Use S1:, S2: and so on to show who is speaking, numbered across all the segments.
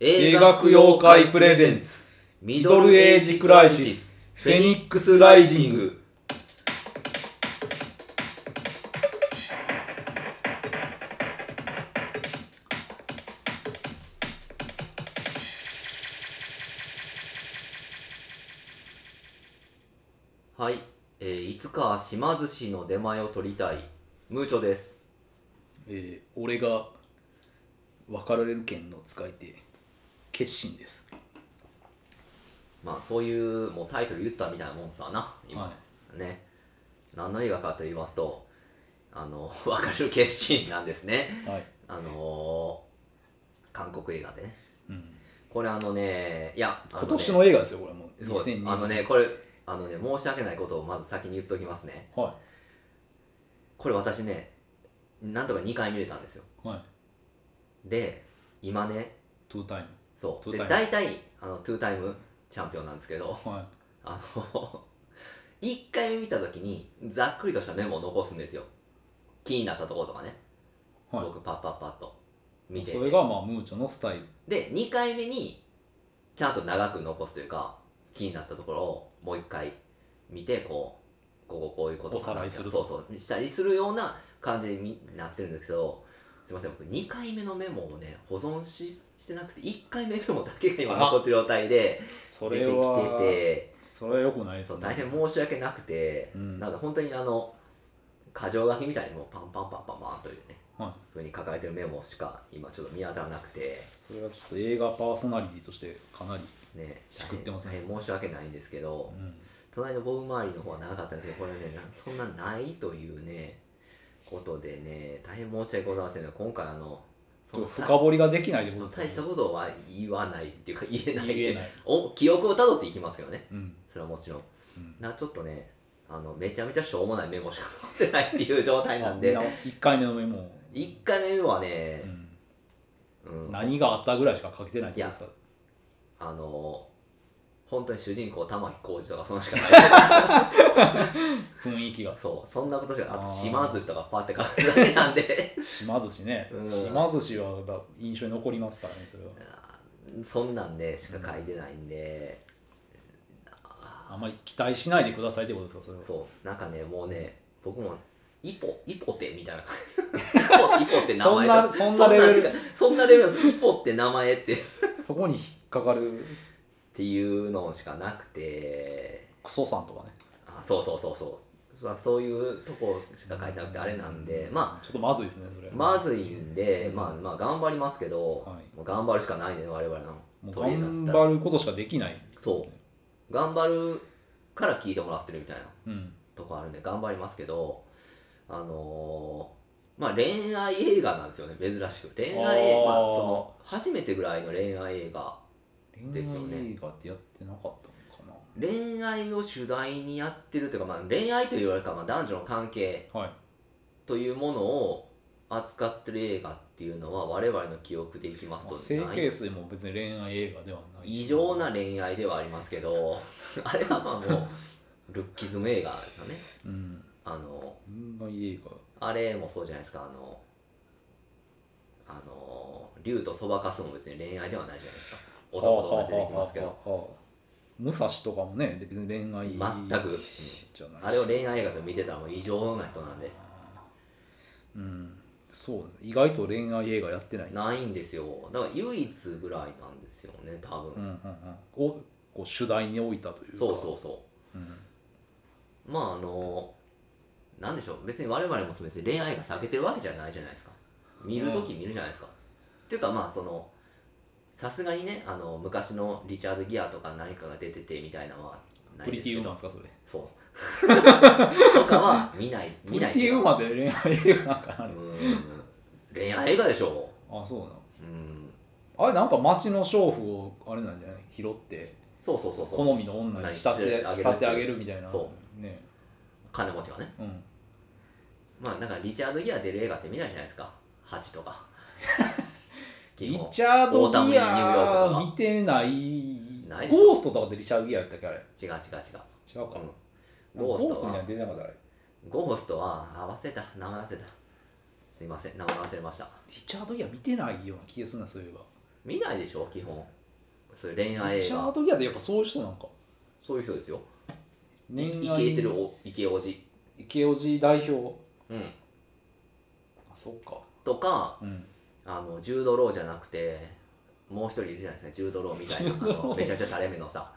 S1: 映学妖怪プレゼンツミドルエイジクライシスフェニックスライジング
S2: はい、えーいつか島寿司の出前を取りたいムーチョです
S3: えー俺が分かられる剣の使い手決心です
S2: まあそういうもうタイトル言ったみたいなもんさな今、
S3: は
S2: ね何の映画かと言いますとあの 分かる決心なんですね
S3: はい、
S2: あのー韓国映画でね
S3: うん、
S2: これあのねいやあ
S3: 今
S2: ね
S3: 年の映画ですよこれはもう
S2: そう
S3: 2002
S2: あのねこれあのね申し訳ないことをまず先に言っときますね
S3: は
S2: これ私ねなんとか2回見れたんですよ
S3: いはい
S2: で今ね
S3: トゥータイム
S2: そう
S3: トゥ
S2: で
S3: ータイ
S2: 大体あのトゥータイムチャンピオンなんですけど
S3: は
S2: あの1回目見た時にざっくりとしたメモを残すんですよ気になったところとかね、
S3: いは
S2: 僕パッパッパッと見
S3: い
S2: て
S3: それがまあムーチョのスタイル
S2: で2回目にちゃんと長く残すというか気になったところをもう1回見てこうこここういうことかな
S3: おさらいする
S2: そ
S3: と
S2: うそうしたりするような感じになってるんですけどすいません僕2回目のメモをね保存ししてなくて1回目メモだけが今
S3: あ
S2: 残ってる状態で
S3: そ
S2: 出
S3: れ
S2: てき
S3: は
S2: てて
S3: それはよくないです
S2: そう大変申し訳なくて、
S3: うん
S2: なんか本当にあの箇条書きみたいにもうパンパンパンパンパンというね
S3: は
S2: ふうに書かれてるメモしか今ちょっと見当たらなくて。
S3: い、それはちょっと映画パーソナリティとしてかなり、
S2: ね、
S3: しくってますね
S2: 大変大変申し訳ないんですけど、
S3: うん、
S2: 隣のボブ周りの方は長かったんですけどこれねなそんなないというねことでね大変申し訳ございませんが今回あの
S3: ちょっと
S2: た
S3: 深掘りができないってこと
S2: 大
S3: で
S2: し
S3: す
S2: た
S3: ね
S2: ことは言わないっていうか言えない
S3: 言えない
S2: お記憶をたどっていきますけどね
S3: うん
S2: それはもちろん
S3: うん
S2: なちょっとねあのめちゃめちゃしょうもないメモしか取ってないっていう状態なんで
S3: あみんな一回目のメモを、
S2: 1回目はね
S3: う、ん
S2: うん
S3: 何があったぐらいしか書けてないってことですか
S2: あの本当に主人公玉置浩二とかそのしかない
S3: 雰囲気が
S2: そう、そんなことしか、あと
S3: あー
S2: 島寿司とかパって書くだけなんで、
S3: 島寿司ね、
S2: うん
S3: 島寿司はやっぱ印象に残りますからねそれは
S2: そんなんでしか書いてないんで、
S3: あまり期待しないでくださいってことですかそれは
S2: そう、なんかね、もうね、僕も、一歩、一歩ってみ たいな感じ。一歩って名前と
S3: そんなそんなレベル
S2: そんなんしかそんなレベルなんです。一歩って名前って。っ
S3: そこに引っかかる
S2: ていうのしかなくて、
S3: クソさんとかね
S2: あそうそうそうそう。そうそういうとこしか書いてなくて、あれなんで、まあ、
S3: あちょっとまずいですねそれ
S2: まずいんで、まあまあ頑張りますけど、
S3: はい
S2: もう頑張るしかないね我々
S3: も
S2: の
S3: う
S2: 取り柄立
S3: 頑
S2: つら
S3: 張ることしかできない
S2: そ頑張るから聞いてもらってるみたいな
S3: ううん
S2: とこあるんで頑張りますけどあのーまあ恋愛映画なんですよね珍しく恋愛映
S3: あー
S2: 画、まあ、その初めてぐらいの恋愛映画
S3: 恋
S2: ですよね
S3: 愛映画ってやってなかったのかな
S2: 恋愛を主題にやってるというか、まあ、恋愛というよりか、まあ、男女の関係
S3: はい
S2: というものを扱ってる映画っていうのは我々の記憶でいきます
S3: まあ
S2: と
S3: 整
S2: ない
S3: 形数も別に恋愛映画ではない
S2: 異常な恋愛ではありますけ どあれはまあもうルッキズム映画ですよね
S3: うん
S2: あの
S3: 恋愛映
S2: あれもそうじゃないですかあのあの竜とそばかすも別に恋愛ではないじゃないですか
S3: 画
S2: 男と女出てきますけ
S3: は
S2: ど
S3: あはあはあはあ武蔵とかもね別に恋愛
S2: 全く
S3: じゃないし
S2: あれを恋愛映画と見てたらもう異常な人なんで
S3: うんそうです意外と恋愛映画やってない
S2: ないんですよだから唯一ぐらいなんですよね多
S3: う
S2: 分、
S3: んうんうん、をこう主題に置いたというか、
S2: そうそうそう
S3: ん、
S2: うまああのなんでしょう別に我々も別に恋愛が避けてるわけじゃないじゃないですか見る時見るじゃないですか、っていうかまあそのさすがにねあの昔のリチャード・ギアとか何かが出ててみたいなのはない
S3: プ
S2: で
S3: リ
S2: す
S3: ティ
S2: け
S3: ウーマ
S2: ど
S3: ンですかそれ
S2: そう とかは見ない
S3: プ
S2: 見
S3: リ
S2: ない
S3: テ
S2: ってい
S3: ィ
S2: う
S3: ウー
S2: か
S3: マンで恋愛映画なんかなあれ
S2: うん恋愛映画でしょ
S3: あそうなの
S2: う、うん、
S3: あれなんか町の娼婦をあれなんじゃない拾って
S2: そうそうそうそう
S3: 好みの女に仕立て
S2: 何
S3: 仕
S2: してあげるっていう
S3: 立てあげるみたいな
S2: そ
S3: ね
S2: 金持ちがね
S3: うん
S2: まあだからリチャード・ギア出る映画って見ないじゃないですか8と か基
S3: リ
S2: 本
S3: チャー
S2: オ
S3: ド・
S2: ータムイン
S3: ギ
S2: ニューヨークと
S3: ア
S2: か
S3: 見てない
S2: ないでしょ
S3: ゴーストとかでリチャード・ギアやったっけあれ
S2: 違う違う違う
S3: 違うか、
S2: うん
S3: ゴ
S2: ゴ
S3: ー
S2: ース
S3: スト
S2: ト
S3: みた
S2: は
S3: いなの出てなかったあれ
S2: ゴーストは合わせた名前忘れたすいません名前忘れました
S3: リチャード・ギア見てないような気がするなそういえば
S2: 見ないでしょ基本そういう恋愛映
S3: チャー
S2: 画
S3: トギアってやっぱそういう人なんか
S2: そういう人ですよ
S3: 恋
S2: イケてるおイケおじ
S3: イケオジ代表
S2: うん
S3: あそうか
S2: とか
S3: うん
S2: あのジュード・ローじゃなくてもう一人いるじゃないですかジュード・ローみたいなあのめちゃめちゃ垂れ目のさ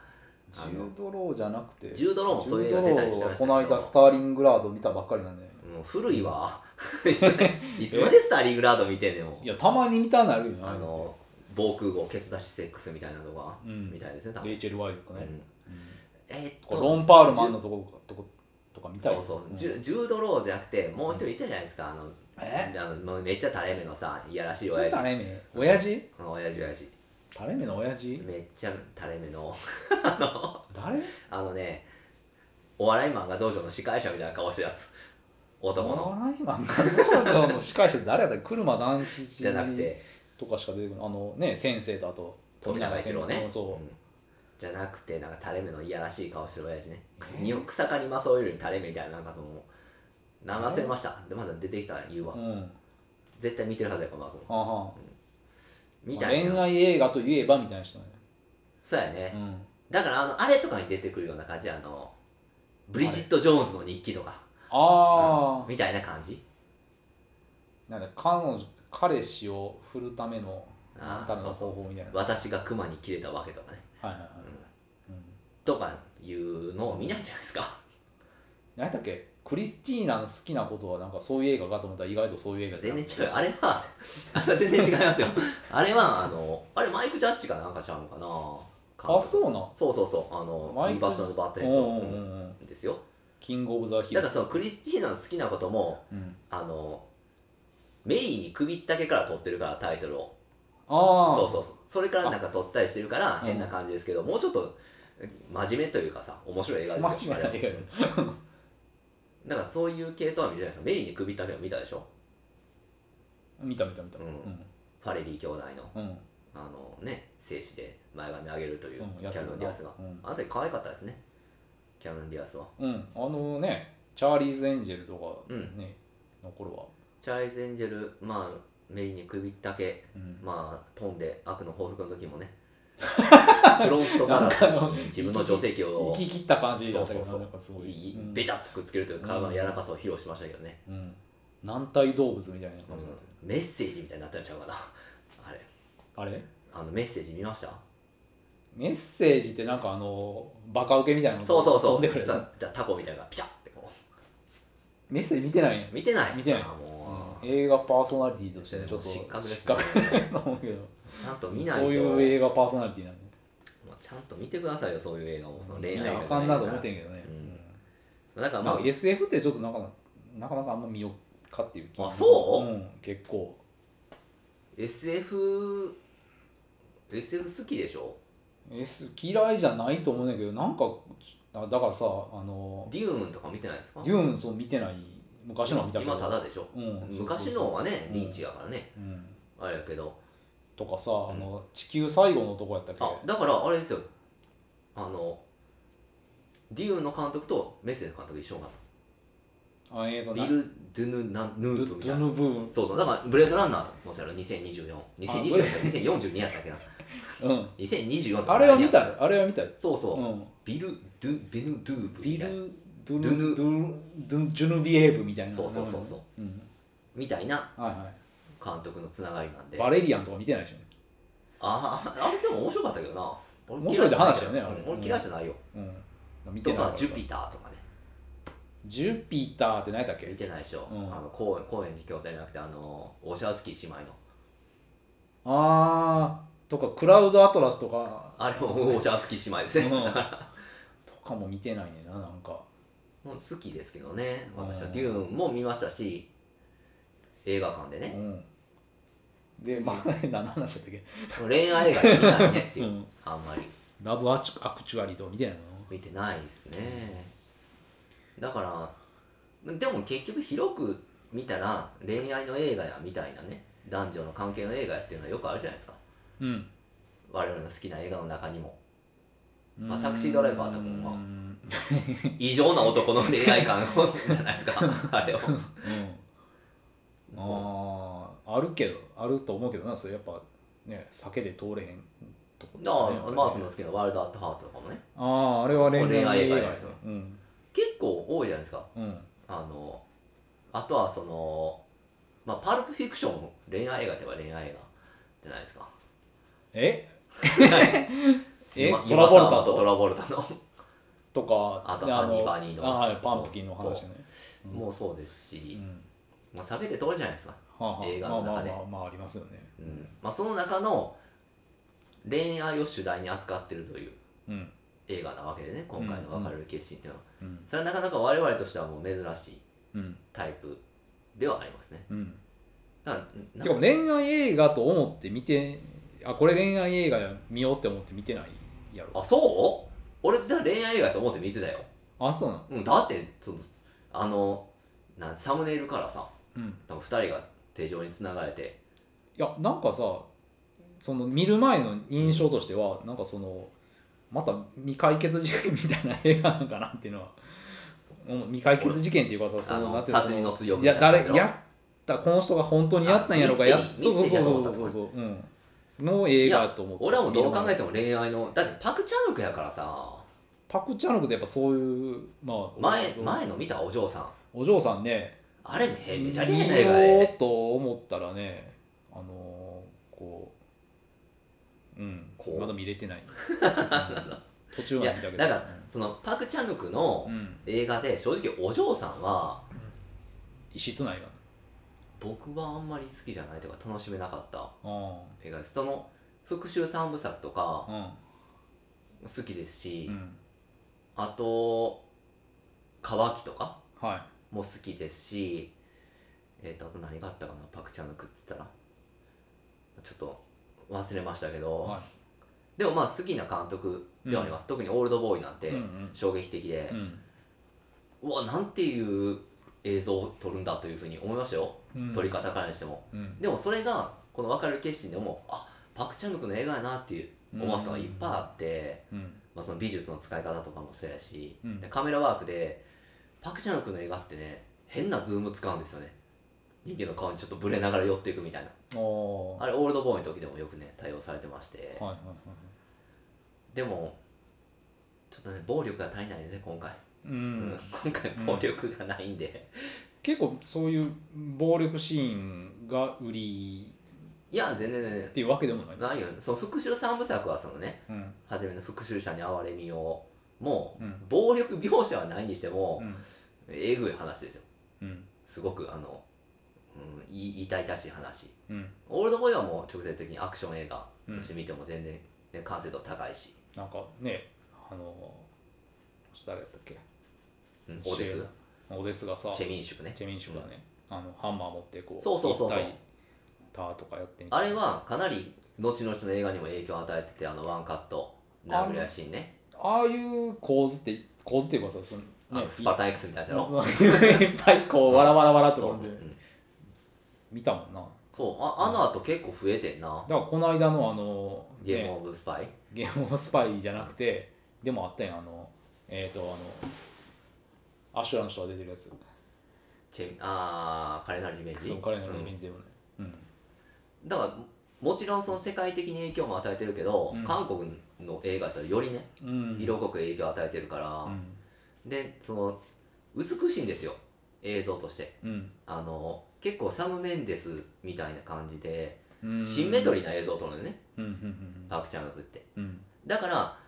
S3: ジ
S2: あ
S3: ュ
S2: の
S3: ードローじゃなくて
S2: ジュードローもそういうの出たりしてましたけど
S3: ジュードローはこの間スターリングラード見たばっかりなんで
S2: もう古い わいつまでいつまでスターリングラード見てんねんもう
S3: いやたまに見たなるよな
S2: あの防空壕ケツ出しセックスみたいなのが、
S3: うん
S2: みたいですね多分、
S3: レイチェル・ワイズと
S2: う
S3: ね、
S2: んえーっ
S3: ことうロン・パールマンのとことことか見たい
S2: そうそう、
S3: ん
S2: ジュジュード・ローじゃなくてもう一人いたじゃないですかあの
S3: え
S2: あのもうめっちゃ垂れ目のさいやらしい
S3: ちょっと
S2: 親父
S3: 垂れ目親父
S2: あの親父親父
S3: 垂れ目の親父
S2: めっちゃ垂れ目の
S3: 誰
S2: あのねお笑い漫画道場の司会者みたいな顔してるやつ男
S3: お
S2: の
S3: 笑いマンのの司会者って誰やったっけ車団吉
S2: じゃなくて
S3: とかしか出てこないあのね先生とあと
S2: 富永一郎ね
S3: そう、
S2: んじゃなくてなんか垂れ目のいやらしい顔してる親父ねくにお草刈りまそうより垂れ目みたいななんかその名前忘れましたでまだ出てきたら言うわ、
S3: うん、は
S2: 絶対見てるはずやからマー君
S3: あはあ
S2: みたい
S3: 恋
S2: な
S3: 愛映画といえばみたいな人ね、
S2: そうやね、
S3: うん、
S2: だからあのあれとかに出てくるような感じあのブリジット・ジョーンズの日記とか
S3: ああ、
S2: みたいな感じ
S3: なんか彼女彼氏を振るための
S2: あー
S3: ための方法みたいな
S2: 私が熊に切れたわけとかね
S3: はいはいはい、うん、
S2: とかいうのを見ないんじゃないですか
S3: 何やったっけクリスティーナの好きなことはなんかそういう映画かと思ったら意外とそういう映画
S2: 全然違
S3: う
S2: うよあれはあれは全然違いますよあれはあのあれマイク・ジャッジかなんかちゃうんかな
S3: あそうな
S2: そうそうそうあの
S3: マ
S2: イ
S3: イ
S2: ン
S3: ク
S2: パーソナルバッドヘッド
S3: うんうんうんうん
S2: うんですよ
S3: キング・オブ・ザ・ヒ
S2: だ
S3: ル
S2: からそのクリスティーナの好きなことも
S3: うん、
S2: あのメリーに首ったけから取ってるからタイトルを
S3: ああ
S2: そうそうそうそれからなんか撮ったりしてるから
S3: あ
S2: 変な感じですけど、もうちょっと真面目というかさ面白い映画ですよ
S3: 間違いない
S2: あれはだからそういう系統は見るじゃないですかメリーに首ったけを見たでしょ
S3: 見た見た見た
S2: うん
S3: うん
S2: ファレリー兄弟の
S3: うん
S2: あのね生死で前髪上げるという
S3: うん
S2: キ
S3: やって
S2: ャメロ
S3: るな
S2: ン・ディアスが、
S3: うん
S2: あの時可愛かったですねキャメロン・ディアスは
S3: うんあのねチャーリーズ・エンジェルとか
S2: うん
S3: ね、の頃は、
S2: チャーリーズ・エンジェルまあメリーに首ったけ
S3: うん、
S2: まあ飛んで悪の法則の時も ねフロントガラスに自分の女性器を
S3: 生き切った感じだったけど
S2: そうそうそう
S3: なんかすごい、うん
S2: べちゃっとくっつけるという体の柔らかさを披露しましたけどね、
S3: うん、軟体動物みたいな感じだったよ
S2: メッセージみたいになったんちゃうかな あれ
S3: あれ
S2: あのメッセージ見ました
S3: メッセージってなんかあのバカウケみたいなの
S2: そうそうそ
S3: 飛ん
S2: う
S3: でくるや
S2: さじゃあタコみたいなのがピチャってこ
S3: つメッセージ見てないんや
S2: う見てない
S3: 見てない
S2: あもう、
S3: 映画パーソナリティとしてねちょっと
S2: 失格です
S3: 失格だと思うけど
S2: ちゃんと見ないと
S3: そういう映画パーソナリティなんで
S2: もうちゃんと見てくださいよそういう映画もその恋愛
S3: 見
S2: 映画じゃ
S3: ないあ
S2: から
S3: かんなと思ってんけどね、
S2: うん
S3: うん
S2: だからま
S3: な
S2: あ
S3: んか SF ってちょっとなんかなかなかあんま見ようかっていう気
S2: あそう
S3: うん、結構
S2: SF SF 好きでしょ
S3: S 嫌いじゃないと思うんだけどなんかあだからさあの
S2: デューンとか見てないですか
S3: デューンそう見てない昔のは見たけど
S2: 今ただでしょ、
S3: うん
S2: 昔のはね
S3: うん
S2: リンチやからね、
S3: うん、
S2: あれやけど
S3: とかさあの地球最後のとこやったっけ
S2: あだからあれですよあのディウンの監督とメッセの監督一緒か
S3: あえー
S2: な
S3: と
S2: ビ
S3: な
S2: ル・ドゥヌ・ナヌ
S3: ド
S2: ープみた
S3: ゥ
S2: い
S3: ド
S2: な
S3: ヌブーン
S2: そうそうだからブレードランナーもそうやろ2024 2024
S3: ブレ
S2: 2042やったっけな
S3: うん
S2: 2024
S3: あれは見た
S2: い
S3: よあれは見たよ
S2: そうそう、
S3: うん
S2: ビル・ドゥ・ベヌ・ドゥープ
S3: デ
S2: み
S3: ィ
S2: たいな
S3: ルド
S2: ドゥ
S3: ゥ
S2: ヌ
S3: ヌドゥドゥジュヌビエーブみたいな、
S2: そうそうそうそう
S3: ん、
S2: みたいな
S3: はいはい
S2: 監督のつながりなんで
S3: バレリアンとか見てないでしょ
S2: あーあれでも面白かったけどな俺
S3: 面白いって話だよ
S2: 嫌いじゃない
S3: ねあれ
S2: 俺嫌いじゃないよ、
S3: うん見
S2: と
S3: てないから
S2: かジュピターとかね
S3: ジュピターって何やったっ
S2: 見
S3: け
S2: てないでしょ、
S3: うん
S2: あの高円高円寺兄弟じゃなくてあのオシャウスキー姉妹の
S3: あーとかクラウドアトラスとか
S2: あれもオシャウスキー姉妹です
S3: う
S2: ね、
S3: んとかも見てないねんななんか
S2: もう好きですけどね私は
S3: うん
S2: デューンも見ましたし映画館で
S3: う
S2: ね
S3: んで前何の話だったっけ
S2: 恋愛映画で見ないねっていう、
S3: うん
S2: あんまり
S3: ラブアクチュアクチュアリーとか見てないの
S2: 見てないですねだからでも結局広く見たら恋愛の映画やみたいなね男女の関係の映画やっていうのはよくあるじゃないですか
S3: うん
S2: 我々の好きな映画の中にもまあタクシードライバーとかもまあ
S3: うん
S2: 異常な男の恋愛感をじゃないですかあれを
S3: うん、あーあるけどあると思うけどなそれやっぱね酒で通れへんとこ
S2: だから、マークの好
S3: あ
S2: きなワールドアットハートとかもね
S3: あーあれは恋愛
S2: 恋愛映画
S3: 映画
S2: で
S3: ですす
S2: よ
S3: ようん
S2: 結構多いじゃないですか
S3: うん
S2: あのあとはそのまあパルプフィクションも恋愛映画といえば恋愛映画じゃないですか
S3: ええ
S2: 今
S3: トラボル
S2: 今
S3: タ
S2: さんとト
S3: と
S2: ラボルタの
S3: とか
S2: あと
S3: で
S2: ハニーバニーの
S3: あはいパンプキンの話ねうん
S2: もうそうですし、
S3: うん
S2: まあ、避けて通るじゃないですか、
S3: はあはあ
S2: 映画の中で
S3: まあまあまあまあありますよね
S2: うんまあ、その中の恋愛を主題に扱ってるという
S3: うん
S2: 映画なわけでね今回の「別れる決心」っていうのは、
S3: うん
S2: それはなかなか我々としてはもう珍しい
S3: うん
S2: タイプではありますね
S3: うん
S2: だからな
S3: てか恋愛映画と思って見てあこれ恋愛映画や見ようって思って見てないやろ
S2: あそう俺だから恋愛映画と思って見てたよ、
S3: あそうなの
S2: うん、だってそのあのなんサムネイルからさ
S3: うんい
S2: 多分2人が手錠に繋がれて
S3: やなんかさその見る前の印象としてはなんかそのまた未解決事件みたいな映画なんかなっていうのはうん未解決事件っていうかさそ
S2: あ
S3: の
S2: の
S3: なんていうの
S2: 殺人の強
S3: い
S2: み
S3: や誰
S2: や
S3: やったこの人が本当にやったんやろうか
S2: あ
S3: や
S2: ミステ
S3: そ
S2: リ
S3: う
S2: ー
S3: そうそうそう
S2: ミステリーやと
S3: そ
S2: 思
S3: う
S2: った
S3: そう、うん、の映画と思って
S2: 俺はもうどう考え
S3: て
S2: ても恋愛のだってパク・チャヌクやからさ
S3: パクチャノクってやっぱそういうまあ
S2: 前前の見たお嬢さん
S3: お嬢さんね
S2: あれめめちゃくちゃ
S3: 見
S2: 変
S3: よ
S2: な映画で
S3: うと思ったらねあのーこううん
S2: こう
S3: まだ見れて ない、うん途中まで見たけど
S2: いやだからそのパク・チャヌクの
S3: うんうん
S2: 映画で正直お嬢さんは
S3: 異質な映
S2: 僕はあんまり好きじゃないというか楽しめなかった
S3: 画あ
S2: 映画ですその復讐三部作とか
S3: あ
S2: 好きです
S3: う
S2: し、
S3: んうん
S2: あと乾きとか
S3: は
S2: も好きですしえっ、とあと何があったかなパク・チャヌクって言ったらちょっと忘れましたけど、
S3: は
S2: でもまあ好きな監督ではあります、特に「オールドボーイ」なん
S3: い
S2: て
S3: うんうん
S2: 衝撃的で
S3: う、ん
S2: うわなんていう映像を撮るんだというふうに思いましたよ、
S3: うん
S2: 撮り方からにしても
S3: うん
S2: でもそれがこの「別れる決心」でもあパク・チャヌクの映画やなっていう思わすのがいっぱいあって、
S3: うん
S2: まあ、その美術の使い方とかもそうやし、
S3: うん
S2: でカメラワークでパク・チャヌクの映画ってね変なズーム使うんですよね人間の顔にちょっとブレながら寄っていくみたいな
S3: おー
S2: あれオールドボーイの時でもよくね対応されてまして、
S3: はいはいはい
S2: でもちょっとね暴力が足りないね今回、
S3: う
S2: うん
S3: ん、
S2: 今回暴力がないんで、
S3: 結構そういう暴力シーンが売り
S2: いや全然ね
S3: っていうわけでもない、
S2: ないよその復讐三部作はそのね
S3: うん
S2: 初めの復讐者に憐れみをもう、
S3: うん
S2: 暴力描写はないにしても
S3: う、ん
S2: えぐい話ですよ
S3: うん
S2: すごくあの、うん、い痛々しい話
S3: うん、
S2: オールドボーイはもう直接的にアクション映画として見ても全然、ね、完成度高いし、
S3: なんかねあの誰だったっけ
S2: うん、オデス
S3: オデスがさ
S2: チェミンシュクね
S3: チェミンシュがね、あのハンマー持ってこう
S2: そうそうそうそう
S3: 一体ターとかやってみた
S2: あれはかなり後々の映画にも影響を与えててあのワンカット殴り合いシーンね
S3: ああいう構図って構図っていうかさその、ね
S2: あのスパタ X みたいなやつやろ
S3: いっぱいこうわらわらわらって
S2: そう,、う
S3: こ
S2: ん
S3: で、見たもんな
S2: そうああの後結構増えてんな
S3: だからこの間のあの、
S2: ゲー
S3: ね
S2: ムオブスパイ
S3: ゲームオブスパイじゃなくてでもあったやんあのえっ、とあのアシュラの人が出てるやつ
S2: チェああ彼なるリベンジ
S3: そう彼のイメ
S2: う
S3: ージでもねうん
S2: んだからもちろんその世界的に影響も与えてるけど、
S3: うん
S2: 韓国の映画とよりね
S3: うん
S2: 色濃く影響を与えてるから、
S3: うん
S2: でその美しいんですよ映像として
S3: うん
S2: あの結構サム・メンデスみたいな感じで、
S3: うん
S2: シンメトリーな映像を撮るのよね
S3: うんうん
S2: パク・チャングクって
S3: うんうん
S2: だから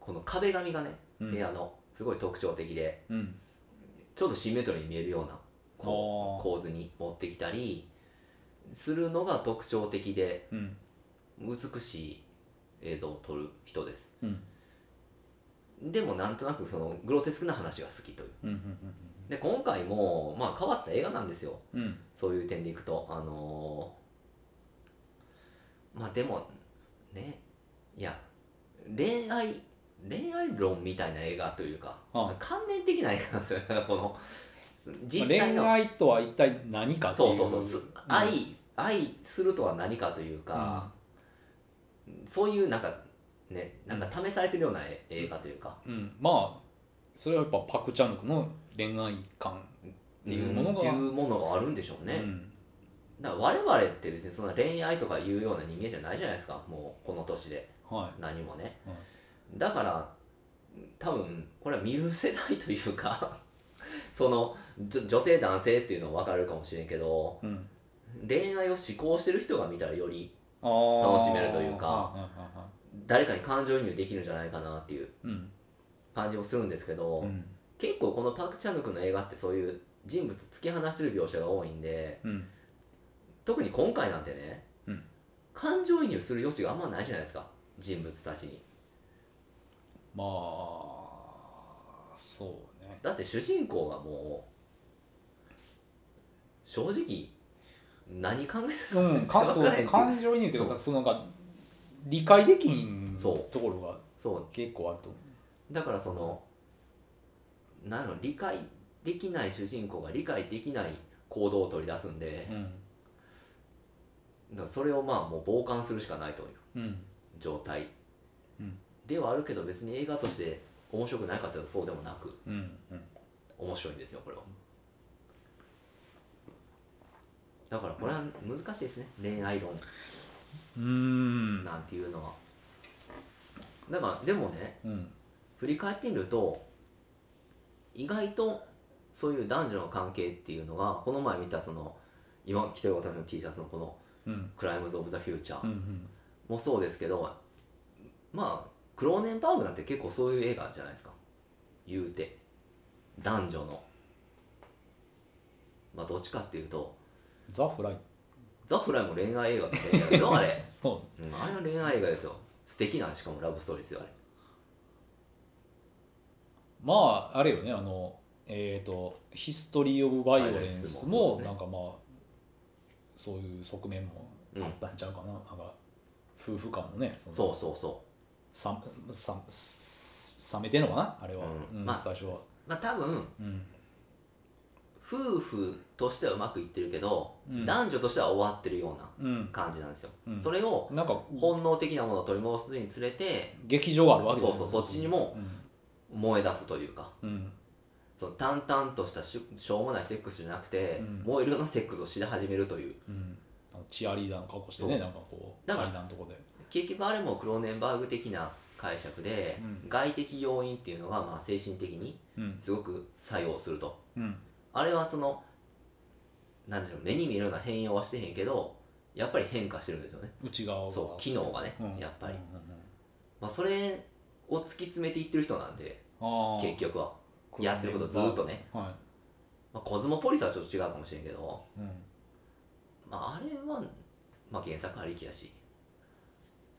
S2: この壁紙がね、
S3: うん
S2: 部屋のすごい特徴的で
S3: うん
S2: ちょっとシンメトリーに見えるようなこう
S3: あー
S2: 構図に持ってきたりするのが特徴的で
S3: うん
S2: 美しい映像を撮る人です
S3: うん
S2: でもなんとなくそのグロテスクな話が好きという
S3: うん
S2: で今回もまあ変わった映画なんですよ
S3: うんうん
S2: そういう点でいくとあのーまあでもねいや恋愛恋愛論みたいな映画というか、
S3: あ
S2: 関連的な映画なんですよこの実際
S3: まあ
S2: の、
S3: 恋愛とは一体何かってい
S2: そううそうそうす
S3: ん
S2: 愛愛するとは何かというか、そういうなんかねなんか試されてるようなえ映画というか、
S3: うん、まあそれはやっぱパク・チャヌクの恋愛観っていうものが
S2: っていうものがあるんでしょうね、
S3: うん
S2: だから我々って別にそんな恋愛とかいうような人間じゃないじゃないですかもうこの年で
S3: は
S2: 何もね、
S3: は
S2: だから多分これは見る世代というか そのじょ女性男性っていうのは分かるかもしれんけど
S3: い、うん、
S2: 恋愛を志向してる人が見たらより
S3: あー
S2: 楽しめるというか
S3: はいはいは
S2: 誰かに感情移入できるんじゃないかなっていう
S3: いうん
S2: 感じもするんですけど、
S3: うん
S2: 結構このパク・チャヌクの映画ってそういう人物突き放してる描写が多いんで
S3: うん
S2: 特に今回なんてね、
S3: うん
S2: 感情移入する余地があんまないじゃないですか人物たちに
S3: まあそうね
S2: だって主人公がもう正直何考えてた
S3: うんん、
S2: ですか
S3: か
S2: 分
S3: そ
S2: からへんっていう
S3: 感情移入というかそのなんか理解できひんと
S2: そう
S3: ころが
S2: そ
S3: 結構あると思
S2: うだからそのなんやろ理解できない主人公が理解できない行動を取り出すんで
S3: う、うん
S2: だからそれをまあもう傍観するしかないという
S3: うん、
S2: 状態
S3: うん
S2: ではあるけど別に映画として面白くないかというとそうでもなく
S3: うんうん、
S2: 面白いんですよこれはだからこれは難しいですね恋愛論
S3: うーん
S2: なんていうのはだからでもね
S3: うん
S2: 振り返ってみると意外とそういう男女の関係っていうのがこの前見たその今着てる私の T シャツのこの
S3: うん
S2: 「クライムズ・オブ・ザ・フューチャー
S3: う」ん
S2: もそうですけどまあクローネンバーグなんて結構そういう映画じゃないですか言うて男女のまあどっちかっていうと
S3: ザ・フライ
S2: ザ・フライも恋愛映画としてやけどあれ、
S3: そ
S2: うん、あれは恋愛映画ですよ素敵なしかもラブストーリーですよあれ
S3: うまああれよねあのえっ、と「ヒストリー・オブ・バイオレ
S2: バイ
S3: ンス」も
S2: オレンスもそうですね
S3: なんかまあそういう側面もあったんちゃうかな,、なんか夫婦間のねその
S2: そうそうそ
S3: さささ冷めてんのかなあれは、
S2: うん
S3: うん
S2: まあ
S3: 最初は、
S2: うまあ多分
S3: うん、
S2: 夫婦としてはうまくいってるけど、
S3: うん
S2: 男女としては終わってるような
S3: うん、
S2: 感じなんですよ、
S3: うん
S2: それを
S3: なんか
S2: 本能的なものを取り戻すにつれて
S3: 劇場があるわけだよね
S2: そうそうそっちにも燃え出すというか
S3: うん、うん
S2: その淡々としたしゅしょうもないセックスじゃなくて、
S3: うん
S2: 燃えるようなセックスをし始めるという
S3: うん、あのチアリーダーの格好して
S2: そ
S3: ね
S2: う
S3: なんかこう
S2: だから
S3: 階段のとこで
S2: 結局あれもクローネンバーグ的な解釈で、
S3: うん
S2: 外的要因っていうのがまあ精神的に
S3: うん
S2: すごく作用すると
S3: うん
S2: あれはその何でしょう目に見えるような変容はしてへんけどやっぱり変化してるんですよね
S3: 内側が
S2: そう機能がね、
S3: うん
S2: やっぱり
S3: うん、うんうん
S2: まあ、それを突き詰めていってる人なんで
S3: ああ
S2: 結局はやってることずっとね、
S3: は
S2: まあ、コズモポリスはちょっと違うかもしれんけど
S3: い、うん、
S2: まあ、あれは、まあ、原作ありきやし、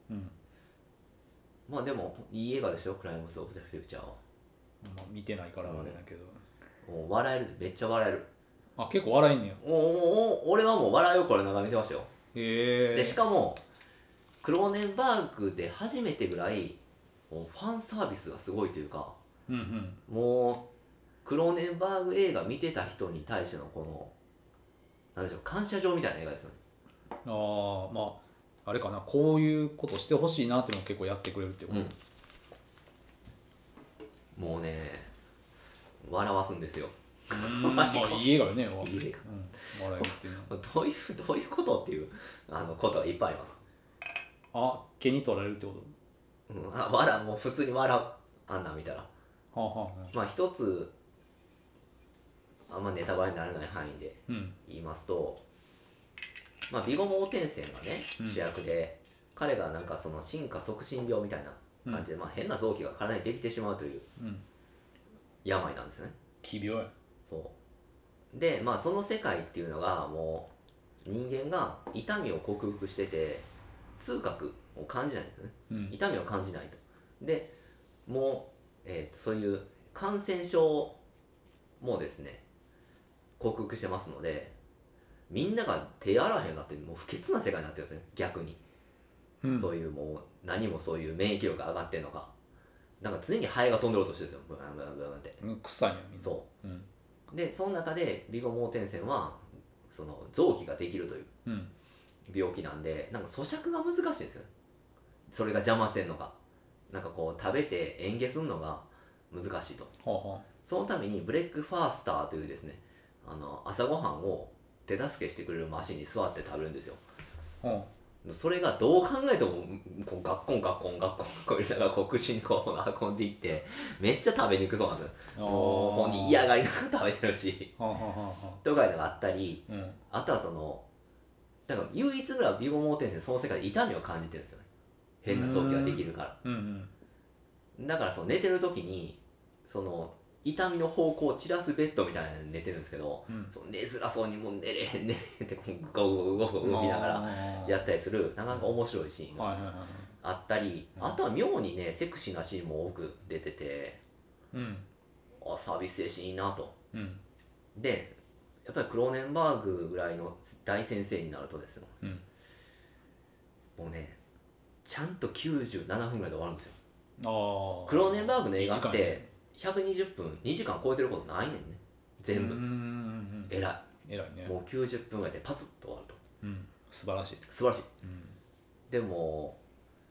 S3: うん
S2: まあでも、いい映画でしょ、クライムズ・オブ・ザ・フューチャーは。
S3: まあ、見てないからあれだけど、
S2: もう笑える、めっちゃ笑える。
S3: あ結構笑いんねや
S2: もう、もうもう俺はもう笑いをこれ眺めてましたよ。
S3: へ
S2: で、し
S3: え
S2: かも、クローネンバーグで初めてぐらい、もうファンサービスがすごいというか、
S3: うんうん
S2: もう、クローネンバーグ映画見てた人に対してのこの、なんでしょう、感謝状みたいな映画ですよね。
S3: ああまああれかなこういうことしてほしいなっていうのを結構やってくれるってこと、
S2: うんもうね、笑わすんですよ。
S3: うーんま あいい映画よね
S2: いい映
S3: うん、笑えるっていうの
S2: どういう、どういうことっていう、あの、ことがいっぱいあります。
S3: あ毛に取られるってこ
S2: うん、あ笑うもう普通に笑うあんなん見たら
S3: とはあ、はあはあ、
S2: まあ一つあんまネタバレにならない範囲で
S3: うん
S2: 言いますと、まあ、ビゴモーテンセンがね
S3: うん
S2: 主役で、彼がなんかその進化促進病みたいな感じで、まあ、変な臓器が体にできてしまうという
S3: うん
S2: 病なんですね
S3: 奇病や
S2: そうでまあその世界っていうのがもう人間が痛みを克服してて痛覚を感じないんですよね
S3: うん
S2: 痛みを感じないとでもう、えーとそういう感染症もですね克服してますのでみんなが手洗わへんなってもう不潔な世界になってるんですね逆に、
S3: うん
S2: そういうもう何もそういう免疫力が上がってんのかなんか常にハエが飛んでる音してるんですよブワンブワンブワンって
S3: うん臭いんやみんな
S2: そう
S3: うん
S2: うでその中でビゴ盲点線はその臓器ができるという
S3: うん
S2: 病気なんでなんか咀嚼が難しいんですよそれが邪魔してんのかなんかこう食べて嚥下するのが難しいと
S3: はあはあ
S2: そのためにブレックファースターというですねあの朝ごはんを手助けしてくれるマシンに座って食べるんですよ
S3: うん
S2: それがどう考えてもこうガッコンガッコンガッコンガッコン入れながら黒人の方を運んでいってめっちゃ食べにくそうなんですよもう本人嫌がりながら食べてるし
S3: はあはあはあは
S2: とかいうのがあったり
S3: あうん
S2: あとはそのなんか唯一ぐらいは美容盲点でその世界で痛みを感じてるんですよね変な臓器ができるから
S3: うんうん
S2: だからその寝てる時にその痛みの方向を散らすベッドみたいなのに寝てるんですけど
S3: うん
S2: そう寝づらそうにもう寝れへん寝れへんってこうゴゴゴゴゴ動きながら
S3: あー
S2: やったりするなかなか面白いシーンが
S3: はいはいはい
S2: あったり
S3: うん
S2: あとは妙にねセクシーなシーンも多く出てて
S3: うん
S2: あサービス精神いいなと
S3: うん
S2: でやっぱりクローネンバーグぐらいの大先生になるとですよ
S3: うん
S2: もうねちゃんと97分ぐらいで終わるんですよ
S3: ああ
S2: クローネンバーグの映画っ
S3: 短いね
S2: て120分2時間超えてることないねんね全部
S3: うんうんうん
S2: 偉い
S3: うん偉いね
S2: もう90分ぐらいでパツッと終わると
S3: うん素晴らしい
S2: 素晴らしい
S3: うん
S2: でも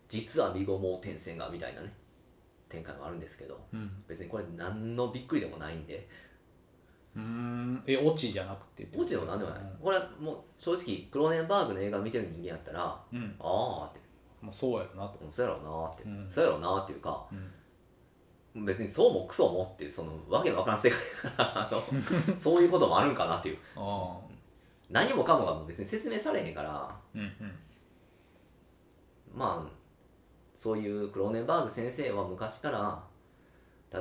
S2: 実は見ごも転戦がみたいなね展開もあるんですけど
S3: うん
S2: 別にこれ何のびっくりでもないんで
S3: うーんえオチじゃなくて
S2: もちろん何でもないこれはもう正直クローネンバーグの映画見てる人間やったらあ
S3: うん、うん
S2: あって
S3: まあ、そうやろなと
S2: うんそうやろうなーって、
S3: うん
S2: そうやろうなーっていうか
S3: うん
S2: 別にそうもクソもっていうそのわけのわからん世界だからあ のそういうこともあるんかなっていう
S3: ああ
S2: 何もかもがもう別に説明されへんから
S3: うんうん
S2: まあそういうクローネンバーグ先生は昔から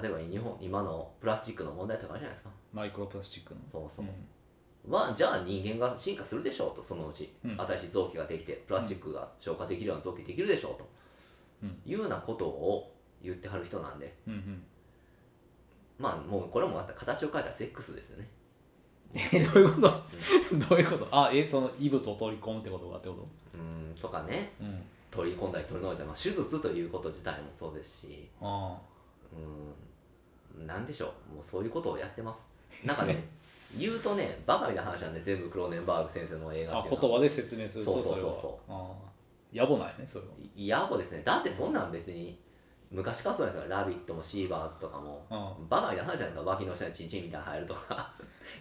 S2: 例えば日本今のプラスチックの問題とかあるじゃないですか
S3: マイクロプラスチックの
S2: そうそうう、
S3: ん
S2: はじゃあ人間が進化するでしょうとそのうち、
S3: うん
S2: 新しい臓器ができてプラスチックが消化できるような臓器できるでしょうと、
S3: うん
S2: いうようなことを言ってはる人なんで
S3: うんうん
S2: まあもうこれもまた形を変えたセックスですよね
S3: えどういうことどういうことあえその異物を取り込むってことがってこ
S2: うーんとかね
S3: とうん
S2: 取り込んだり取り除いたり、まあ、手術ということ自体もそうですし
S3: あ
S2: うーんなんでしょうもうそういうことをやってますなんかね 言うとねバカみたいな話なんで全部クローネンバーグ先生の映
S3: あ
S2: 画っ
S3: あ
S2: ていうの
S3: 言
S2: は
S3: 葉で説明すると
S2: そう
S3: そ
S2: そう
S3: れ
S2: そ
S3: は
S2: うそ
S3: ああ野暮なんやねそれはい
S2: やぼですねだってそんなん別に昔からそうですよ「ラビット!」も「シーバーズ」とかも
S3: あ
S2: バカみたいな話じゃないですか脇の下にチンチンみたいなの入るとか
S3: あ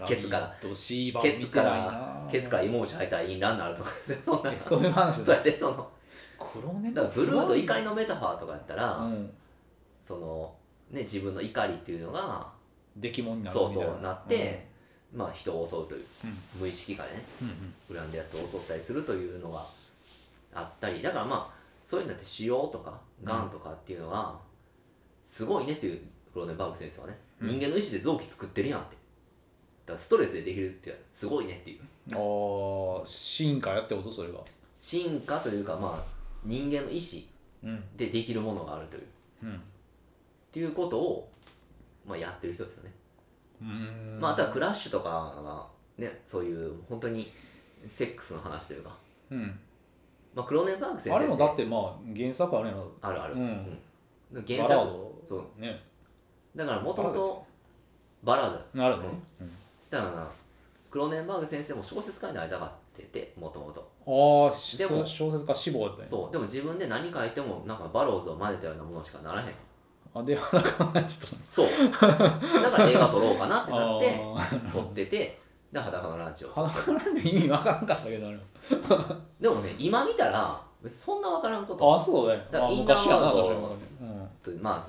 S2: ケツから
S3: ラビットシーバ
S2: ケ
S3: ー
S2: ツ
S3: 見
S2: か
S3: てない
S2: ら
S3: な
S2: ケツからイモムシ入ったらインランになるとかそんなん
S3: そういう話
S2: そう
S3: だ
S2: やってその
S3: クロネ
S2: だからブルーと怒りのメタファーとかやったら、
S3: うん
S2: そのね自分の怒りっていうのが
S3: 出来物になる
S2: そう
S3: み
S2: そ
S3: たいな
S2: うなって、まあ人を襲うという、
S3: うん
S2: 無意識がね
S3: うんうん
S2: 恨んだやつを襲ったりするというのがあったりだからまあそういうのだって腫瘍とかがんとかっていうのはすごいねっていうクローネンバーグ先生はね、
S3: うん
S2: 人間の意思で臓器作ってるやんってだからストレスでできるっていうすごいねっていう
S3: ああ進化やってことそれが
S2: 進化というかまあ人間の意思
S3: うん
S2: でできるものがあるというっ
S3: うん
S2: ていうことを、まあ、やってる人ですよね
S3: うーん
S2: まあ、あとはクラッシュとかが、ね、そういう本当にセックスの話というか、
S3: うん
S2: まあ、クローネンバーグ先生
S3: あれもだってまあ原作あるやろ
S2: あるある、
S3: うん
S2: うん原
S3: バラー
S2: 作
S3: ド
S2: そう
S3: ね
S2: だからもともとバラード
S3: なるほどね
S2: だからクローネンバーグ先生も小説家になりたがっててもともと
S3: ああし
S2: でも
S3: そう小説家志望やったんや
S2: そうでも自分で何書いてもなんかバローズを真似たようなものしかならへんと
S3: あで裸のちょっと
S2: そう だから映画撮ろうかなってな
S3: あ
S2: って
S3: あ
S2: 撮っててで裸のランチを
S3: 裸の意味わからんかったけどあれ
S2: でもね今見たら別にそんなわからんこと
S3: ああそうだよ
S2: だから
S3: あ
S2: インター
S3: 昔やな
S2: ワールド
S3: 確かに
S2: とまあ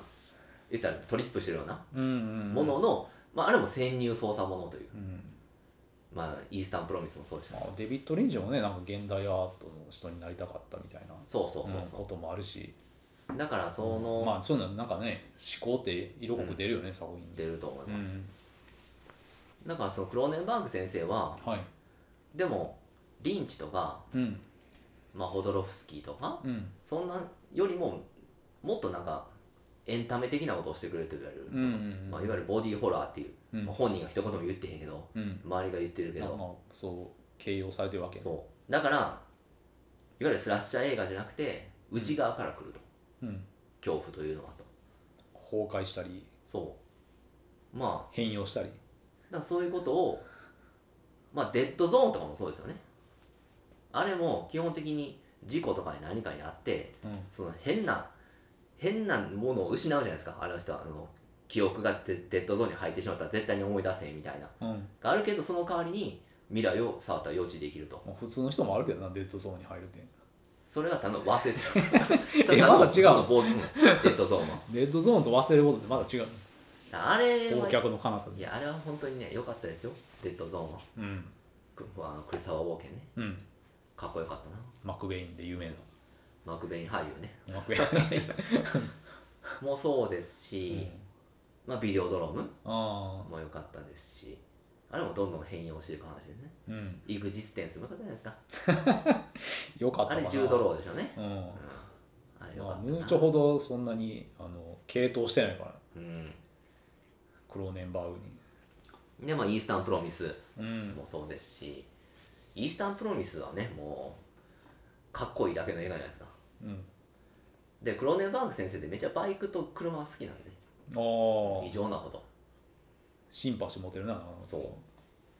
S2: 言ったらトリップしてるような
S3: うんうんうん
S2: ものの、まあ、あれも潜入捜査ものという、
S3: うん
S2: まあ、イースタンプロミスもそうでした、
S3: まあデビッド・リンジもねなんか現代アートの人になりたかったみたいな
S2: そうそう
S3: うん
S2: そう
S3: こともあるし
S2: そうだからその、
S3: まあそういうのなんかね思考って色濃く出るよね作品
S2: 出
S3: で
S2: ると思いうます、
S3: ん
S2: だからそのクローネンバーグ先生は
S3: はい
S2: でもリンチとか、
S3: うん
S2: まあ、ホドロフスキーとか
S3: うん
S2: そんなよりももっとなんかエンタメ的なことをしてくれると言われる、
S3: うんうん
S2: まあ、いわゆるボディーホラーっていう、
S3: うん
S2: まあ本人が一言も言ってへんけど
S3: うん
S2: 周りが言ってるけ
S3: まあ
S2: ど、
S3: まあそう形容されてるわけね
S2: そうだからいわゆるスラッシャー映画じゃなくて内側から来ると、
S3: うん
S2: 恐怖というのはと
S3: 崩壊したり
S2: そうまあ
S3: 変容したり
S2: だからそういうことをまあデッドゾーンとかもそうですよねあれも基本的に事故とかに何かにあって
S3: うん
S2: その変な変なものを失うじゃないですかあの人はあの記憶がデデッドゾーンに入ってしまったら絶対に思い出せんみたいな
S3: うん
S2: があるけどその代わりに未来をサーター幼稚で生きると
S3: まあ普通の人もあるけどなデッドゾーンに入るって
S2: それはたの忘れて
S3: えまだ違うの
S2: のボーデッドゾーンは
S3: デッドゾーンと忘れることってまだ違う
S2: あれ
S3: の
S2: は
S3: 忘却の彼方
S2: い
S3: で
S2: やあれは本当にね良かったですよデッドゾーンは
S3: うん
S2: くあの栗沢ウォーケンね
S3: うん
S2: かっこよかったな
S3: マクベインで有名な
S2: マクベイン俳優ね
S3: マクベイン
S2: もうそうですし、まあビデオドローム
S3: あ
S2: も良かったですしあれもどんどん変容していく話ですね
S3: あうん
S2: イグジステンスも良かったじゃないですか
S3: よかった
S2: あ
S3: か
S2: れ
S3: な
S2: 10ドローでしょうね、
S3: うん
S2: うん、あれ良
S3: ま
S2: か
S3: あ
S2: った
S3: ム
S2: な
S3: ーチョほどそんなにあの傾倒してないから
S2: うん
S3: クローネンバーグ
S2: でまあイースタンプロミス
S3: にうん
S2: もそうですしイースタンプロミスはねもうかっこいいだけの映画じゃないですか
S3: うん
S2: でクローネンバーグ先生ってめっちゃバイクと車が好きなんでね
S3: あ
S2: 異
S3: あ
S2: 常なこと
S3: シンパシー持てるなそ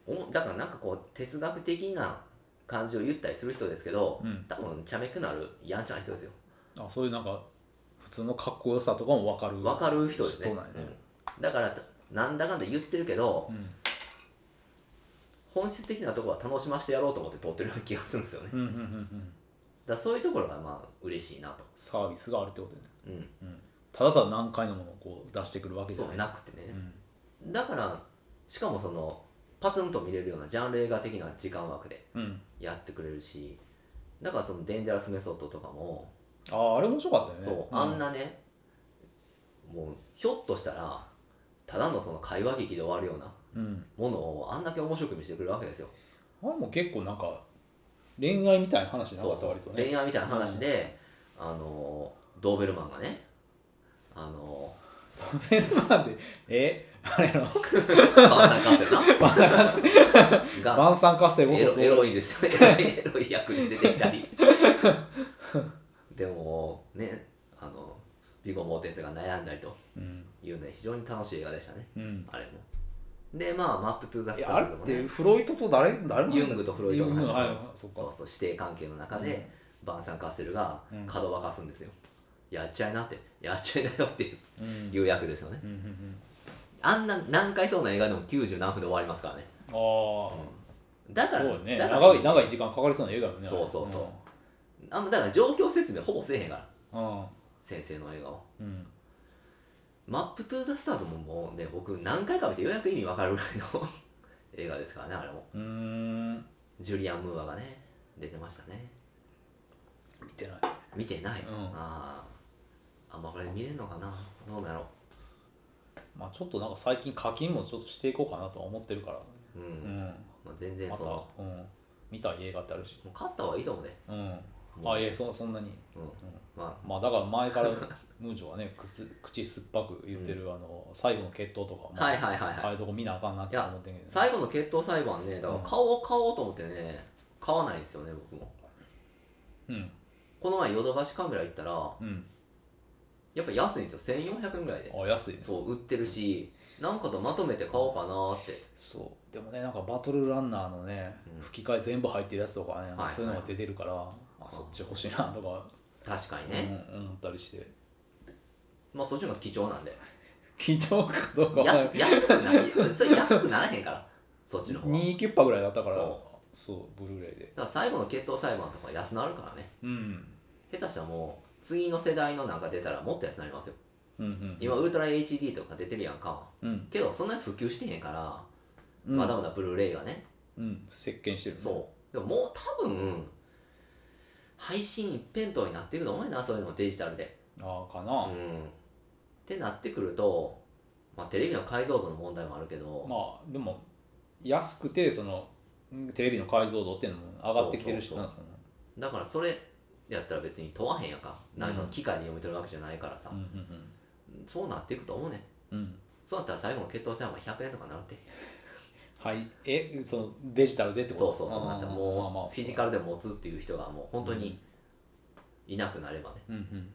S2: おもだからなんかこう哲学的な感じを言ったりする人ですけど、
S3: うん
S2: 多分茶目くなるやんちゃな人ですよ
S3: あそういうなんか普通のかっこよさとかも分かる
S2: 分かる人ですね
S3: 人なんやね
S2: うんだからなんだかんだ言ってるけど、
S3: うん
S2: 本質的なところは楽しませてやろうと思って撮ってるような気がするんですよね、 だか
S3: うんうんうんうん
S2: らそういうところがまあ嬉しいなと、
S3: サービスがあるってことね
S2: うん、
S3: ただただ難解のものをこう出してくるわけじ
S2: そ
S3: ゃ
S2: う
S3: ない
S2: なくてね
S3: う、ん
S2: だからしかもそのパツンと見れるようなジャンル映画的な時間枠で
S3: うん
S2: やってくれるしだからそのデンジャラスメソッドとかも
S3: あああれ面白かったよね
S2: そう、あんなねもうひょっとしたらただのその会話劇で終わるような
S3: うん
S2: ものをあんだけ面白く見せてくれるわけですよ
S3: あれも結構なんか恋愛みたいな話なか
S2: そう
S3: った割とね
S2: 恋愛みたいな話で、あのドーベルマンがねあの
S3: なんでえあれの
S2: バーサンカッセ ルなが
S3: 晩餐活性こ
S2: エ
S3: そ
S2: ロ
S3: どう
S2: エロいです よねエロい役に出てき たりでもねあのビゴ・モーテンスが悩んだりと
S3: うん
S2: いうね非常に楽しい映画でしたね
S3: うん
S2: あれもでまあマップ・トゥ・ザ・
S3: い
S2: スタ
S3: やあれ
S2: ーズ
S3: っ
S2: も
S3: て
S2: ね
S3: フロイトと誰誰の
S2: ユングとフロイトの
S3: ユングの
S2: 話
S3: はいそっ
S2: そ
S3: か
S2: うそう師弟関係の中で、バンサン・カッセルが
S3: うん
S2: 角を沸かすんですよ、やっちゃいなってやっちゃいなよって
S3: うんうん
S2: いう役ですよね
S3: うんうん
S2: あんな難解そうな映画でも90何分で終わりますからね
S3: ああ
S2: だから
S3: そうね
S2: だから
S3: 長い長い時間かかりそうな映画よね
S2: そうそうそうあんまだから状況説明ほぼせえへんから
S3: うん
S2: 先生の映画を
S3: うん
S2: マップ・トゥ・ザ・スターズももうね僕何回か見てようやく意味わかるぐらいの 映画ですからねあれも
S3: うーん
S2: ジュリアン・ムーアがね出てましたね
S3: 見てない
S2: 見てない、
S3: うん
S2: あーあんまこれ見れるのかなどうだろ
S3: まあちょっとなんか最近課金もちょっとしていこうかなとは思ってるから
S2: うう、
S3: うんん
S2: まあ、全然
S3: ま
S2: そのも
S3: たうん見たい映画ってあるし
S2: う勝った方がいいと思うね
S3: うん
S2: もう
S3: あいえそそんなに
S2: うんま
S3: まあだから前からムーチョはね 口口酸っぱく言ってる、あの最後の決闘とかも、
S2: あはいはいはい
S3: ああ
S2: はい
S3: いうとこ見なあかんなって思ってんけど、ね、
S2: 最後の決闘裁判ねだから買おう買おうと思ってね買わないんですよね僕も
S3: うん
S2: この前ヨドバシカメラ行ったら
S3: うん
S2: やっぱ安いんですよ1400円ぐらいで
S3: あ安いね
S2: そう売ってるしなんかとまとめて買おうかなーって
S3: そうでもねなんかバトルランナーのね、
S2: うん
S3: 吹き替え全部入ってるやつとかね、なんか
S2: はい
S3: そういうのが出てるから、あ、そっち欲しいなとか、
S2: 確かに
S3: う
S2: ね、
S3: ん、思ったりして
S2: まあそっちの方が貴重なんで
S3: 緊張かどうかは
S2: 安安くないそれそれ安くならへんからそっちの方がだか
S3: 2キュッパぐらいだったから
S2: そ
S3: そうブルーレイで
S2: ら最後の決闘裁判とか安なるからね
S3: うん
S2: 下手したらもう次の世代のなんか出たらもっと安くなりますよ
S3: うんうん
S2: 今ウルトラ HD とか出てるやんか
S3: うん
S2: けどそんなに普及してへんから、
S3: うん
S2: まだまだブルーレイがね
S3: うん席巻してるね
S2: そうでももう多分配信一辺倒になっていくと思うよなそういうのもデジタルで
S3: ああか
S2: うん
S3: な、
S2: ってなってくるとまあテレビの解像度の問題もあるけど、
S3: まあでも安くてそのうんテレビの解像度っていうのも上がってきてるし
S2: そうそ
S3: な
S2: う
S3: その
S2: だからそれやったら別に問わへんやんか何かの機械で読み取るわけじゃないからさ、
S3: うんうん
S2: そうなっていくと思うね
S3: うんうん
S2: そうなったら最後の決闘戦は100円とかなるって
S3: はいえそのデジタルでって
S2: そ
S3: こ
S2: う
S3: と
S2: そうそうなったら
S3: あーまあまあ
S2: もうフィジカルで持つっていう人がもう本当にいなくなればね
S3: うんうん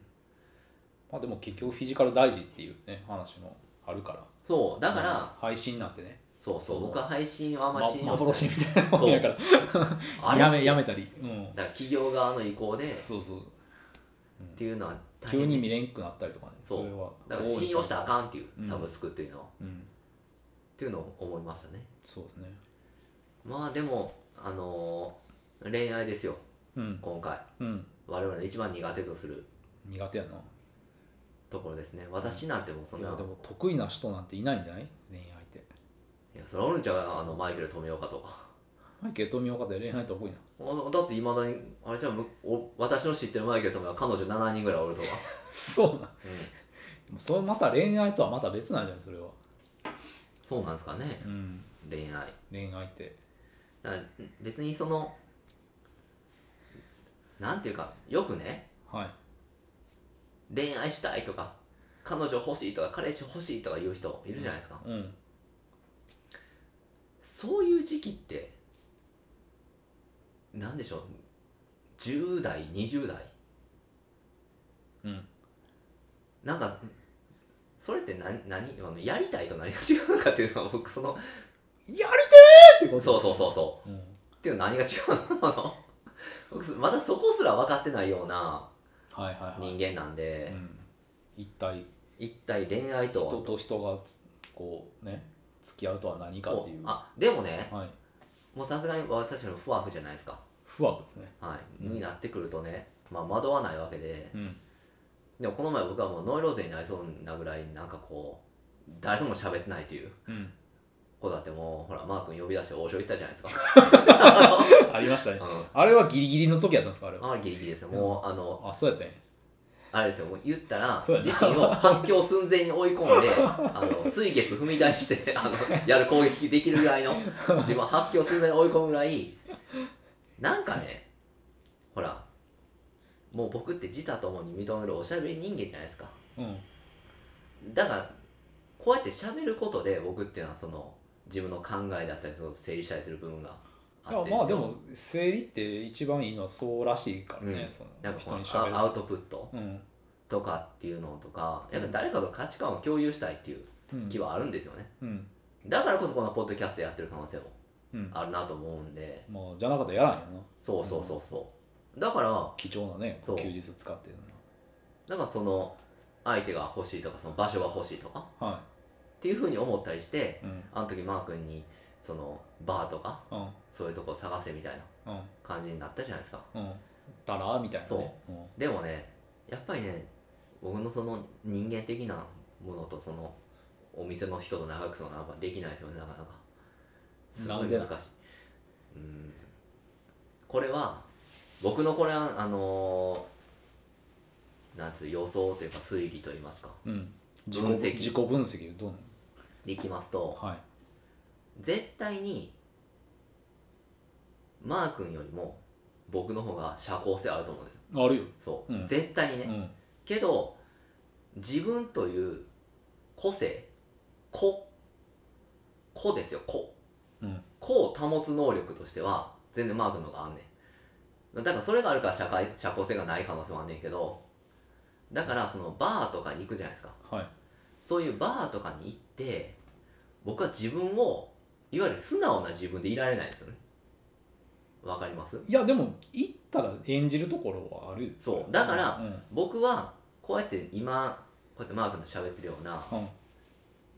S3: まあでも結局フィジカル大事っていうね話もあるから
S2: そうだから、
S3: 配信なんてね
S2: そうそう
S3: そう
S2: 僕は配信はあんま
S3: ま
S2: 信用
S3: 幻
S2: して
S3: みたいなもんやから
S2: ないあれ
S3: やめやめたりうん
S2: だから企業側の意向でっ
S3: そうそう
S2: ていうのは大
S3: 急
S2: 変
S3: に見れんくなったりとかね
S2: そう
S3: それは
S2: だから信用したらあかんっていう
S3: うん
S2: サブスクっていうのは、
S3: うん
S2: っていうのを思いましたね
S3: そうですね
S2: まあでもあのー恋愛ですよ
S3: うん
S2: 今回
S3: うん
S2: 我々の一番苦手とする
S3: 苦手やな
S2: ところですね私なんてもうそん
S3: い
S2: な
S3: や
S2: いや
S3: でも得意な人なんていないんじゃない恋愛って
S2: それはおるんちゃうあのマイケル富岡とか
S3: マイケル富岡で恋愛得意な の
S2: あだっていまだにあれじゃあむお私の知ってるマイケル富岡彼女7人ぐらいおる とか、
S3: そうなん
S2: うん、
S3: それまた恋愛とはまた別なんじゃないそれは
S2: そうなんですかね
S3: うん
S2: 恋愛
S3: 恋愛って
S2: だから別にそのなんていうかよくね
S3: はい
S2: 恋愛したいとか彼女欲しいとか彼氏欲しいとか言う人いるじゃないですか、
S3: うん
S2: そういう時期ってなんでしょう10代20代
S3: うん
S2: なんかそれって何何あのやりたいと何が違うのかっていうのは僕その
S3: やりてーってこと、
S2: そうそうそうそう
S3: ん、
S2: うっていうの何が違うのあの僕すまだそこすら分かってないような
S3: はいはいはい、
S2: 人間なん
S3: う
S2: で、
S3: ん、一体
S2: 一体恋愛とは
S3: 人と人がつこうね付き合うとは何かっていうは
S2: あでもね
S3: い
S2: もうさすがに私の不惑じゃないですか
S3: 不惑ですね
S2: はい、
S3: うん
S2: になってくるとね、まあ、惑わないわけで
S3: うん
S2: でもこの前僕はもうノイローゼになりそうなぐらいなんかこう誰とも喋ってないという
S3: うん
S2: 子だってもうほらマー君呼び出して王将行ったじゃないですか、
S3: ありましたね
S2: うん
S3: あれはギリギリの時やったんですかあれは
S2: あれギリギリですよもうあの
S3: あそうやったね
S2: あれですよもう言ったら
S3: そうやな
S2: 自身を反響寸前に追い込んであの水月踏み台にしてあのやる攻撃できるぐらいの自分を反響寸前に追い込むぐらいなんかねほらもう僕って自他ともに認めるおしゃべり人間じゃないですか
S3: うん
S2: だからこうやってしゃべることで僕っていうのはその自分の考えだったりその整理したりする部分が
S3: い
S2: あ
S3: や
S2: って
S3: まあでも生理って一番いいのはそうらしいからね、
S2: うん
S3: そ
S2: なん
S3: の
S2: かこ
S3: 人にし
S2: う
S3: ゃべる
S2: アアウトプット
S3: うん
S2: とかっていうのとかやっぱ誰かと価値観を共有したいっていう
S3: うん
S2: 気はあるんですよね、
S3: うん
S2: だからこそこのポッドキャストやってる可能性も
S3: うん
S2: あるなと思うんで
S3: まあじゃなかったらやらんよな
S2: そうそうそうそうだから
S3: 貴重なね
S2: そ
S3: 休
S2: う
S3: 日使ってる
S2: なんかその相手が欲しいとかその場所が欲しいとかっ
S3: のは
S2: ていうふうに思ったりして
S3: いうん
S2: あの時マー君にそのバーとか
S3: うん
S2: そういうとこ探せみたいな
S3: うん
S2: 感じになったじゃないですか
S3: うんだらーみたいなねう、ん、
S2: でもねやっぱりね僕のその人間的なものとそのお店の人と長くするのはやっぱできないですよねなかなかすご
S3: ないんで
S2: 難
S3: な
S2: しいうんこれは僕のこれはあのーなんつう予想というか推理といいますか
S3: うん、自己
S2: 分析
S3: 自己分析どうな
S2: できます
S3: の
S2: と
S3: はい
S2: 絶対にマー君よりも僕の方が社交性あると思うんですよ
S3: あるよ、
S2: そう、
S3: うん
S2: 絶対にね、
S3: うん、
S2: けど自分という個性個個ですよ個、
S3: うん
S2: 個を保つ能力としては全然マークの方があんねんだからそれがあるから社会社交性がない可能性もあんねんけどだからそのバーとかに行くじゃないですか
S3: はい
S2: そういうバーとかに行って僕は自分をいわゆる素直な自分でいられないんですよねわかります
S3: いやでも行ったら演じるところはある
S2: そうだから
S3: うん
S2: 僕はこうやって今こうやってマー君と喋ってるような
S3: うん、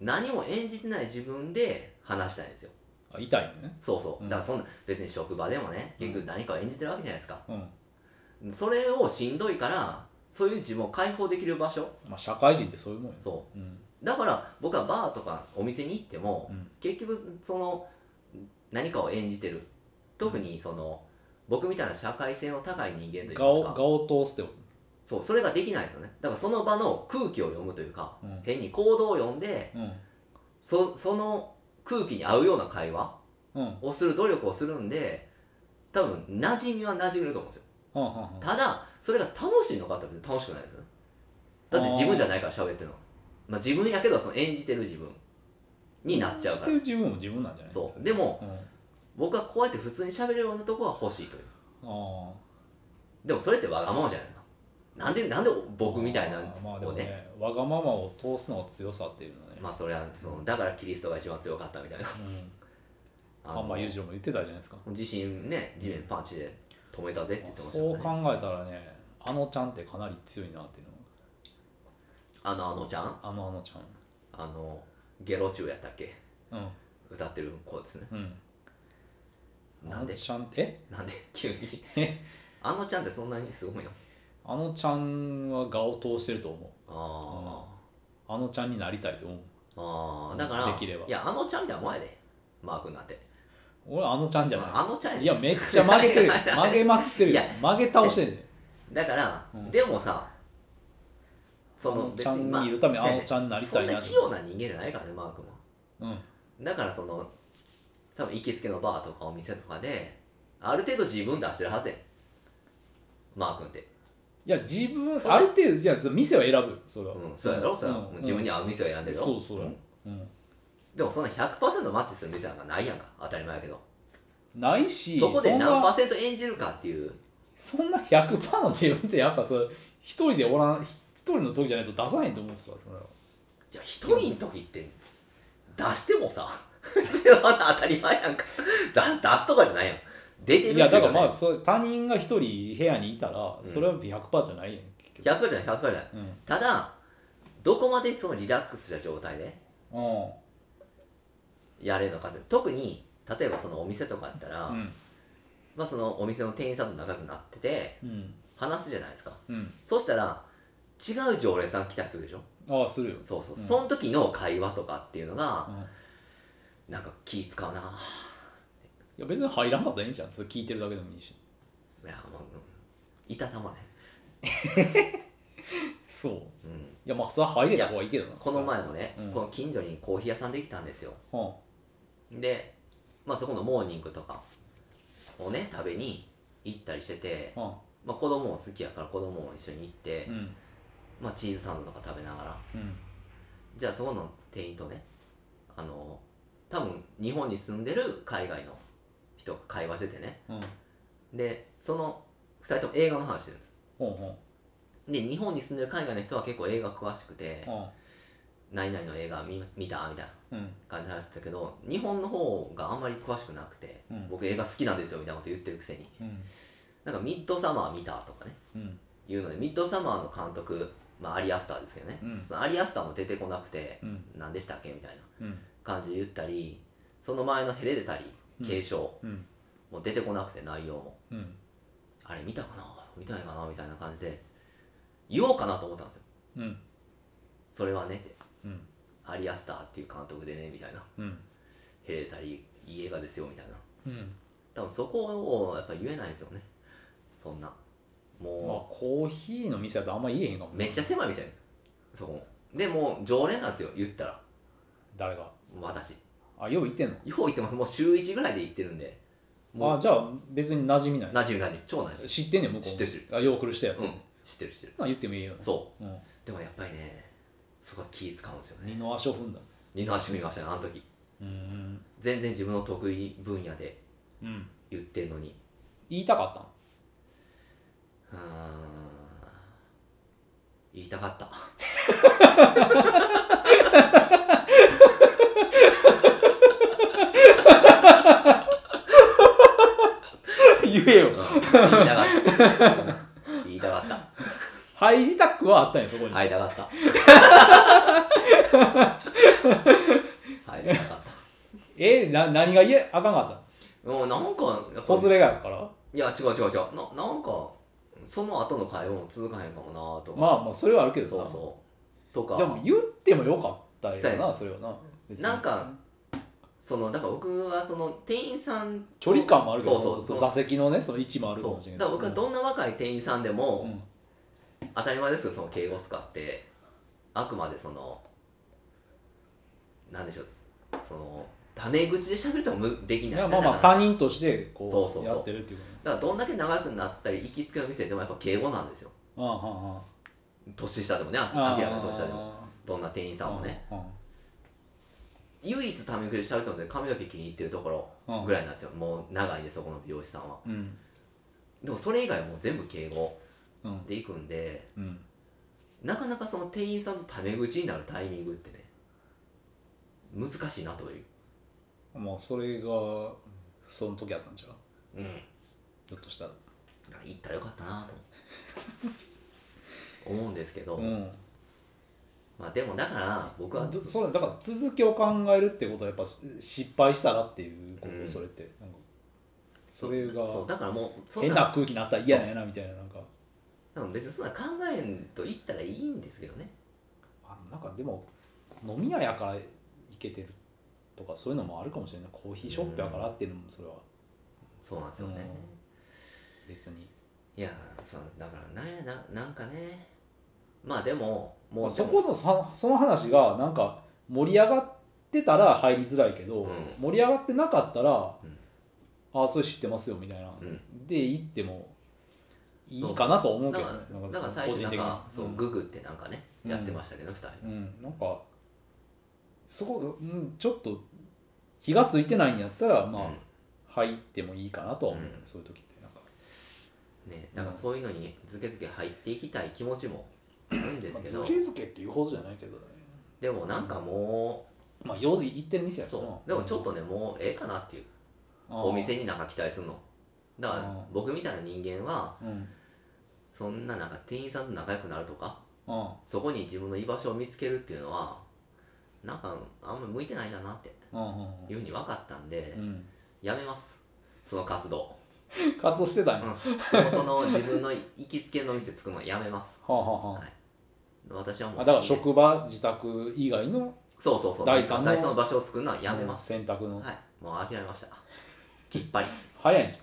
S2: 何も演じてない自分で話したいんですよ
S3: あ痛いのね
S2: そうそう、
S3: うん
S2: だからそんな別に職場でもね結局何かを演じてるわけじゃないですか、
S3: うん
S2: それをしんどいからそういう自分を解放できる場所
S3: まあ社会人ってそういうもんよね
S2: そう
S3: うん
S2: うだから僕はバーとかお店に行っても、
S3: うん
S2: 結局その何かを演じてる特にその、僕みたいな社会性の高い人間といい
S3: 顔
S2: ますか
S3: 顔を通すってこ
S2: そうそれができないんですよねだからその場の空気を読むというか、
S3: とうん
S2: 変に行動を読んで
S3: うん
S2: そその空気に合うような会話
S3: うんうん
S2: をする努力をするんで多分馴染みは馴染めると思うんですよ
S3: うんうん
S2: ただそれが楽しいのかって言ったら楽しくないですよねだって自分じゃないから喋ってるのまあ自分やけどその演じてる自分になっちゃう
S3: し
S2: か
S3: て
S2: ら
S3: る自分も自分なんじゃない
S2: そうでも
S3: うん、あ
S2: 僕はこうやって普通に喋れるようなとこは欲しいという
S3: あ
S2: でもそれってわがままじゃないですかなんでなんで僕みたいな
S3: あ
S2: の
S3: あまあで
S2: を
S3: も
S2: ね
S3: ねわがままを通すのが強さっていうのはね、
S2: まあそれはそのだからキリストが一番強かったみたいな
S3: うん、
S2: あ
S3: ハンマ
S2: の
S3: ー裕次郎も言ってたじゃないですか
S2: 自信ね地面パンチで止めたぜって言ってました
S3: そう
S2: からね
S3: 考えたらねあのちゃんってかなり強いなっていうの
S2: あのあのちゃん
S3: あのあのちゃ
S2: あのゲロチュウやったっけ
S3: んうん
S2: 歌ってる子ですね
S3: うん
S2: なんで
S3: ちゃんえ
S2: なん で急に
S3: え
S2: あのちゃんってそんなにすごいの
S3: あのちゃんは顔を通してると思う
S2: あ
S3: あのちゃんになりたいと思う
S2: あああだから
S3: できれば
S2: いやあのちゃんみたいなもんやでマークになって
S3: 俺あのちゃんじゃない
S2: あのちゃんやで
S3: いやめっちゃ 曲げてるよ曲げまくってる
S2: い
S3: よ
S2: や
S3: 曲げ倒してるね
S2: だから、
S3: うん
S2: でもさそ
S3: あ
S2: の
S3: のちゃんにいるためあのちゃんになりたいな
S2: そんな器用な人間じゃないからねマークも
S3: うん
S2: だからその多分行きつけのバーとかお店とかである程度自分出してるはずやんマー君って、
S3: いや自分
S2: そんな
S3: ある程度いや店を選ぶそれは
S2: うん、そうやろそうやろ、
S3: ん
S2: 自分に合う店を選んでるよ、
S3: そうそうや
S2: ん
S3: うん
S2: でもそんな100%マッチする店なんかないやんか当たり前やけど
S3: ないし
S2: そこで
S3: んな
S2: 何パーセント演じるかっていう
S3: そんな100%の自分ってやっぱそれ一人でおらん一人の時じゃないと出さないと思ってたそれはい
S2: や一人の時って出してもさ それは当たり前やんかだ出すとかじゃないやん出てる
S3: い
S2: ってい
S3: や
S2: うか、
S3: だ
S2: ね、
S3: からまあそう他人が一人部屋にいたら
S2: うん
S3: それは100%じゃないやん結局
S2: 100%じゃない100%じゃない
S3: うん
S2: ただどこまでそのリラックスした状態で
S3: うん
S2: やれるのかって特に例えばそのお店とかやったら、
S3: うん
S2: まあ、そのお店の店員さんと仲良くなってて
S3: うん
S2: 話すじゃないですか
S3: うん
S2: そしたら違う常連さん来たりするでしょ
S3: ああするよ
S2: そうそう、
S3: うん
S2: その時の会話とかっていうのが
S3: うん
S2: なんか気使うない
S3: や別に入らんかったらいいんじゃんそれ聞いてるだけでもいいし
S2: いやもううんいたたまれ、
S3: そうん
S2: うん、
S3: いやまあそれは入れた方がいいけどな
S2: この前もね、
S3: うん
S2: この近所にコーヒー屋さんできたんですよ
S3: うん
S2: で、まあ、そこのモーニングとかをね食べに行ったりしてて、
S3: うん
S2: まあ、子供も好きやから子供も一緒に行って、
S3: うん
S2: まあ、チーズサンドとか食べながら
S3: うん
S2: じゃあそこの店員とねあの多分日本に住んでる海外の人が会話しててね
S3: うん
S2: でその2人とも映画の話してるんです
S3: うんうん
S2: で日本に住んでる海外の人は結構映画詳しくて
S3: うん
S2: 「何々の映画見見た?」みたいな
S3: うん
S2: 感じの話してたけど日本の方があんまり詳しくなくて「
S3: うん
S2: 僕映画好きなんですよ」みたいなこと言ってるくせに
S3: うん
S2: なんか「ミッドサマー見た?」とかね
S3: うん
S2: 言うのでミッドサマーの監督、まあ、アリアスターですけどね、
S3: うん
S2: そのアリアスターも出てこなくて
S3: うん
S2: 何でしたっけみたいな
S3: うん
S2: 感じで言ったりその前のヘレデタリー継承
S3: うん
S2: もう出てこなくて内容も
S3: うん
S2: あれ見たかな見たないかなみたいな感じで言おうかなと思ったんですよ
S3: うん
S2: それはねって
S3: うん
S2: アリアスターっていう監督でねみたいな
S3: うん
S2: ヘレデタリーいい映画ですよみたいな
S3: うん
S2: 多分そこをやっぱ言えないですよねそんな
S3: まあ
S2: も
S3: コーヒーの店だとあんま言えへんかも
S2: うめっちゃ狭い店そこでもう常連なんですよ言ったら
S3: 誰が
S2: 私
S3: あよう言ってんの
S2: よう言ってますもう週1ぐらいで行ってるんでも
S3: あ
S2: う
S3: じゃあ別に馴染みない
S2: 馴染み馴染み超馴染
S3: 知ってんねん向こうも
S2: 知ってる知って
S3: あよう来る人やって
S2: み
S3: ん
S2: う
S3: の
S2: ん知ってる知ってる
S3: まあ言ってもいいよね
S2: そう
S3: うん
S2: でもやっぱりねそこは気使うんですよ
S3: 二
S2: ね
S3: の足を踏んだ
S2: 二の足踏みましたねあの時
S3: うん
S2: 全然自分の得意分野で
S3: うん
S2: 言ってんのに
S3: 言いたかったん
S2: うーん言いたかった
S3: 言え
S2: うん
S3: よ
S2: 言いたかったうん言いたかった
S3: 入りたくはあったんやそこに、
S2: 会いたかった会いたかっ
S3: えな何が言えあかんかった
S2: もうなんかやっ
S3: た
S2: ぱ
S3: 子
S2: り
S3: 連れがやから
S2: いや違う違う違うななんかその後の会話も続かへんかもなとか、
S3: まあまあそれはあるけど
S2: そう
S3: な
S2: そうと
S3: で
S2: か
S3: も言ってもよかった
S2: そう
S3: よ
S2: や
S3: なそれはな別に
S2: なんかそのだから僕はその店員さんと
S3: 距離感もあるけど
S2: そうそう
S3: そ
S2: そうう
S3: 座席のねその位置もあるかもしれ
S2: だ
S3: な
S2: から
S3: い
S2: 僕はどんな若い店員さんでも、
S3: うん
S2: 当たり前ですけどその敬語使ってあくまでそのなんでしょうそのタメ口で喋るとも無でき
S3: い
S2: ない
S3: やまあまあ
S2: だか
S3: 他人として
S2: そう
S3: こ
S2: そう
S3: う
S2: そう
S3: やってるっていうこ
S2: らどんだけ長くなったり行きつけの店でもやっぱ敬語なんですよ
S3: とうんうんうん
S2: 年下でもね明
S3: あー
S2: らかに年下でもどんな店員さんもね
S3: うん
S2: 唯一タメ口で喋ってるので髪の毛気に入ってるところぐらいなんですよもう長いでそこの美容師さんは
S3: うん
S2: でもそれ以外もう全部敬語
S3: うん
S2: で行くんで
S3: うん
S2: なかなかその店員さんとタメ口になるタイミングってね難しいなという
S3: まあそれがその時あったんちゃう
S2: うん
S3: ひょっとしたら
S2: 行ったらよかったなと思うんですけど、
S3: うん
S2: まあでもだから僕は
S3: どそれだから続きを考えるってことはやっぱし失敗したらっていうこと、
S2: うん
S3: それってなんかそれが
S2: そうだからもうそん
S3: 変
S2: な
S3: な空気になったら嫌なんやなみたいななんか
S2: でも別にそんな考えんと言ったらいいんですけどね
S3: あなんかでも飲み屋やから行けてるとかそういうのもあるかもしれないコーヒーショップやからっていうのもそれは
S2: そうなんですよね、
S3: 別に、
S2: いやそうだからなんやななんかねまあでもも
S3: ま
S2: う
S3: あ、そこのさその話がなんか盛り上がってたら入りづらいけど、
S2: うん
S3: 盛り上がってなかったら、
S2: うん
S3: ああそれ知ってますよみたいな、
S2: うん
S3: で行ってもいいかなとは思
S2: だ
S3: うけ
S2: か
S3: どね
S2: らだ
S3: なん
S2: から
S3: か
S2: 最
S3: 個
S2: 初
S3: 人
S2: なん
S3: 的
S2: か
S3: な、
S2: そうググってなんかね、
S3: うん
S2: やってましたけど2人
S3: うん、なんかそこ、うん、ちょっと気がついてないんやったらまあ、入ってもいいかなとは思う、
S2: うん
S3: そういう時ってなんか、
S2: うんねだからそういうのにずけずけ入っていきたい気持ちもあるんですけ
S3: ま
S2: ど
S3: あ、ずけずけっていうほどじゃないけどね
S2: でもなんかも
S3: まあ夜行ってる店
S2: う
S3: やからな
S2: そうでもちょっとねもうええかなっていう
S3: うん
S2: お店になんか期待するのだか
S3: あ
S2: ら
S3: ー
S2: 僕みたいな人間は
S3: うん
S2: そんななんか店員さんと仲良くなるとか
S3: うん
S2: そこに自分の居場所を見つけるっていうのはなんかあんまり向いてないんだなって
S3: うん
S2: いうふうに分かったんで、
S3: うん
S2: やめますその活動、
S3: うん活動してたん
S2: うん、
S3: や、
S2: もうその自分の行きつけの店作るのやめます
S3: はあはあはあ
S2: 私はもう
S3: あ
S2: い
S3: だから
S2: いです
S3: 職場自宅以外の
S2: そうそうそう
S3: 第三の
S2: 第三の場所を作るのはやめます、
S3: 選択の、
S2: はいもう諦めましたきっぱり
S3: 早いんじ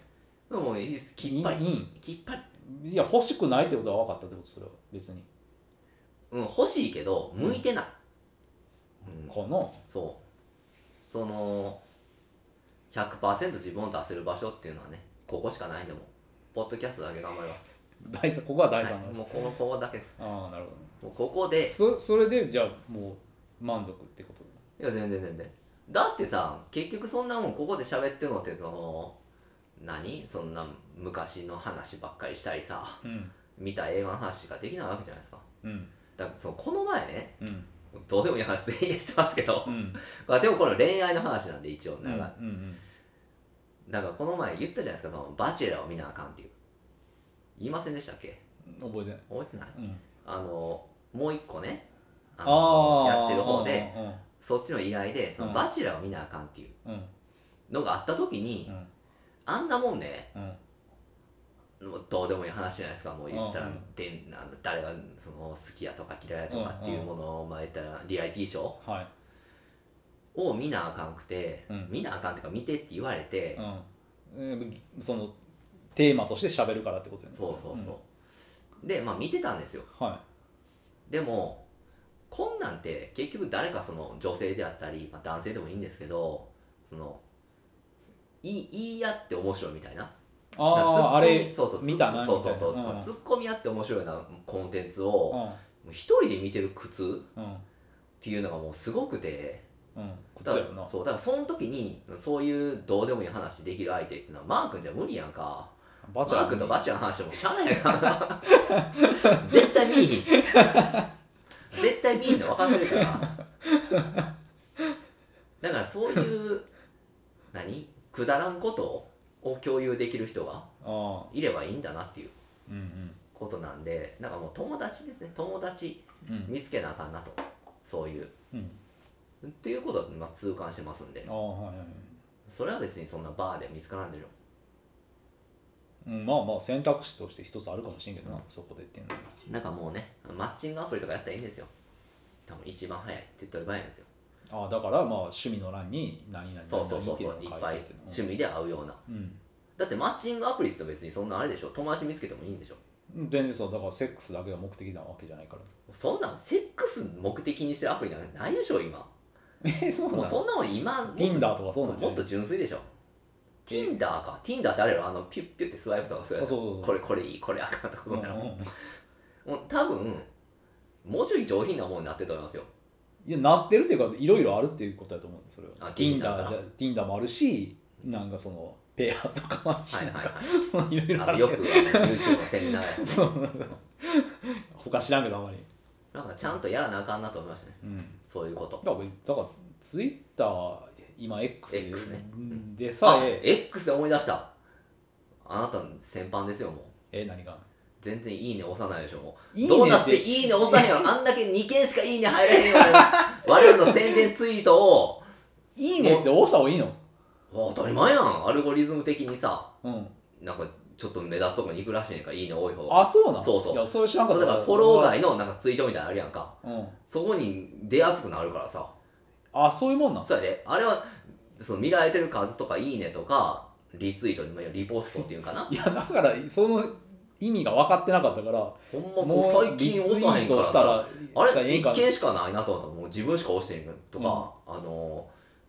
S2: でももういいですきっぱ
S3: ゃんい
S2: り
S3: いん
S2: きっぱり
S3: いや欲しくないってことは分かったってことそれは別に
S2: うん欲しいけど向いてない、うん
S3: この
S2: そうその100%自分を出せる場所っていうのはねここしかないんでもポッドキャストだけ頑張ります、
S3: 第三ここは
S2: は
S3: 第
S2: い
S3: 三の、、
S2: もうこのここだけです
S3: ああなるほどね
S2: もうここで
S3: そそれでじゃあもう満足ってこと
S2: いや全然全然だってさ結局そんなもんここで喋ってるのってその何そんな昔の話ばっかりしたりさ
S3: うん
S2: 見た映画の話しかできないわけじゃないですか
S3: うん
S2: だからそのこの前ね
S3: うん
S2: どうでもいい話全員してますけど
S3: う、ん
S2: まあ、でもこの恋愛の話なんで一応なんか、
S3: うんうん
S2: なんかこの前言ったじゃないですかそのバチェラーを見なあかんっていう言いませんでしたっけ
S3: うん覚えてない、
S2: 覚えてない
S3: うん、
S2: あのもう一個ねあの
S3: ああ
S2: やってる方で
S3: う
S2: そっちの依頼でその
S3: うん
S2: バチェラーを見なあかんっていうん
S3: うん
S2: のがあった時に、
S3: うん
S2: あんなもんね、
S3: うん
S2: もうどうでもいい話じゃないですか、もう言ったら、
S3: うんうん
S2: であの誰がその好きやとか嫌いやとかっていうものを、まあ、言ったらリアリティショー
S3: はい
S2: を見なあかんくて、
S3: うん
S2: 見なあかんっていうか、見てって言われて、
S3: うんえー、そのテーマとして喋るからってことよね
S2: そうそうそう。で、まあ見てたんですよ。
S3: うん、は
S2: でも、こんなんて結局誰かその女性であったり、まあ、男性でもいいんですけど、その、いいいいやって面白いみたいな。
S3: いああ
S2: ツッコ
S3: あ
S2: ミ
S3: れ
S2: そうそう
S3: 見たな
S2: そうそうそう
S3: みたいなうん
S2: ツッコミあって面白いようなコンテンツを、
S3: うん
S2: もう一人で見てる苦痛
S3: うん
S2: っていうのがもうすごくて
S3: うん靴
S2: だか
S3: や
S2: ら
S3: ろな
S2: そうだからその時にそういうどうでもいい話できる相手っていうのはマー君じゃ無理やんか
S3: バチェ
S2: マ
S3: ラ
S2: ー君と
S3: ー
S2: バチェラーの話でもしゃあないやから絶対見いひんし絶対見いひんの分かってるからだからそういう何くだらんことを共有できる人が
S3: ああ
S2: いればいいんだなっていう
S3: うんうん
S2: ことなんでなんかもう友達ですね友達
S3: うん
S2: 見つけなあかんなとそういう
S3: うん
S2: っていうことはまあ痛感してますんで
S3: ああはいはいはい
S2: それは別にそんなバーで見つからんでしょ
S3: うんまあまあ選択肢として一つあるかもしれんけどなそこでっていうのは
S2: なんかもうねマッチングアプリとかやったらいいんですよ多分一番早い手っ取り早いんですよ
S3: ああだからまあ趣味の欄に何々
S2: そう
S3: 何
S2: そう
S3: 々
S2: そ
S3: っ
S2: う
S3: て
S2: そうういっ
S3: いのを書
S2: ぱい
S3: いてっていうの
S2: 趣味で会うような
S3: うん
S2: だってマッチングアプリって別にそんなあれでしょ友達見つけてもいいんでしょ
S3: うん全然そうだからセックスだけが目的なわけじゃないから
S2: そんなんセックス目的にしてるアプリなんかないでしょ今
S3: えそうな
S2: もう
S3: の
S2: そんなもん今もっと
S3: Tinder とかそうなんじゃ
S2: もっ
S3: な
S2: と
S3: い
S2: 純粋でしょ Tinder か Tinder ってあれやろあのピュッピュってスワイプとかするやつ
S3: そうそうそう
S2: これこれいいこれあかんとかそうなの
S3: うんうん
S2: もう多分もうちょい上品なものになってると思いますよ
S3: いやなってるっていうかいろいろあるっていうことだと思うんですそれ
S2: あ
S3: は
S2: Tinder
S3: Tinder
S2: だ
S3: じゃ Tinder もあるしなんかそのペアーズとかもあるし
S2: はい
S3: なん
S2: はい
S3: か
S2: はい
S3: まあ いろいろ
S2: あ
S3: あ
S2: の
S3: る
S2: よ
S3: け
S2: く
S3: ど
S2: あの YouTube のセミナーやつ
S3: 他知らんけどあんまり
S2: なんかちゃんとやらなあかんなと思いましたね
S3: うん
S2: そういうこと
S3: だからだからツイッター今 X で
S2: X ね
S3: で
S2: あ
S3: さえ
S2: X で思い出したあなたの先般ですよもう
S3: え何が
S2: 全然いいね押さないでしょもう
S3: いいねって
S2: どうなっていいね押さへんのあんだけ2件しかいいね入らへんような 我々の宣伝ツイートを
S3: いいねって押した方がいいの
S2: あ当たり前やんアルゴリズム的にさ
S3: うん、
S2: なんかちょっと目立つとこに行くらしいねんからいいね多い方が
S3: あそうなん
S2: そうそう
S3: いやそれ知らんか
S2: そ
S3: っ
S2: う
S3: た
S2: だからフォロー外のなんかツイートみたいなのあるやんか
S3: うん
S2: そこに出やすくなるからさ
S3: あそういうもんなん
S2: そうやであれはその見られてる数とかいいねとかリツイートまあリポストっていうんかない
S3: やだからその意味が分かってなかったから
S2: ほんまこう最近押さへんから
S3: した
S2: さ
S3: ら
S2: あ
S3: したら
S2: れ
S3: ええん
S2: 一
S3: か
S2: 件しかないなと思ったらもう自分しか押してへんとか、あの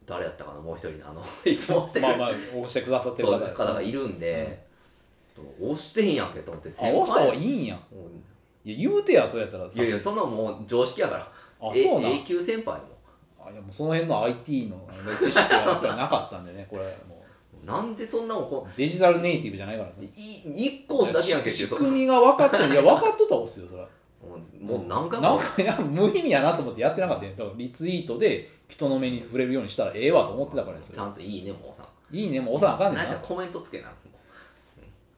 S2: 誰やったかなもう一人のあの いつも押してく
S3: まあ
S2: れる、
S3: まあ押してくださってる
S2: そう
S3: 方
S2: いう方がいるんで、押してへんやんけと思って
S3: あ押した方が
S2: い
S3: いいんや
S2: うん
S3: いや言うてやそれやったらさ
S2: いやいやそんなんもう常識やから
S3: あ
S2: え
S3: そうなん
S2: A 級先輩も
S3: あいやもうその辺の IT のあの知識はやっぱりなかったんでねこれも
S2: なんでそんなもんこ
S3: うデジタルネイティブじゃないから
S2: う
S3: ね
S2: い一個押すだけやんけっていう
S3: 仕
S2: そ
S3: 組みが分かっていや分かっとったら押すよそれは
S2: もうもう何回
S3: な
S2: も
S3: んかいや無意味やなと思ってやってなかったよだからリツイートで人の目に触れるようにしたらええわと思ってたからです
S2: ちゃんといいねもうさ
S3: いいねもう押さなあかんね
S2: なん
S3: ん
S2: やった
S3: な
S2: らコメントつけな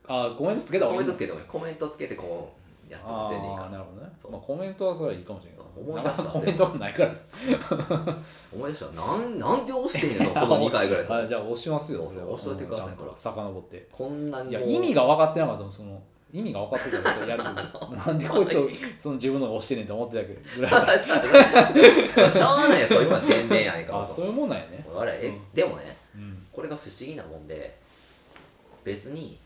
S3: あコメントつけた方
S2: コ
S3: が
S2: メン
S3: い
S2: ト
S3: い
S2: つけてもいいコメントつけてこうやっても
S3: あ
S2: 全然いいか
S3: あ
S2: ら
S3: ーなるほどね
S2: そう
S3: まあ、コメントはそれはいいかもしれないけど
S2: 思い出した
S3: なかなかコメントがないからです
S2: 思い出したなんなんで押してんのこの2回ぐらい
S3: あじゃあ押しますよ
S2: そうそう押しといてください
S3: ちゃんと遡って
S2: こんないに
S3: や
S2: もう
S3: 意味が分かってなかったもんその意味が分かってたからやるけどなんでこい つをその自分の押してねんって思ってたけどぐらい
S2: ま
S3: だ
S2: あ
S3: か
S2: 確かにしゃあないやそういうのは宣伝やねんからら
S3: あそういうもんなんやね、
S2: あれえでもね
S3: うん、
S2: これが不思議なもんで別に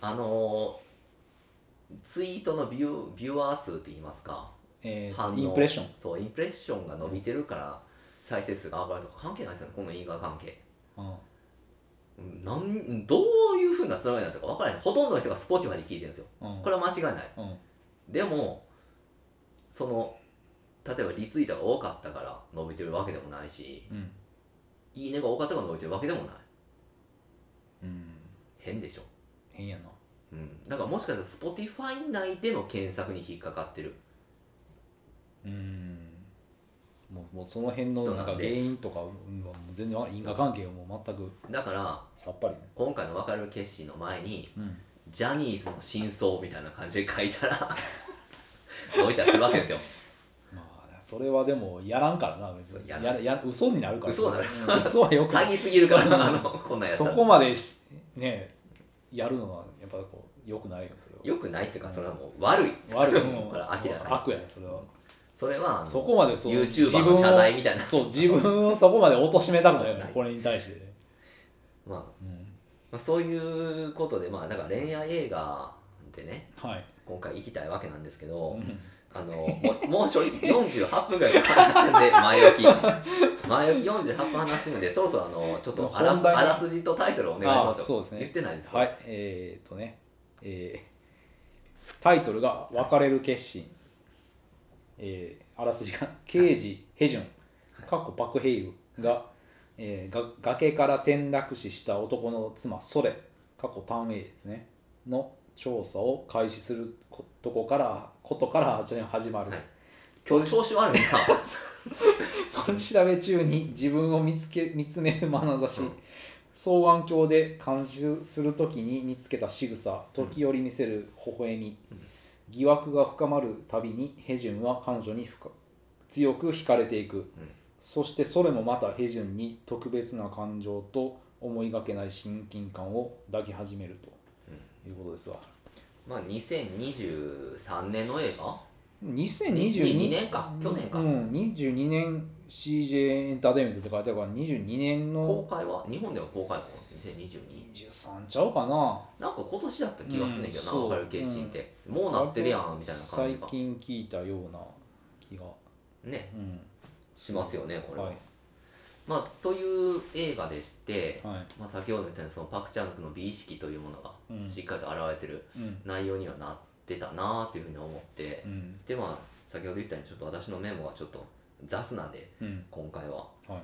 S2: あのーツイートのビュービュワー数って言いますか
S3: えー
S2: 反応
S3: とインプレッション
S2: そうインプレッションが伸びてるから再生数が上がるとか関係ないですよねこの因果関係
S3: うん
S2: うんなんどういうふうなつながりなのか分からへんほとんどの人が Spotify で聞いてるんですよ
S3: うん
S2: これは間違いない
S3: うん
S2: でもその例えばリツイートが多かったから伸びてるわけでもないし
S3: うん
S2: いいねが多かったから伸びてるわけでもない
S3: うん
S2: 変でしょ
S3: 変やな
S2: うんだからもしかしたら Spotify 内での検索に引っかかってる
S3: うんもうもうその辺のなん
S2: な
S3: か
S2: ん
S3: 原
S2: で
S3: 因とかはもう全然わ因果関係はもう全く
S2: だから
S3: さっぱりね
S2: 今回の別れる決心の前に
S3: うん
S2: ジャニーズの真相みたいな感じで書いたら 伸びたりするわけですよ
S3: まあそれはでもやらんからな別に
S2: やら
S3: や
S2: ん
S3: らやら嘘になるから
S2: 嘘になる
S3: うん嘘はよくない
S2: 詐欺すぎるからあのこんなんやった
S3: そ
S2: ら
S3: こまでしねやるのはやっぱこう良くないよそれは
S2: よくないっていうかそれはもう悪い
S3: 悪い
S2: これは明らかに
S3: 悪やねそれは
S2: それはあの
S3: そこまでそう
S2: YouTuber の謝罪みたいな
S3: 自分をそう自分をそこまで貶としめたくないよ
S2: ない
S3: ねこれに対してね、
S2: まあ
S3: うん
S2: まあ、そういうことでまあだから恋愛映画でね
S3: はい、
S2: 今回行きたいわけなんですけ
S3: う
S2: ど、
S3: ん
S2: あのもうもう正直48分ぐらい話して るんで前置き前置き48分話してるんでそろそろあのちょっとあら
S3: 本
S2: す
S3: 題
S2: あらすじとタイトルお願いしますよ
S3: あそうですね
S2: 言ってないですか、
S3: はいえー、っとねえータイトルが「別れる決心」えーあらすじが刑事ヘジュンかっこパク・ヘイルが、えーが崖から転落死した男の妻ソレ過去単位ですねの調査を開始することこからことから8年始まる、
S2: はい今日調子悪いな
S3: 取り調べ中に自分を見つけ見つめる眼差し、
S2: うん
S3: 双眼鏡で監視する時に見つけた仕草時折見せる微笑み、
S2: うん
S3: 疑惑が深まるたびにヘジュンは彼女に深強く惹かれていく、そしてそれもまたヘジュンに特別な感情と思いがけない親近感を抱き始めるということですわ
S2: まあ2023年の映画
S3: 2022
S2: 22年か去年か
S3: うん、22年 CJ エンターテインメントって書いてあるから22年の
S2: 公開は日本でも公開なの2022
S3: 23ちゃうかな
S2: なんか今年だった気がするんだけどな、
S3: うんそう
S2: 分かる決心って、もうなってるやんみたいな感じ
S3: 最近聞いたような気が
S2: がね
S3: うん
S2: しますよねこれは、
S3: はい
S2: まあという映画でして、
S3: はい
S2: まあ、先ほど言ったようにそのパク・チャンクの美意識というものが
S3: うん
S2: しっかりと現れてる
S3: うん
S2: 内容にはなってたなというふうに思って
S3: う、ん
S2: でまあ先ほど言ったようにちょっと私のメモはちょっと雑なんで
S3: うん
S2: 今回は、
S3: はい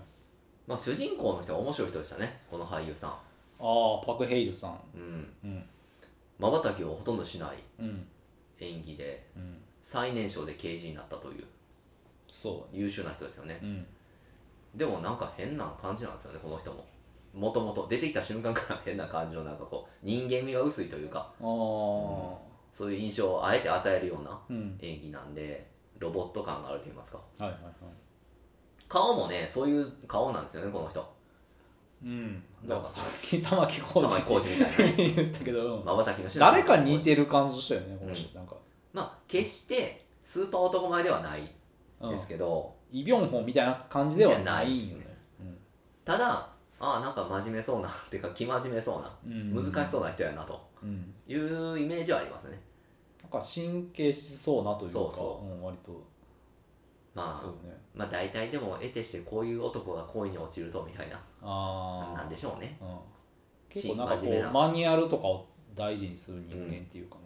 S2: まあ、主人公の人が面白い人でしたねこの俳優さ
S3: ああパク・ヘイルさん
S2: んうん
S3: うん
S2: まばたきをほとんどしない
S3: うん
S2: 演技で
S3: うん
S2: 最年少で刑事になったという
S3: そ
S2: 優秀な人ですよね
S3: ううん
S2: でもなんか変な感じなんですよねこの人ももともと出てきた瞬間から変な感じのなんかこう人間味が薄いというか
S3: ああ
S2: そういう印象をあえて与えるような
S3: うん
S2: 演技なんでロボット感があると言いますか
S3: はいはいはい
S2: 顔もねそういう顔なんですよねこの人
S3: うん、
S2: な
S3: だ
S2: ん
S3: から
S2: か
S3: さっき玉置浩
S2: 玉置浩二みたい
S3: 二って言ったけど、 うん
S2: まばたきの人
S3: 誰かに似てる感じしたよねこの人、なんか、
S2: まあ決してスーパー男前ではない
S3: うん
S2: ですけど、
S3: イ・ビョンホンみたいな感じではない
S2: じゃ
S3: よね
S2: ないですただああなんか真面目そうなっていうか生真面目そうな
S3: うんうん
S2: 難しそうな人やなと
S3: うん、
S2: いうイメージはありますね
S3: なんか神経質そうなというか
S2: そうそ
S3: ん、割と
S2: まあ
S3: そうね
S2: まあ大体でも得てしてこういう男が恋に落ちるとみたいな
S3: あ
S2: なんでしょうね
S3: あ、うん、結構なんか
S2: 真
S3: こ
S2: 面目
S3: う
S2: な
S3: マニュアルとかを大事にする人間っていうかな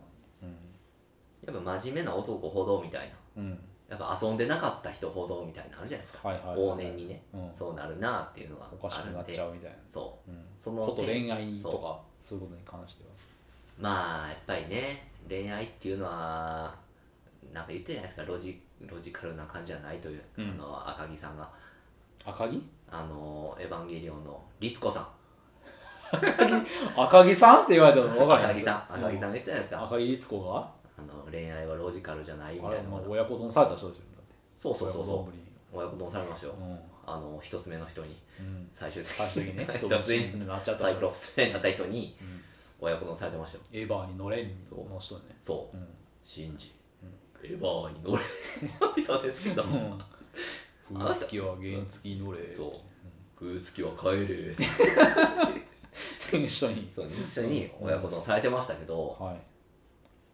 S2: やっぱ真面目な男ほどみたいな
S3: うん、うん
S2: やっぱ遊んでなかった人ほどみたいなのあるじゃないですか
S3: はいはい、はい、
S2: 往年にね
S3: うん、
S2: そうなるなっていうのが
S3: おかし
S2: あ
S3: く
S2: る
S3: なっ
S2: ん
S3: ちゃ
S2: で
S3: うみたいな、
S2: そ
S3: うん、
S2: うそ
S3: ちょ
S2: の
S3: っと
S2: 点
S3: 恋愛とかそういうことに関しては
S2: まあやっぱりね恋愛っていうのはなんか言ってるじゃないですかロジロジカルな感じじゃないという、
S3: うん
S2: あの赤木さんが
S3: 赤木
S2: あの「エヴァンゲリオン」の律子さん
S3: 赤木さんって言われたの分から
S2: 赤
S3: へ
S2: 木
S3: ん
S2: さん赤木さんが言ってたじゃないです
S3: うん
S2: か
S3: 赤木律子が
S2: あの恋愛はロジカルじゃないみ
S3: あ
S2: た
S3: れ
S2: いな
S3: まあ
S2: こと
S3: 親子丼された人でしょだって
S2: そうそうそう
S3: 親子
S2: そ
S3: 丼ぶりに
S2: う親子丼されましたよ、
S3: うん
S2: あの一つ目の人に
S3: うん
S2: 最終的
S3: 最終的 にね人
S2: 一つ目
S3: になっちゃった
S2: サイクロプスになった人に
S3: うん
S2: 親子丼されてましたよ
S3: エヴァに乗れんの人ね
S2: そう
S3: うん
S2: シンジ、エヴァに乗れない人ですけど
S3: うん風月は原付に乗れ
S2: そう風月は帰れ
S3: っていう人に
S2: そう一緒に親子丼されてましたけど、
S3: はい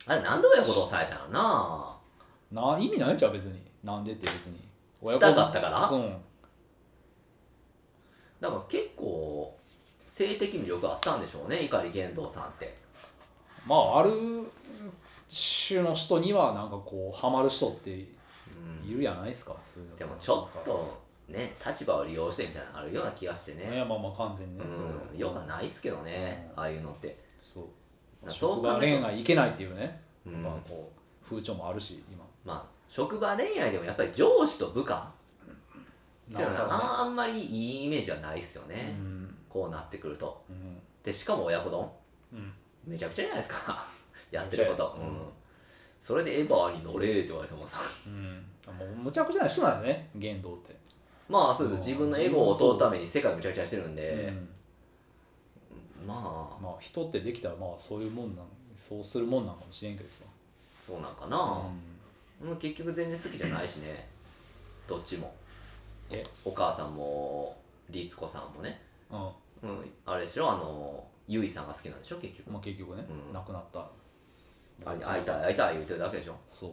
S2: あれなんで親子丼されたのな
S3: な意味ないんちゃう別になんでって別に
S2: したかったから
S3: うん
S2: だから結構性的魅力あったんでしょうね碇玄道さんって
S3: まあある種の人にはなんかこうハマる人っているじゃないですか、そういうの
S2: でもちょっとね立場を利用してみたいなのあるような気がして
S3: い
S2: ね
S3: やまあまあ完全にね、
S2: うんよくはないっすけどねああいうのって
S3: そう
S2: だからそう
S3: 職
S2: 考える
S3: 場
S2: と
S3: 恋愛いけないっていうね、
S2: うん
S3: まあこう風潮もあるし今
S2: まあ職場恋愛でもやっぱり上司と部下っていうの
S3: なおさ
S2: はあんまりいいイメージはないっすよ
S3: らね
S2: ね
S3: うん
S2: こうなってくると
S3: うん
S2: でしかも親子丼
S3: うん
S2: めちゃくちゃじゃないですか やってること、
S3: めちゃくちゃ
S2: う
S3: や
S2: んそれでエヴァに乗れって言われてもさ
S3: うんもうむちゃくちゃな人なんだね言動って、
S2: まあそうです自分のエゴを通すために世界をむちゃくちゃしてるんで
S3: う、ん
S2: まあ
S3: まあ人ってできたらまあそういうもんなんそうするもんなんかもしれんけどさ、
S2: そうなんかな、
S3: うん
S2: もう結局全然好きじゃないしねどっちも
S3: え
S2: お母さんも律子さんもね、
S3: うん
S2: うん、あれでしょあのゆいさんが好きなんでしょ結局、
S3: まあ、結局ね、
S2: うん
S3: 亡くなった
S2: あ会いたい会いたい言うてるだけでしょ
S3: そう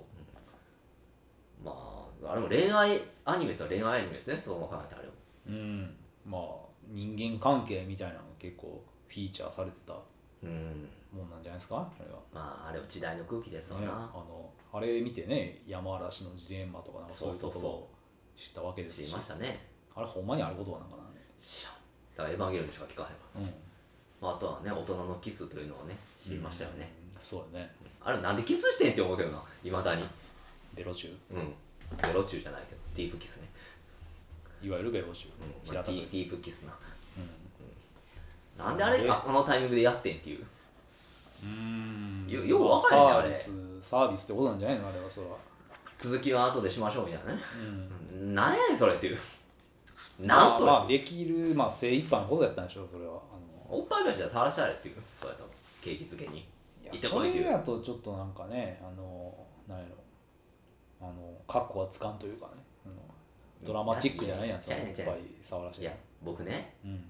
S2: まああれも恋愛アニメですよ恋愛アニメですねそう考えたらあれも
S3: うん、まあ人間関係みたいなのが結構フィーチャーされてた
S2: うん
S3: もんなんじゃないですかあれは。
S2: まああれは時代の空気ですわ
S3: ね、
S2: な、
S3: あのあれ見てね山嵐のジレンマとかなんかそういうことを知ったわけで
S2: 知
S3: す
S2: り
S3: し
S2: ましたね
S3: あれほんまにあることはなんかな
S2: 知らんだからエヴァンゲリオンしか聞かへんわ、
S3: うん、
S2: まあ、あとはね大人のキスというのをね知りましたよね、
S3: うん、そうだね
S2: あれなんでキスしてんって思うけどないまだに
S3: ベロチュ
S2: うんベロチューじゃないけどディープキスね、
S3: ーいわゆるベロチ
S2: う
S3: ュー、
S2: んまあ
S3: 平
S2: デ
S3: たく、
S2: ィディープキスな
S3: う
S2: なんであれ
S3: え、
S2: あこのタイミングでやってんっていうんよよう分からへんねあれ
S3: サービスサービスってことなんじゃないのあれはそれは、
S2: 続きは後でしましょうみたいなね
S3: うん、
S2: うんなんやねんそれっていうなんそれ、
S3: まあまあできる、まあ、精一杯のことやったんでしょうそれはあの
S2: おっぱいぐらいじゃ触らせたれっていうそうやったもん景気づけに
S3: いや
S2: 行って
S3: そ
S2: こいってい
S3: れ
S2: う
S3: だとちょっとなんかねあのなんやろあの格好はつかんというかねあのドラマチックじゃないやん
S2: い
S3: その
S2: や
S3: い
S2: い
S3: っ
S2: や
S3: ぱい触らせ
S2: い
S3: て
S2: や僕ね
S3: うん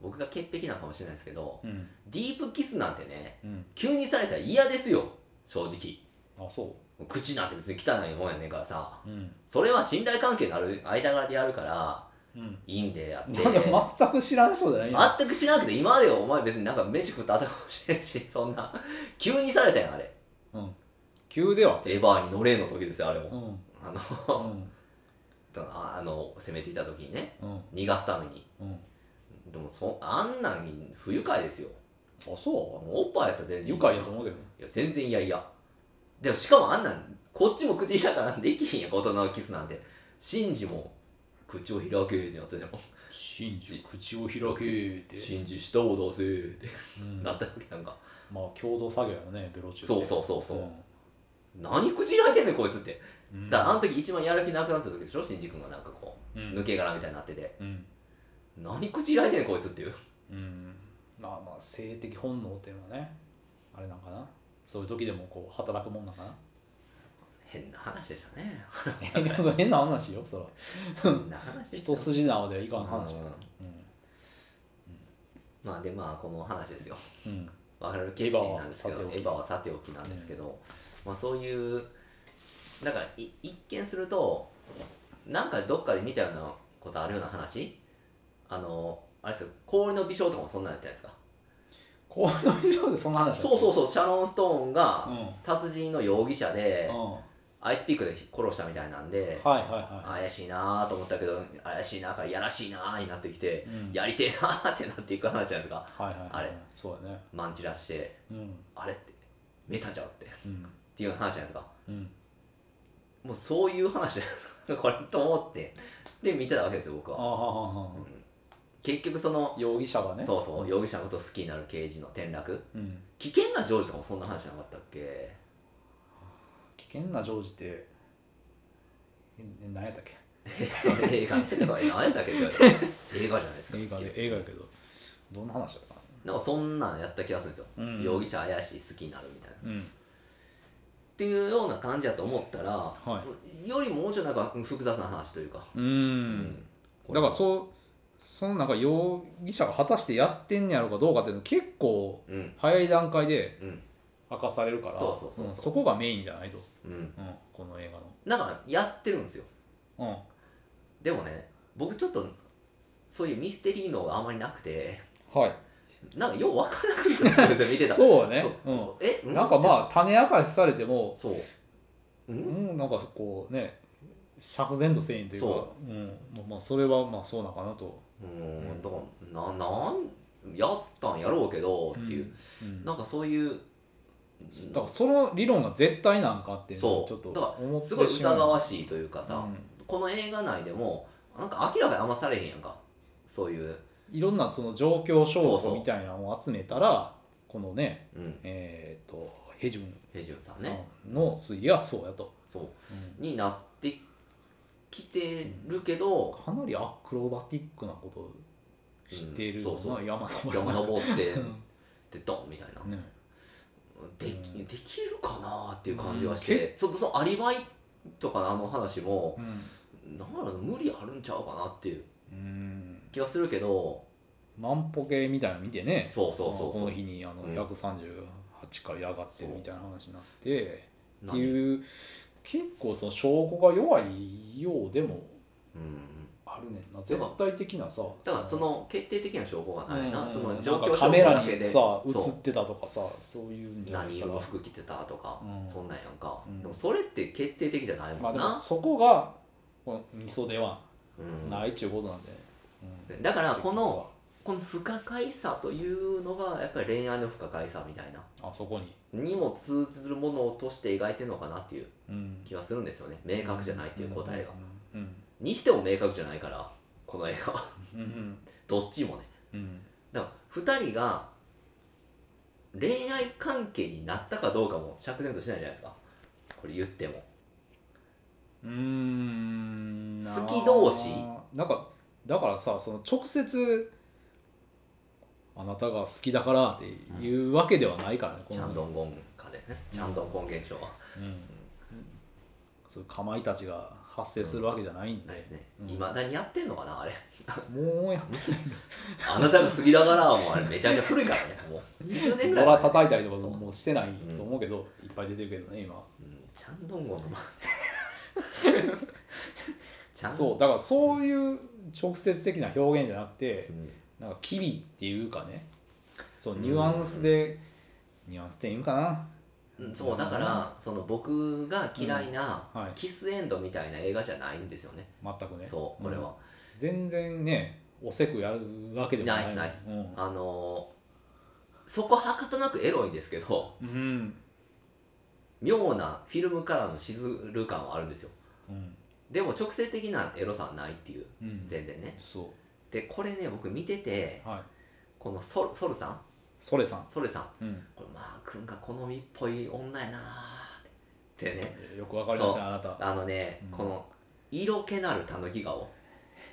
S2: 僕が潔癖なのかもしれないですけど
S3: うん
S2: ディープキスなんてね
S3: うん
S2: 急にされたら嫌ですよ正直
S3: あそ
S2: 口なんて別に汚いもんやねんからさ
S3: ううん
S2: それは信頼関係のある間柄でやるから
S3: うん
S2: いいんでやって
S3: なんか全く知らん人じゃないやん
S2: 全く知らなくて今までお前別になんか飯食ってあったかもしれんし そんな急にされたやんあれ
S3: うん急では
S2: エヴァーに乗れの時ですよあれも、
S3: うん
S2: あの
S3: うん
S2: ああの攻めていた時にね
S3: うん
S2: 逃がすために
S3: うん
S2: でもそあんなん不愉快ですよ
S3: あそ
S2: おっぱいやったら全
S3: う
S2: 然
S3: 愉快やと思うけど
S2: いや全然いやいやでもしかもあんなんこっちも口開かなんできひんやん大人のキスなんてシンジも口を開けってなってでも
S3: 真珠口を開けて
S2: シンジ舌を出せって
S3: うん
S2: なったわけなんか
S3: まあ共同作業やもんねベロチュー
S2: そう
S3: う
S2: そうそうそう、
S3: ん
S2: 何口開いてんねんこいつって
S3: うん
S2: だからあの時一番やる気なくなった時でしょシンジ君がなんかこう
S3: うん
S2: 抜け殻みたいになってて
S3: うん
S2: 何口開いてんねんこいつっていう
S3: うんまあまあ性的本能っていうのはねあれなんかなそういう時でもこう働くもんなんか な
S2: 変な話でした ね
S3: 変な話よそら
S2: 変な話でした
S3: 一筋縄ではいかん話やな
S2: まあでまあこの話ですよ
S3: うん、うん、
S2: わかる決心なんですけど
S3: エ
S2: エ
S3: ヴ
S2: ヴ
S3: ァ
S2: ァはさておきなんですけど、まあそういうだからい一見するとなんかどっかで見たようなことあるような話あのあれですよ氷の微笑とかもそんなんやったじゃないですか
S3: この以上でそんな話
S2: そうそううそうシャロン・ストーンが
S3: うん
S2: 殺人の容疑者で、
S3: うん、は
S2: アイスピックで殺したみたいなんで
S3: い、はいは
S2: 怪しいなーと思ったけど怪しいなーからやらしいなーになってきて、
S3: うん
S2: やりてえなーってなっていく話じゃないですか
S3: いはいはいはい
S2: あれ
S3: そうだね
S2: マンチラして
S3: うん
S2: あれってメタじゃんってっ
S3: うん
S2: ていうような話じゃないですか
S3: うん
S2: もうそういう話じゃないですか これと思ってで見てたわけですよ僕
S3: ああ
S2: は
S3: ああ
S2: 結局その
S3: 容疑者がね
S2: そうそう容疑者のことを好きになる刑事の転落
S3: うん、
S2: 危険なジョージとかもそんな話じゃなかったっけ
S3: 危険なジョージってえ何やったっけ
S2: えその映画 とかえ何やったっけって言われて映画じゃないですか
S3: 映画で映画やけどどんな話だったか
S2: なんかそんなんやった気がするんですよ、
S3: うん
S2: 容疑者怪しい好きになるみたいなっ
S3: なうん
S2: ていうような感じだと思ったら、
S3: は
S2: よりももうちょっとなんか複雑な話というか、
S3: う
S2: うん
S3: だからそうそのなんか容疑者が果たしてやってんねやろうかどうかっていうの結構
S2: うん
S3: 早い段階で
S2: うん
S3: 明かされるから
S2: そうそうそうそう
S3: うんこがメインじゃないと、
S2: うん
S3: うん、この映
S2: だからやってるんですよ
S3: 画の、
S2: でもね僕ちょっとそういうミステリーのがあまりなくて
S3: うん、はい
S2: なんかよう分からなくなったんですよ見てたう
S3: そうやね、
S2: そうえ、
S3: ん、なんか
S2: あ
S3: まあ種明かしされても、
S2: そうう
S3: うんん、なんかこうね釈然とせえんというか、
S2: そう
S3: んまあ、まあそれはまあそうなのかなと、
S2: うんだからななんやったんやろうけどっていう、
S3: うん、だ
S2: なんかそういう
S3: からその理論が絶対なんかっていうのを
S2: そう
S3: ちょっと
S2: だから
S3: 思ってし
S2: す
S3: ま
S2: ご
S3: う
S2: い疑わしいというかさ、
S3: うん
S2: この映画内でもなんか明らかにあんまされへんやんかそういう、
S3: いろんなその状況証
S2: そう
S3: 拠
S2: そう
S3: みたいなのを集めたらこのね
S2: うん、
S3: えっ、とヘジュン
S2: ヘジュンさん
S3: さ
S2: ね
S3: んの推理はそうやと、
S2: そう
S3: うん
S2: になってきてるけど、
S3: かなりアクロバティックなことをしてるよ
S2: うんそう
S3: な、
S2: そ
S3: 山登り
S2: 山登って
S3: うん
S2: でドンみたいな、
S3: ね
S2: で
S3: う
S2: き
S3: ん
S2: できるかなっていう感じはし
S3: うん
S2: て、ちょっとそのアリバイとかのあの話も
S3: うん、
S2: なんやろな無理あるんちゃうかなっていう
S3: うん、
S2: 気はするけど
S3: 万歩計みたいなの見てね
S2: そうそうそう
S3: こ
S2: そ
S3: の
S2: う
S3: 日にあの
S2: うん
S3: 138回上がってるみたいな話になって、
S2: な
S3: っていう結構その証拠が弱いようでも
S2: うん
S3: あるねんな
S2: だ
S3: 絶
S2: から
S3: 対的なさ
S2: だからその決定的な証拠がないな、
S3: うん
S2: その
S3: な
S2: 状
S3: んか
S2: 況証
S3: カ
S2: 拠
S3: メ
S2: だ
S3: ラ
S2: け
S3: に
S2: で
S3: さ映
S2: そう
S3: ってたとかさそういうんじゃない
S2: 何
S3: か
S2: 色
S3: ら
S2: の服着てたとか、
S3: うん
S2: そんなんやんか、
S3: うん
S2: でもそれって決定的じゃない
S3: ま
S2: も
S3: あ
S2: ん
S3: で
S2: な、
S3: もそこがこの味噌では
S2: うん
S3: ないっちゅうことなんで、うん
S2: だからこのこの不可解さというのがやっぱり恋愛の不可解さみたいな
S3: あそこに、
S2: にも通ずるものとして描いてるのかなっていう
S3: うん、
S2: 気はするんですよね明確じゃないっていう答えが、
S3: うん
S2: にしても明確じゃないからこの映画 は
S3: うんうん
S2: どっちもね
S3: うん
S2: だから2人が恋愛関係になったかどうかも釈然としないじゃないですかこれ言っても
S3: うーんなあ
S2: 好き同士
S3: なんかだからさその直接あなたが好きだからっていうわけではないからね、こ
S2: チャン
S3: の
S2: ドンゴンかですねチャンドンゴン現象は
S3: うん、そういうかまいたちが発生するわけじゃないんで
S2: ないですね
S3: うん
S2: いま、未だにやってんのかなあれ
S3: もうや
S2: あなたが過ぎだからもうあれめちゃめちゃ古いからねもう20年ぐ
S3: ド
S2: らい
S3: ラ
S2: 前、
S3: 叩いたりとかもうしてないと思うけど、いっぱい出てるけどね今
S2: うん、チャンドンゴン のまチャン
S3: そうだからそういう直接的な表現じゃなくて
S2: うん
S3: なんか機微っていうかねそうニュアンスで、ニュアンスっていうかな
S2: うんそうだからその僕が嫌いな
S3: うんはい
S2: キスエンドみたいな映画じゃないんですよね、
S3: 全くね
S2: そうこれは、
S3: 全然ねおせくやるわけでもない
S2: ナイスナイス
S3: うん
S2: あのーそこはかとなくエロいんですけど
S3: うん
S2: 妙なフィルムからのしずる感はあるんですよ
S3: うん
S2: でも直接的なエロさはないっていう
S3: うん
S2: 全然ね
S3: そ
S2: でこれね僕見てて
S3: うはい
S2: このソルソルさん
S3: それさん、
S2: ソルさん
S3: うん、
S2: これマー君が好みっぽい女やなーってね
S3: よくわかりましたねあなた
S2: あのね、
S3: うん
S2: この色気のあるたぬき顔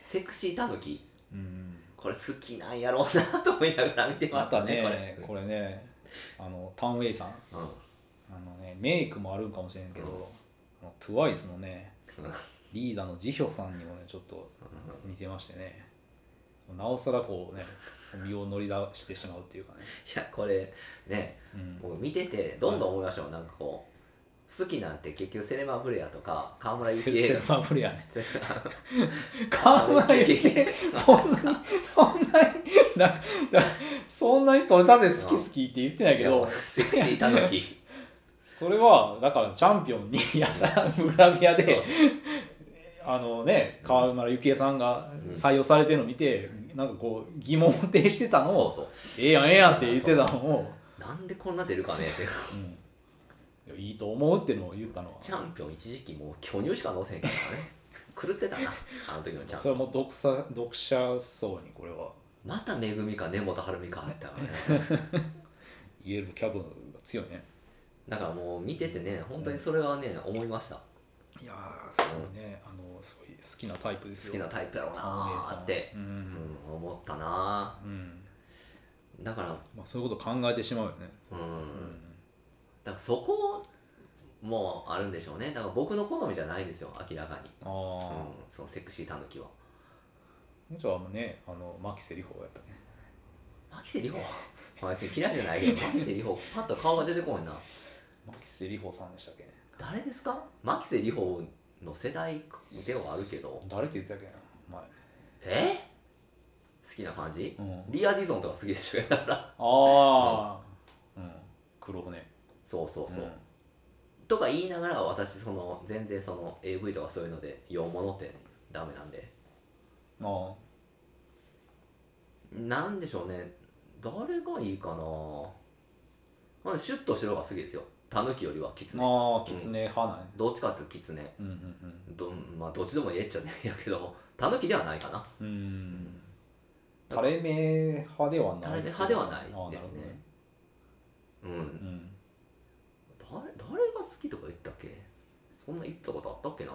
S2: セクシーたぬき
S3: うん
S2: これ好きなんやろうなと思いながら見てま
S3: ま
S2: したたね
S3: ね
S2: こ
S3: こ
S2: れ
S3: れねあのタンウェイさん
S2: うん
S3: あのねメイクもあるんかもしれんけど、あの TWICE のねリーダーのジヒョさんにもねちょっと似てましてねなおさらこうね身を乗り出してしまうっていうかね、
S2: いやこれね
S3: うん、
S2: 僕見ててどんどん思いましたもんなんかこう好きなんて結局セレマブレアとか河村
S3: セ
S2: 幸
S3: ル
S2: 恵
S3: マブレアね
S2: それ
S3: 河村ゆきそんなにそんなにな なそんなに取れたて好き好きって言ってないけど
S2: セクシータヌ キ
S3: それはだからチャンピオンにやらグラビア
S2: そう
S3: であのね河村ゆきえさんが
S2: うん
S3: 採用されてるの見て、なんかこう疑問を呈して た
S2: そ
S3: の
S2: う
S3: を
S2: そう
S3: ええやんええやんって言ってたのを、
S2: なんでこんな出るかねって
S3: うん、いやいいと思うってのを言ったのは
S2: チャンピオン一時期もう巨乳しか乗せへんからね狂ってたな あの時のチャン
S3: そ
S2: ピオ
S3: れ
S2: ン
S3: はもう読者読者層にこれは
S2: まためぐみか根本晴美かって
S3: 言えるキャブが強いね
S2: だからもう見ててね本当にそれはね思いました
S3: いやーすごいね、あのすごい好きなタイプです
S2: 好
S3: よ
S2: きなタイプやろうなーって、
S3: う、
S2: うんん、思ったな
S3: うん
S2: ーだから
S3: まあ、そういうこと考えてしまうよね、
S2: うん
S3: うん
S2: だからそこもあるんでしょうねだから僕の好みじゃないんですよ明らかに、
S3: ああ
S2: うん、そのセクシータヌキは
S3: もちろんねあの牧瀬里穂やったね
S2: 牧瀬里穂まあ別に嫌いじゃないけど牧瀬里穂パッと顔が出てこないな
S3: 牧瀬里穂さんでしたっけ
S2: 誰ですか牧瀬里穂の世代ではあるけど
S3: 誰って言ってたっけな
S2: え好きな感じ
S3: 前、うん、
S2: リア・ディゾンとか好きでしょだから
S3: ああ、うん、黒骨
S2: そうそうそう、
S3: ん
S2: とか言いながら私その全然その AV とかそういうので洋物ってダメなんで
S3: ああ
S2: なんでしょうね誰がいいかなまあシュッとしてる方が好きですよタヌキよりはキツネ
S3: ああキツネ派なんや
S2: どっちかっていうとキツネ
S3: うんうん
S2: ど,、まあ、どっちでもええっちゃねえやけどタヌキではないかな
S3: うんうん垂れ目派ではな
S2: 垂
S3: い
S2: れ目派ではない
S3: ああ
S2: で
S3: る
S2: す
S3: ほど
S2: ね
S3: ね
S2: うん
S3: うん
S2: 誰誰が好きとか言ったっけそんな言ったことあったっけな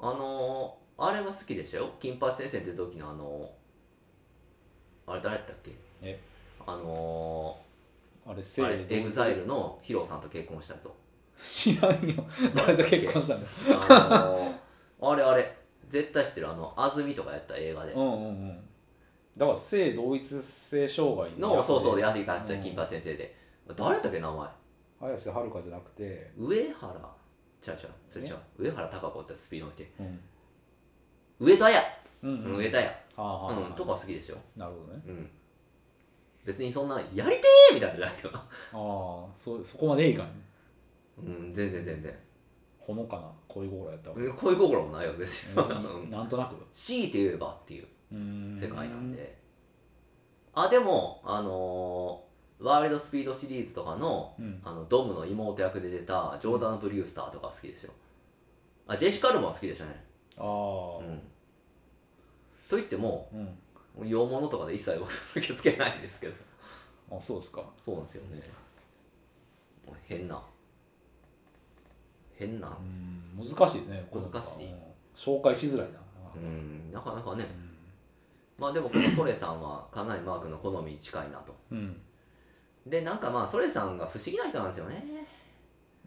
S2: あのー、あれは好きでしたよ金八先生出た時のあのー、あれ誰やったっけ
S3: え
S2: あの
S3: あ
S2: ー、あ
S3: れ
S2: れ
S3: 性
S2: エグザイルのヒロさんと結婚したと
S3: 知らんよ誰と結婚したんだ
S2: あのー、あれあれ絶対知ってるあの安住とかやった映画で
S3: うんうんうんだから性同一性障害
S2: のそうそうで
S3: で
S2: やりがあった
S3: うん
S2: 金八先生で誰やったっけ名前
S3: 綾瀬はるかじゃなくて、
S2: 上原ちゃうちゃうそれちゃう上原孝子ってスピードの人
S3: うん、
S2: 上田や、
S3: うん
S2: うん、
S3: は
S2: 上田や、
S3: あはあはあ
S2: うん、とか好きでしょ
S3: なるほどね
S2: うん、別にそんな「やりてー!」みたいなのじゃないけどな、
S3: ああそそこまでいいかね
S2: うん、全然全然
S3: ほのかな恋心やったわ
S2: うん恋心もないよ別に
S3: 別
S2: う
S3: に
S2: ん
S3: なんとなく
S2: 強いて言えばっていう
S3: うーん
S2: 世界なんであでもあのーワールドスピードシリーズとかの
S3: うん
S2: あのドムの妹役で出たジョーダン・ブリュースターとか好きでしょあジェシカ・ルマは好きでしたね
S3: ああ
S2: うんと言っても
S3: うん、
S2: 洋物とかで一切僕受け付けないんですけど
S3: あそうですか
S2: そうなんですよねもう変な変な
S3: うん難しいねこうなんか
S2: 難しい
S3: うん紹介しづらいな
S2: うんなかなかね、まあでもこのソレさんはかなりマークの好みに近いなと
S3: うん、
S2: でなんかまあソレさんが不思議な人なんですよね、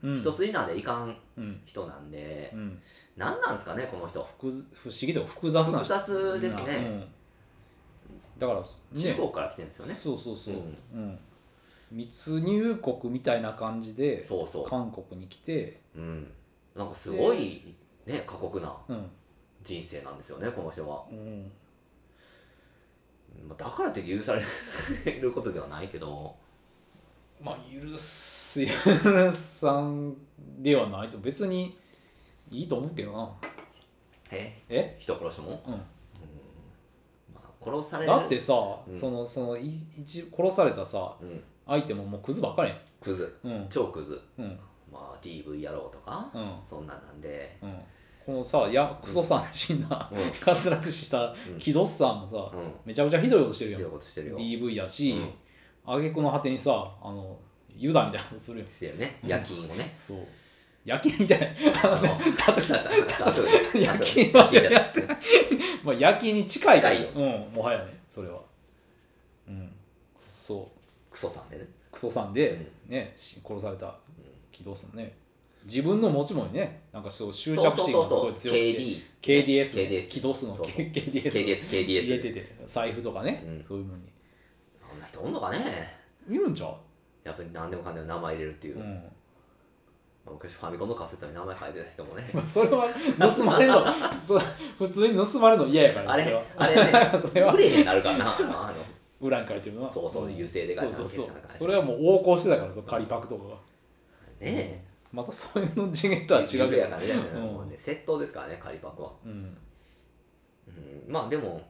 S3: うん、
S2: 一筋縄でいかん
S3: うん、
S2: 人なんで
S3: うん、
S2: 何なんですかねこの人
S3: 複雑不思議とか複雑な
S2: 複雑ですね、
S3: うんだからね
S2: 中国から来てるんですよね
S3: そうそうそう、
S2: う
S3: うん密入国みたいな感じで
S2: そうそ
S3: 韓国に来て、
S2: ううんなんかすごいね過酷な
S3: うん
S2: 人生なんですよねこの人は
S3: うん、
S2: まあだからって許されることではないけど
S3: まあ許す許さんではないと別にいいと思うけどな
S2: え
S3: え、
S2: 人殺しても、
S3: うん、
S2: まあ、殺される
S3: だってさ、
S2: うん
S3: そのそのい一殺されたさ
S2: うん
S3: 相手ももうクズばっかりやん
S2: クズ
S3: うん
S2: 超クズ
S3: うん
S2: まあ DV 野郎とか、
S3: うん
S2: そんなんなんで、
S3: うんこのさやクソさん死んだ、
S2: うん
S3: 滑落死した
S2: うん
S3: 木戸さんもさ、
S2: うん、
S3: めちゃくちゃひどいことしてる
S2: ひ
S3: や
S2: ど
S3: ん
S2: いことしてるよ。
S3: DV や
S2: う
S3: し
S2: ん
S3: 挙句の果てにさあのユダみたいなことするよ
S2: してるね、夜勤をね。
S3: そう夜勤じゃない。 あのね
S2: 夜
S3: 夜勤はやってない。まあ夜勤に近いけど
S2: 近いよ
S3: うん、もはやね、それは。うん。そう。
S2: クソさんでね
S3: クソさんで、ね、し殺された気どうすんのね。自分の持ち物にね、なんかそう執着心がすごい強くて。
S2: KD
S3: KDS ね
S2: KDS
S3: 起動するの
S2: そうそう
S3: KDS
S2: KDS
S3: 入れ
S2: KDS
S3: てて財布とかね、
S2: うん
S3: そういうのに
S2: そんな人おんのかね
S3: いるんじゃう、
S2: やっぱり何でもかんでも名前入れるっていう、
S3: う
S2: まあ、
S3: ん、
S2: 昔ファミコンのカセットに名前書いてた人も ね
S3: それは盗まれ るのそ普通に盗まれるの嫌やか
S2: あ
S3: らそれ
S2: れ
S3: は
S2: あれ ね
S3: それは
S2: グレーになるからなあの
S3: 裏に書いてるのは
S2: そうそうん油性で書いてある
S3: そうそうそ
S2: 消し
S3: う
S2: た感じ
S3: それはもう横行してたからその仮パクとかが
S2: ね
S3: またそういうの次元
S2: え
S3: とは違うけど
S2: グレーやからね
S3: うん
S2: もうね窃盗ですからね仮パクは、
S3: うん、
S2: うん、まあでも、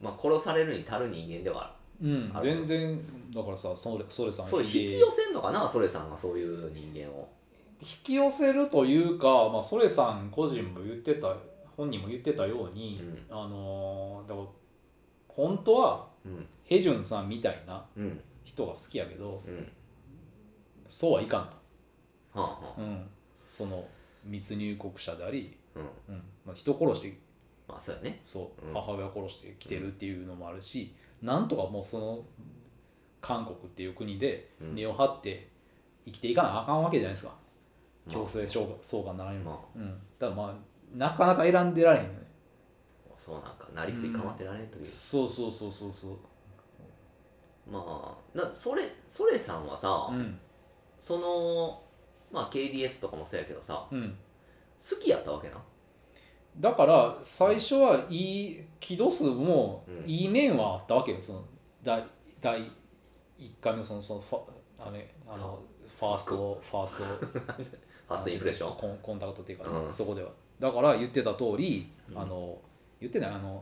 S2: まあ、殺されるに足る人間では
S3: うん
S2: あ、る
S3: 全然だからさそれそれさん
S2: そう引き寄せんのかなそれさんがそういう人間を
S3: 引き寄せるというか、まあ、ソレさん個人も言ってた本人も言ってたように、あのーだから本当は
S2: うん
S3: ヘジュンさんみたいな
S2: うん
S3: 人が好きやけど
S2: うん
S3: そうはいかん
S2: はあはあ
S3: と、うん、その密入国者であり、
S2: うん
S3: うんまあ、人殺して
S2: まあそうやね
S3: そう、
S2: うん
S3: 母親殺してきてるっていうのもあるし、なんとかもうその韓国っていう国で
S2: うん
S3: 根を張って生きていかなあかんわけじゃないですか、
S2: まあ
S3: 強制相関ならにも、
S2: ま
S3: うん、ただまあなかなか選んでられへんよね
S2: あそうなんかなりふり構ってられんという、
S3: そうそうそうそうそう
S2: まあなそれそれさんはさ、
S3: うん
S2: そのまあ KDS とかもそうやけどさ
S3: うん
S2: 好きやったわけな
S3: だから最初はいい木戸数も
S2: うん
S3: いい面はあったわけよその第第1回目のそのそのファあれあのファーストファースト
S2: ファーストインプレッション
S3: コンコンタクトっていうか、
S2: うん
S3: そこではだから言ってた通り、
S2: うん
S3: あの言ってないあの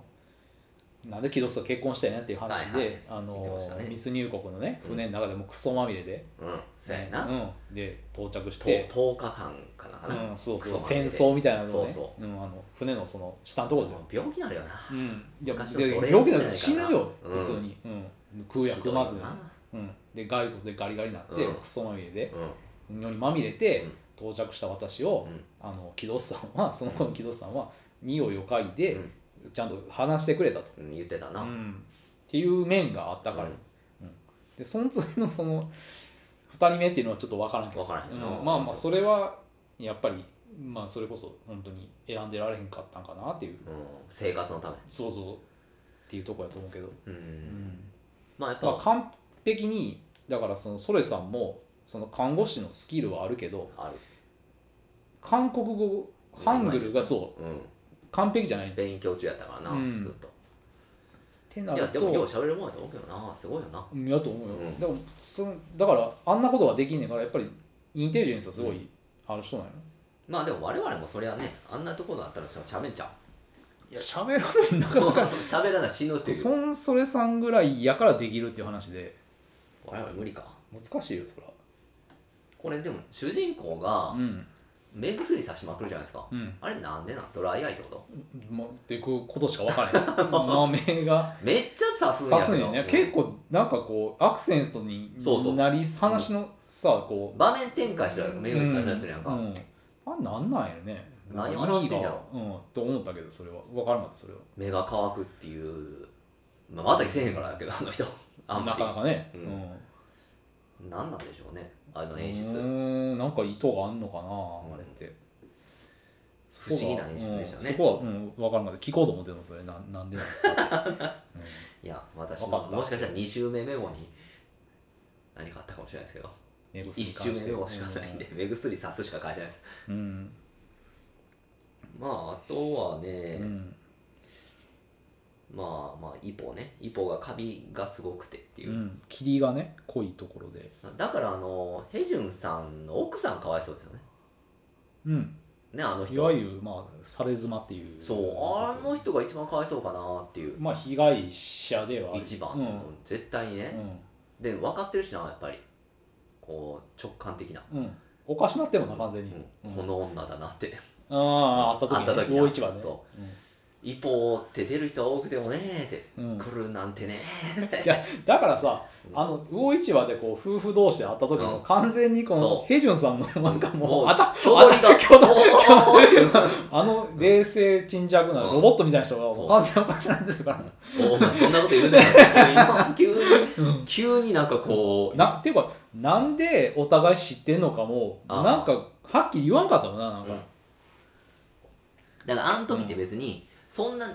S3: なんで木戸数と結婚したいなっていう話で、
S2: はいはい
S3: あ
S2: 言ってました
S3: の
S2: ね
S3: 密入国のね
S2: うん
S3: 船の中でもうクソまみれで、
S2: うんそうやな、
S3: うん、で到着し
S2: と
S3: て、
S2: 10日間かなかな、
S3: うん、そう
S2: ク
S3: そ
S2: ソま
S3: う
S2: みれ
S3: 戦
S2: で
S3: 争みたいなのをね
S2: そう
S3: うん、あの船のその下のところで
S2: 病気になるよな
S3: うん、いや
S2: 昔の奴
S3: で
S2: 隷
S3: 病気
S2: み
S3: な
S2: たい
S3: ん
S2: な
S3: て死ぬよ、
S2: うん
S3: 普通に、うん、食うや食まず
S2: ひどい
S3: ね
S2: よ、
S3: うん、で骸骨でガリガリになって、
S2: うん
S3: クソまみれで
S2: うん
S3: 尿にまみれて、
S2: うん
S3: 到着した私を、
S2: うん
S3: あの木戸さんはその子の木戸さんは匂いを嗅いで、
S2: うん
S3: ちゃんと話してくれたと、
S2: うん言ってたな、
S3: う
S2: うん
S3: ん、っていう面があったから、うんでその次のその2人目っていうのはちょっと分からんけど
S2: 分からへんな、
S3: うんまあまあそれはやっぱりまあそれこそ本当に選んでられへんかったんかなっていう
S2: うん、生活のため
S3: 想像っていうとこやと思うけど、
S2: うん、
S3: うん
S2: まあやっぱ、
S3: まあ、完璧にだからそのソレさんもその看護師のスキルはあるけど
S2: ある
S3: 韓国語ハングルがそう
S2: う
S3: 完璧じゃないっ
S2: ん勉強中やったからな、
S3: うん
S2: ずっと
S3: てないる
S2: やでもよう
S3: と
S2: 喋るもんやと思うけどなすごいよな
S3: うんやと思うよ、
S2: うん
S3: でもそのだからあんなことができんねんからやっぱりインテリジェンスはすごいある人なんやろ
S2: まあでも我々もそりゃねあんなところだったら喋ん ちゃう
S3: いや喋らんな
S2: 喋らな死ぬっていう
S3: そんそれさんぐらいやからできるっていう話で
S2: 我々無理か
S3: 難しいよそら
S2: これでも主人公が
S3: うん
S2: 目薬さしまくるじゃないですか、
S3: うん
S2: あれなんでなんドライアイってこと
S3: もうっていうことしか分からへんまあ目が
S2: めっちゃ刺すんや
S3: さ
S2: けど
S3: すがにね結構なんかこうアクセントに
S2: そうそう
S3: なり話のさこう
S2: 場面転換したら目薬さしだするやんか、
S3: うんうんあなんなんやろね
S2: 何を
S3: 意
S2: 話し
S3: 味
S2: てんや
S3: が
S2: ろ
S3: うんと思ったけどそれは分からなかったそれは
S2: 目が乾くっていう、まあ、またせえへんからだけどあの人あん
S3: な
S2: ま
S3: かな
S2: り
S3: かね
S2: うん
S3: うん
S2: なんなんでしょうねあの演出
S3: うーんなんか意図があんのかなあれって
S2: 不思議な演出でしたね
S3: うんそこはうん分からなかった聞こうと思ってたのそれなんなんでなんですかっ て、うん
S2: いや私
S3: わか
S2: も
S3: った
S2: もしかしたら2周目メモに何かあったかもしれないですけど
S3: 目薬に関
S2: 一
S3: して
S2: 周目メモしかないんで、目薬さすしか書いてないです
S3: うん、
S2: まああとは
S3: う
S2: ね、
S3: ん
S2: まあまあイポねイポがカビがすごくてっていうう、
S3: ん、霧がね濃いところで
S2: だからあのヘジュンさんの奥さんかわいそうですよね
S3: うん
S2: ねあの
S3: いわ
S2: 人
S3: ゆるまあされ妻っていう
S2: そうあの人が一番かわいそうかなっていう
S3: まあ被害者ではある
S2: 一番、
S3: うん
S2: 絶対にね、で分かってるしなやっぱりこう直感的な、
S3: うん、うん、おかしなってもな完全
S2: う
S3: に、
S2: ん
S3: うん
S2: この女だなって
S3: あああった時,、ね、
S2: あった時な
S3: 大一番ね、
S2: そう
S3: ん、
S2: 一歩って出る人は多くてもねーって、
S3: うん
S2: 来るなんてねーって
S3: いやだからさ あの魚市場でこう夫婦同士で会った時
S2: う
S3: も
S2: ん
S3: 完全にこ
S2: そ
S3: の
S2: う
S3: ヘジュンさんのなんか もうあた
S2: 距離が
S3: あた挙動
S2: おー
S3: あの冷静沈着なロボットみたいな人がもう完全におかしなってるか ら
S2: お前そんなこと言うなよ急
S3: う
S2: に急になんかこう
S3: なっていうかなんでお互い知ってんのかも
S2: あー
S3: なんかはっきり言わんかったもんななんか、
S2: うんだからあの時って別にそんな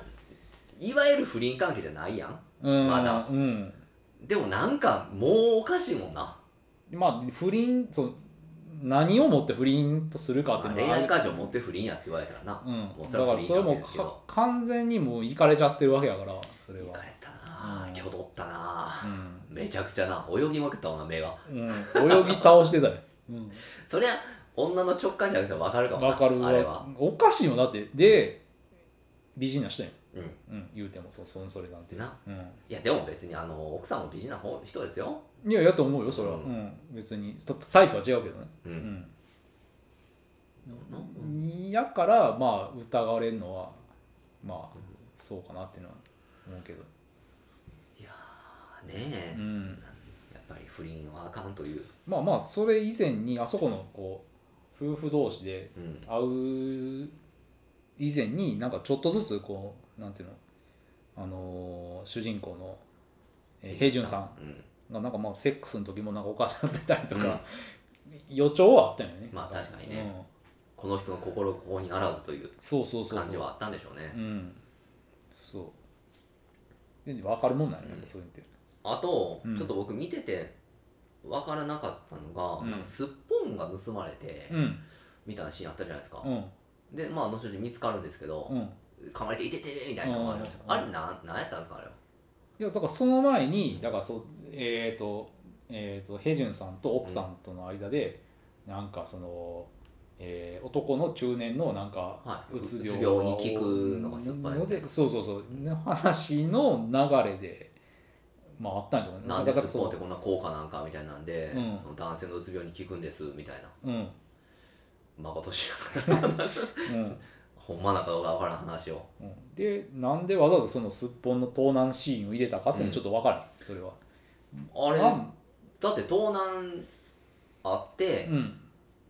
S2: いわゆる不倫関係じゃないやん
S3: うん
S2: まだ
S3: うん
S2: でもなんかもうおかしいもんな
S3: まあ不倫そう何をもって不倫とするかっていうの
S2: 恋
S3: があ
S2: 愛
S3: る
S2: 感情持って不倫やって言われたらな、
S3: うん
S2: もう、そ
S3: だ
S2: れ
S3: か
S2: は
S3: ら
S2: 不倫
S3: それはも
S2: 関係
S3: う
S2: ですけど
S3: か完全にもういかれちゃってるわけやからそれ
S2: 行
S3: は
S2: かれたな
S3: うん
S2: 挙取ったな
S3: うん
S2: めちゃくちゃな泳ぎまくったもんな目が
S3: うん、泳ぎ倒してたよ、うん、
S2: そりゃ女の直感じゃなくても分かるかもな
S3: わかるわ
S2: あれは
S3: おかしいよだってで美人な人やん、
S2: うんい
S3: うん、言うてもそうそんそれなんて
S2: な、
S3: う
S2: やでも別にあの奥さんも美人な方人ですよ
S3: ん、いやいやと思うよそれは、
S2: う
S3: うんん別にたタイプは違うけどね
S2: う、
S3: うん
S2: な
S3: ん、やからまあ疑われるのはまあそうかなっていうのは思うけど、
S2: あねえ、
S3: うん、
S2: やっぱり不倫はあかんという、
S3: まあまあそれ以前にあそこのこう夫婦同士で
S2: うん、
S3: 会う以前になんかちょっとずつこうなんていうの、あのー主人公の、えー、平順さん
S2: うん
S3: がなんかまあセックスの時もなんかおかしくなってたりと
S2: うん
S3: か、予兆はあったよね
S2: まあ確かにね
S3: うん
S2: この人の心ここにあらずという
S3: そうそうそう
S2: 感じはあったんでしょうね
S3: うんそうで分かるもんなんやね、
S2: うん
S3: そういうのって
S2: あと、
S3: うん
S2: ちょっと僕見てて分からなかったのが、
S3: うん
S2: なんかすっぽんが盗まれて、
S3: うん
S2: みたいなシーンあったじゃないですか、
S3: うん
S2: でまあ後々見つかるんですけど、
S3: うん
S2: 噛まれていててみたいなのがありました、
S3: うん
S2: あれなんなんやったんですかあれはい
S3: やだからその前にだからそうえっ、とえっ、とヘジュンさんと奥さんとの間で、なんかその、えー男の中年のなんか
S2: はい、
S3: うつ病,、
S2: うつ病に効くのが酸っぱいみたい
S3: でそうそうそうの話の流れでまああったんやと思う
S2: ななんで
S3: だ
S2: ス
S3: から
S2: ッポンっ
S3: そ
S2: てこんな効果なんかみたいなんで、
S3: うん
S2: その男性のうつ病に効くんですみたいな
S3: ううん、うん、
S2: 誠 しやからほんまなかどうか分からん話を
S3: うんでなんでわざわざそのすっぽんの盗難シーンを入れたかっていうのちょっと分からん、それは
S2: あれ
S3: あ
S2: だって盗難あって、
S3: うん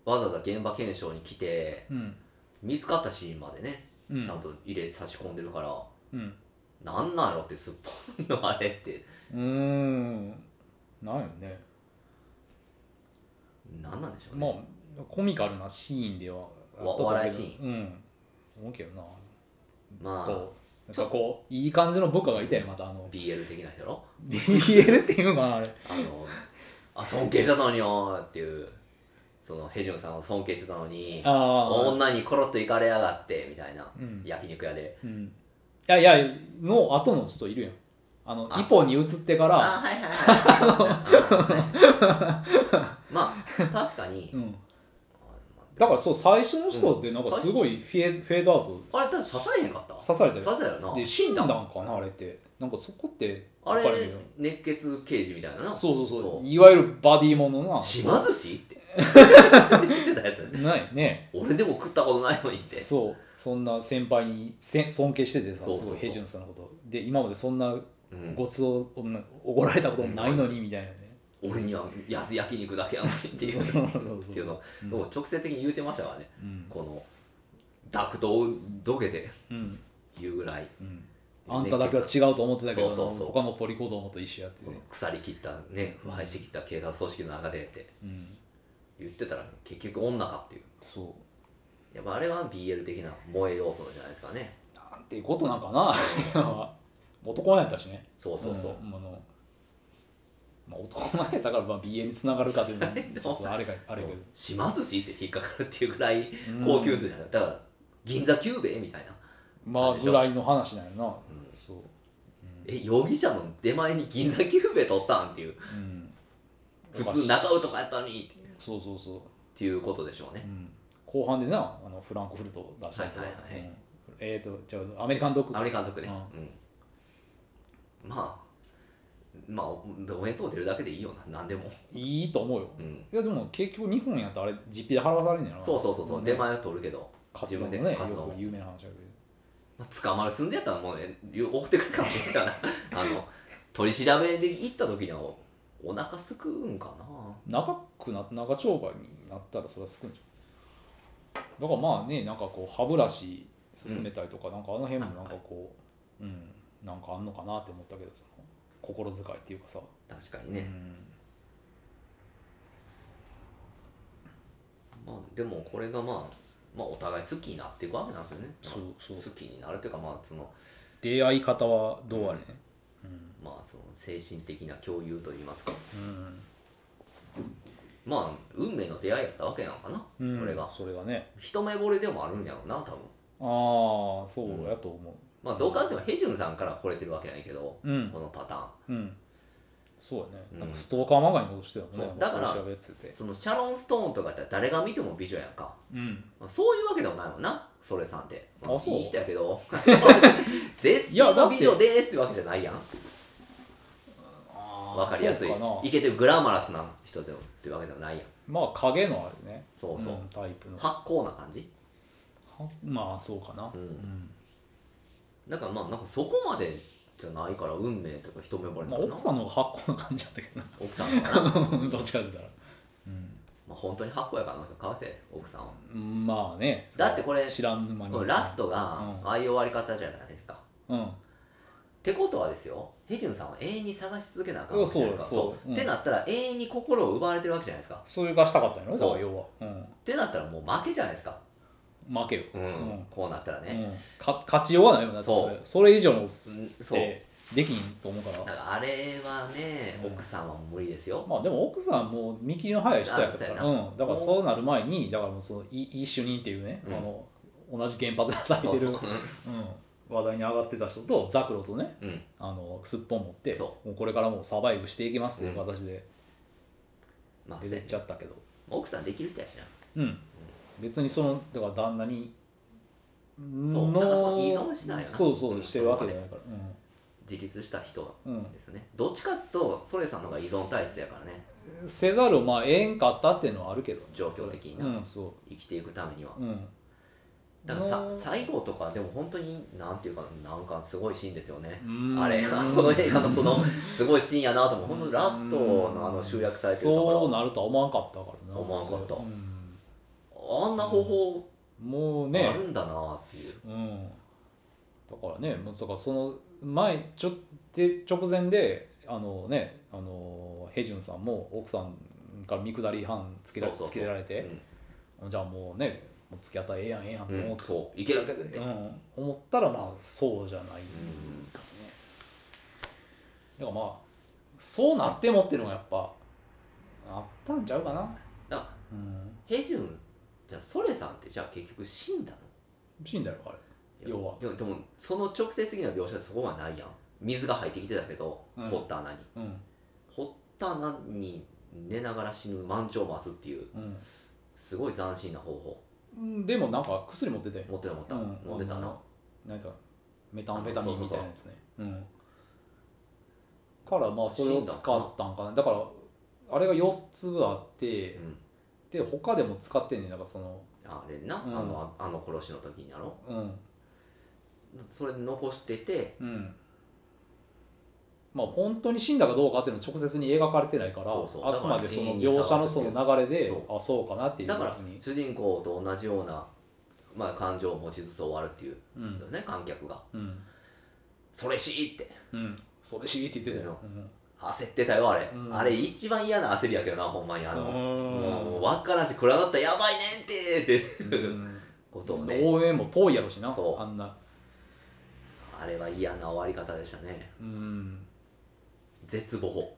S2: わざわざ現場検証に来て
S3: うん
S2: 見つかったシーンまでね、
S3: うん
S2: ちゃんと入れ差し込んでるから
S3: うん
S2: なんなんやろってすっぽんのあれって
S3: うーんなんよね
S2: なんなんでしょう
S3: ま
S2: ね、
S3: あコミカルなシーンではあったと思うけど
S2: お笑いシー
S3: うん思うけどな
S2: まあ、
S3: こうなんかこういい感じの部下がいたよまたあの
S2: BL 的な人やろ
S3: BL っていうのかなあれ
S2: あのあ尊敬してたのによーっていうそのヘジュンさんを尊敬してたのに
S3: ああ
S2: 女にコロッといかれやがってみたいな、
S3: うん
S2: 焼肉屋で
S3: うんいやいやの後の人いるやんあの
S2: あ
S3: 一方に移ってから
S2: あはいはい はいまあ確かに、
S3: うんだからそう最初の人ってなんかすごいフェ,、フェードアウ
S2: あれだって刺されへんかった
S3: ト刺されて
S2: 刺されたよな
S3: で死んだんかなあれってなんかそこって
S2: あ
S3: わからんけ
S2: れ
S3: ど
S2: 熱血刑事みたいなな
S3: そうそうそういわゆるバディものな
S2: 島寿司って言ってたやつやね
S3: ないね
S2: 俺でも食ったことないのにって
S3: そうそんな先輩にせ尊敬しててさ
S2: そうそうそう
S3: すごい平順さんのことで今までそんな
S2: うん
S3: ごちそうをおごられたこともないのにみたいなね、
S2: 俺には安焼肉だけやのにっていう
S3: そうそうそう
S2: っていうのを
S3: うん
S2: もう直接的に言うてましたわね
S3: うん
S2: このダクトをどけて
S3: うん
S2: 言うぐらい
S3: うんあんただけは違うと思ってたけど
S2: そうそうそう
S3: 他のポリコどもと一緒やってて、
S2: 腐り切ったね腐敗してきた警察組織の中でって
S3: うん、
S2: 言ってたら結局女かっていう
S3: そ
S2: やっぱあれは BL 的な萌え要素じゃないですかね
S3: うなんていうことなんかな 男前やったしね
S2: そうそうそう、
S3: んあのまあ、男前やったからまあ BA につながるかというのは
S2: でも
S3: ちょっとあれがあれやけど
S2: 島寿司って引っかかるっていうぐらい
S3: うん
S2: 高級寿司なんだだから銀座久兵衛みたいな
S3: まあぐらいの話なんやな、
S2: ん
S3: そう
S2: え容疑者の出前に銀座久兵衛取ったんっていう
S3: うん
S2: 普通中尾とかやったのにって
S3: そうそうそう、
S2: っていうことでしょう
S3: う
S2: ね
S3: ん、後半でなあのフランクフルトを出したりとか、
S2: はいはいはい
S3: うんえっ、とじゃあアメリカンドッグ
S2: アメリカンドッグね
S3: うん
S2: うんまあまあおお弁当出るだけでいいよな何でも
S3: いいと思うよ
S2: うん
S3: いやでも結局日本やったらあれ実費で払わされんねやろ
S2: そうそうそうそう、
S3: ね
S2: 出前は取るけど
S3: カツ丼も
S2: 自分
S3: ね
S2: でカツ
S3: よ
S2: 丼
S3: く有名な話だけど
S2: まあ、捕まる寸前やったらもうね追ってくるかもしれないから あの取り調べで行った時にはおお腹すくうんかな
S3: 長くな長丁場になったらそれは少ないんじゃんだからまあねなんかこう歯ブラシ進めたりとか、なんかあの辺もなんかこう、うんなんかあんのかなって思ったけどその心遣いっていうかさ、
S2: 確かにね、まあでもこれがまあまあお互い好きになっていくわけなんですよね
S3: そうそう
S2: 好きになるというかまあその
S3: 出会い方はどうあれね
S2: まあその精神的な共有といいますか
S3: うん、
S2: まあ運命の出会いやったわけなのかな、
S3: うん、
S2: これが
S3: それがね
S2: 一目惚れでもあるんやろうな多分
S3: ああそうやと思
S2: まあどうかってもヘジュンさんから惚れてるわけないけど、
S3: ううん
S2: このパターン
S3: うんそうやね、
S2: うん
S3: なんかストーカーまがいのことしてたもんね
S2: そうだから
S3: なん取り調べてて
S2: そのシャロン・ストーンとかやって誰が見ても美女やんか、
S3: うん
S2: まあ、そういうわけでもないもんなそれさんって、ま
S3: あそう
S2: いい人やけ ど絶世の美女でーすってわけじゃないやんわ
S3: わ
S2: かりやすい
S3: かな
S2: イケてるグラマラスな人でもってわけでもないやん
S3: まあ影のあるね
S2: そうそう、
S3: んタイプの
S2: 発光な感じ
S3: はまあそうかな
S2: うん
S3: ん
S2: だからまあなんかそこまでじゃないから運命とか一目惚れ
S3: ま
S2: な
S3: あ、
S2: のか
S3: 奥
S2: な
S3: さんの方が発酵な感じだったけどな
S2: 奥さんかな
S3: どっちかって言ったらう
S2: まあ本当に発光やからあの人かわせ奥さんは
S3: んまあね
S2: だってこれ
S3: 知らぬ間
S2: こ
S3: に
S2: のラストが
S3: うん
S2: ああいう終わり方じゃないですか、
S3: うん
S2: ってことはですよヘジュンさんは永遠に探し続けなあかんわけじゃないですか
S3: そうそううん
S2: ってなったら永遠に心を奪われてるわけじゃないですか
S3: それがしたかったんやろだ
S2: そう
S3: から要は、う
S2: ってなったらもう負けじゃないですか
S3: ん、負けよ、
S2: うん、
S3: うん
S2: こうなったらね、
S3: うんか勝ちようがないよな
S2: そう
S3: だってそれそれ以上の
S2: そう
S3: ってできんと思うから
S2: だからあれはね
S3: うん
S2: 奥さんは無理ですよ、
S3: まあでも奥さんも見切りの早い人やったか
S2: あ
S3: ら、
S2: そう
S3: うん、だからそうなる前にだからもうそのいいい主任っていうね、
S2: うん
S3: あの同じ原発で働いて
S2: そ
S3: る
S2: うそう
S3: うん、話題に上がってた人とザクロとね
S2: うんうん
S3: あのすっぽん持って
S2: そ
S3: もうこれからもうサバイブしていきますっていう
S2: うん
S3: 形で
S2: まあ
S3: 出てっちゃったけど、
S2: 奥さんできる人やしな
S3: うん別にそのだから旦那に
S2: そうなんかその依存しないよな
S3: そうそううんしてるわけじゃないから
S2: 自立した人
S3: うん、うん
S2: ですねどっちかとソレさんの方が依存体質やからね
S3: せざるをまあええんかったっていうのはあるけど、
S2: 状況的にな
S3: うんそ
S2: 生きていくためには
S3: ううん
S2: だからさ
S3: の
S2: 最後とかでも本当になんていうかなんかすごいシーンですよね
S3: うん
S2: あれこの映画のそのすごいシーンやなと思う本当ラストのあの集約されてる
S3: そう
S2: とこ
S3: なるとは思わんかったからな
S2: 思わんかった
S3: うん
S2: ろあんな方法
S3: もう
S2: あ
S3: ね
S2: るんだなっていう、
S3: うんだからねもうだからその前ちょで直前であのねあのヘジュンさんも奥さんから見下り班つけら
S2: そうそうそう
S3: つけられ
S2: う
S3: て、
S2: ん
S3: じゃあもうねもう付き合ったらええやんええやんと
S2: う
S3: 思
S2: ん、
S3: って、
S2: そういけるって、
S3: う
S2: うん
S3: ん、思ったらまあそうじゃない、だからまあそうなってもっていうのがやっぱあったんちゃうかな、
S2: だから
S3: うん、
S2: ヘジュンじゃあソレさんってじゃあ結局死んだの
S3: 死んだよあれ要は
S2: でもでもその直接的な描写そこはないやん水が入ってきてたけど、
S3: うん
S2: 掘った穴に
S3: うん
S2: 掘った穴に寝ながら死ぬ満潮を待つっていう
S3: うん
S2: すごい斬新な方法
S3: うんでもなんか薬持ってて
S2: 持ってた持ってた、
S3: うん
S2: 持ってた
S3: あ
S2: な
S3: のなんかメタンフェタミンみたいなやつねうんからまあそれ
S2: 死
S3: を
S2: んだ
S3: 使
S2: のかな
S3: ったんかなだからあれが4つあって、
S2: うん
S3: で他でも使ってんねんなんかその
S2: あれな、
S3: うん
S2: あのああの殺しの時にやろ
S3: うん
S2: それ残してて
S3: うんまあ本当に死んだかどうかっていうのは直接に描かれてないから
S2: そうそう
S3: あくまで
S2: だから
S3: その
S2: 永遠に
S3: 描写のその流れで
S2: そ
S3: あそうかなっていう
S2: だから
S3: ふうに
S2: 主人公と同じような、まあ、感情を持ちつつ終わるっていう
S3: うん
S2: ね観客が
S3: うん
S2: 「それしい!」って
S3: うんそれしいって言ってたよ、うん
S2: 焦ってたよあれ、
S3: うん
S2: あれ一番嫌な焦りやけどなほんまにあの、
S3: うん
S2: もう分からんし暗なったらやばいねんってっていう、
S3: うん
S2: ことをね
S3: 応援も遠いやろしな
S2: そう
S3: あんな
S2: あれは嫌な終わり方でしたね
S3: うん
S2: 絶望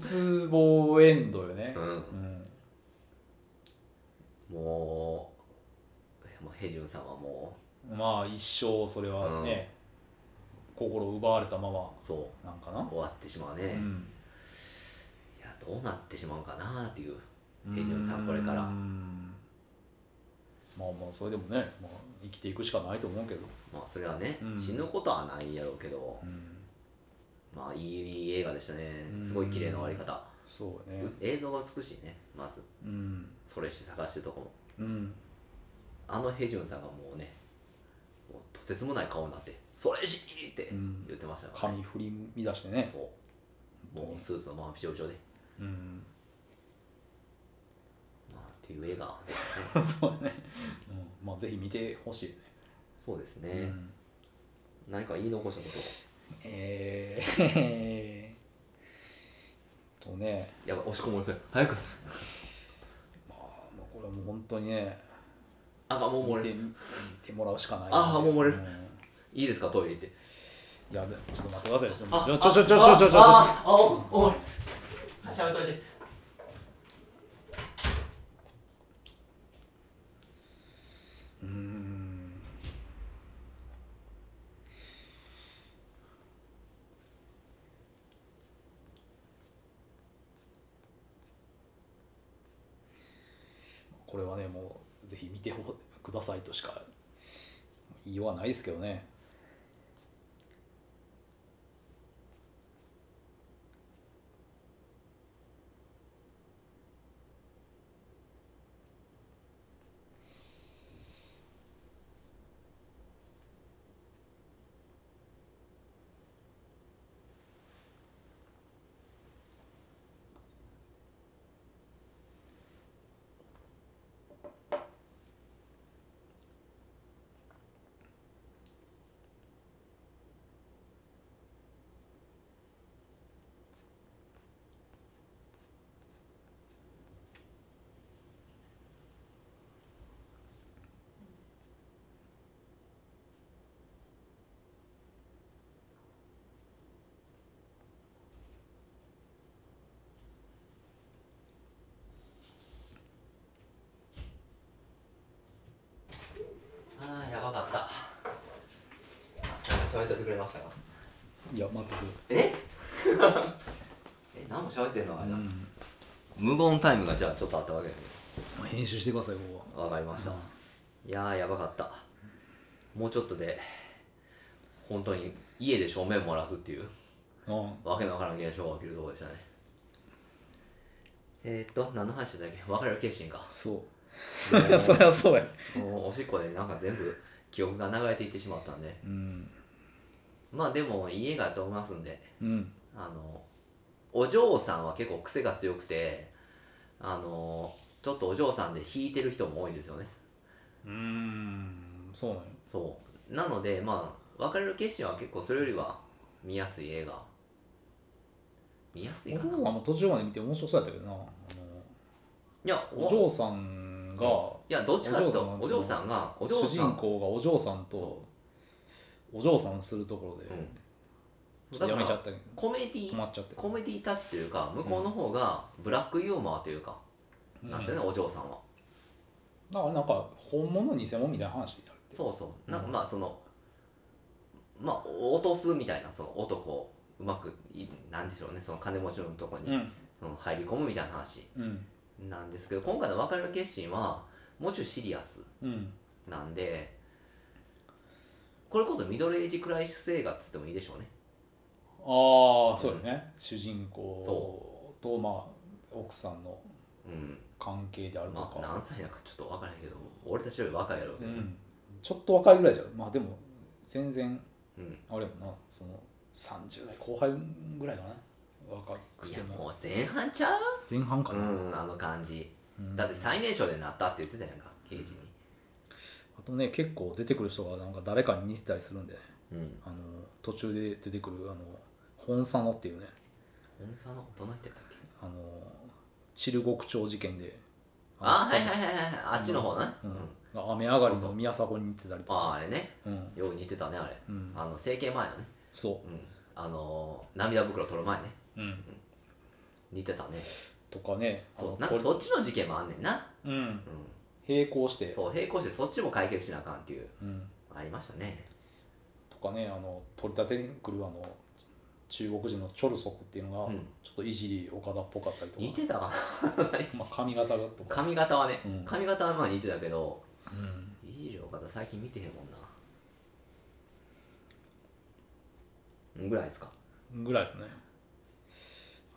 S3: 絶望エンドよね
S2: う、ん
S3: うん
S2: もうもうヘジュンさんはも
S3: まあ一生それはね、心を奪われたまま
S2: うそ
S3: なんか
S2: う
S3: な、
S2: 終わってしまうね、
S3: う
S2: い
S3: ん
S2: やどうなってしまうかなっていうヘジュンさんこれから
S3: うんまあまあそれでもね、まあ、生きていくしかないと思うけど、
S2: まあそれはね、
S3: うん
S2: 死ぬことはないやろうけど
S3: うん、
S2: まあいい映画でしたね
S3: うん
S2: すごい綺麗な終わり方、
S3: そうね
S2: う映像が美しいねまず
S3: うん
S2: それして探してるとこも
S3: うん
S2: あのヘジュンさんがもうねもうととてつもない顔になって「それし!」って
S3: うん
S2: 言ってましたから、ね
S3: 髪振り乱してね
S2: そうもうスーツのままびちょびちょで、
S3: うん
S2: まあ、っていう映画ですね
S3: そう ね、うん、まあぜひ見てほしいね、
S2: そうですね、
S3: うん
S2: 何か言い残したこと
S3: えーえーとね
S2: やばい押し込もうそれ早く
S3: あのこれはもう本当にね
S2: あもう漏
S3: 見
S2: れ
S3: て
S2: い
S3: 見てもらうしかない、
S2: あーもう漏れる
S3: ん
S2: いですかトイレ行って
S3: いやでもちょっと待ってください
S2: あ
S3: ちょちょちょちょちょちょちょ
S2: ああおおいしゃべっといて
S3: うーんこれはねもうぜひ見てほくださいとしか言いようはないですけどね
S2: あーやばかったなんか喋っといてくれましたか
S3: いや待って
S2: え え何も喋ってんのあれ、
S3: うん、
S2: 無言タイムがじゃあちょっとあったわけですね
S3: 編集してください ここ
S2: わかりました、いやーやばかったもうちょっとで本当に家で正面漏らすっていう
S3: はうん
S2: わけのわからん現象が起きるところでしたねえー、っと何の話だっけ別れる決心か
S3: そう そ
S2: も
S3: れはそうや
S2: うもうおしっこでなんか全部記憶が流れていってしまったんで
S3: うん
S2: まあでも家がと思いますんで
S3: うん
S2: あのお嬢さんは結構癖が強くてあのちょっとお嬢さんで弾いてる人も多いんですよね
S3: うんそうなんよ
S2: そうなのでまあ別れる決心は結構それよりは見やすい映画見やすいか
S3: 僕
S2: な
S3: もあの途中まで見て面白そうやったけどなあの
S2: いや
S3: お嬢さんが
S2: いやどっちかっていうと
S3: お
S2: お
S3: 嬢
S2: 嬢
S3: さ
S2: さんがお嬢さ
S3: 主人
S2: ん
S3: 公がお嬢さんと
S2: そ
S3: お嬢さんするところで
S2: うんだ
S3: ちょっと
S2: か
S3: やめちゃっ
S2: ら
S3: たけど
S2: コメディ
S3: 止まっちゃって
S2: コメディタッチというか向こうの方がブラックユーモアというか、なんですよね、お嬢さんは
S3: うんだからなんか本物偽物みたいな話になる
S2: そうそうなんかまあそのまあ落とすみたいなその男をうまくいなんでしょうねその金持ちのとこに、
S3: うん
S2: その入り込むみたいな話
S3: うん
S2: なんですけど今回の別れの決心はもうちょいシリアス
S3: うん
S2: なんでこれこそミドルエイジクライシス映画っつってもいいでしょうね
S3: ああそうよね主人公
S2: そ
S3: とまあ奥さんの
S2: うん
S3: 関係であると
S2: まあ
S3: か
S2: 何歳なんかちょっと分からへんけど俺たちより若いやろう
S3: う
S2: けど、
S3: んちょっと若いぐらいじゃんまあでも全然
S2: うん
S3: あれやもんなその30代後半ぐらいかな若く
S2: い
S3: て
S2: や
S3: も
S2: もう前半ちゃう
S3: 前半か
S2: う
S3: な、
S2: んあの感じ
S3: うん
S2: だって最年少でなったって言ってたやんか刑事に
S3: あとね結構出てくる人がなんか誰かに似てたりするんで、
S2: うん
S3: あの途中で出てくるあの本佐野っていうね
S2: 本さんのどの人やったっけ
S3: あの中国町事件で
S2: あ
S3: の
S2: はいはいはいはいあっちの方な、
S3: う
S2: うんん
S3: が雨上がりの宮迫に似てたりとか
S2: ああれね
S3: うん
S2: よう似てたねあれ、
S3: うん
S2: あの整形前のね
S3: そ
S2: うんあのー涙袋取る前ね
S3: う、うん、
S2: 似てたね
S3: とかねあ
S2: そ
S3: の
S2: うなん
S3: こ
S2: か
S3: れ
S2: そっちの事件もあんねんな、
S3: うん、
S2: う
S3: 並行して
S2: ん、そう並行してそっちも解決しなあかんっていう
S3: うん、
S2: ありましたね
S3: とかねあの取り立てに来るあの中国人のチョルソクっていうのが、
S2: うん
S3: ちょっといじり岡田っぽかったりとか
S2: 似てたか
S3: まあ、髪型がと
S2: な
S3: か、
S2: 髪型はね、
S3: うん
S2: 髪型はまあ似てたけど
S3: うん、
S2: いじり岡田最近見てへんもんなうんぐらいですか
S3: ぐらいですね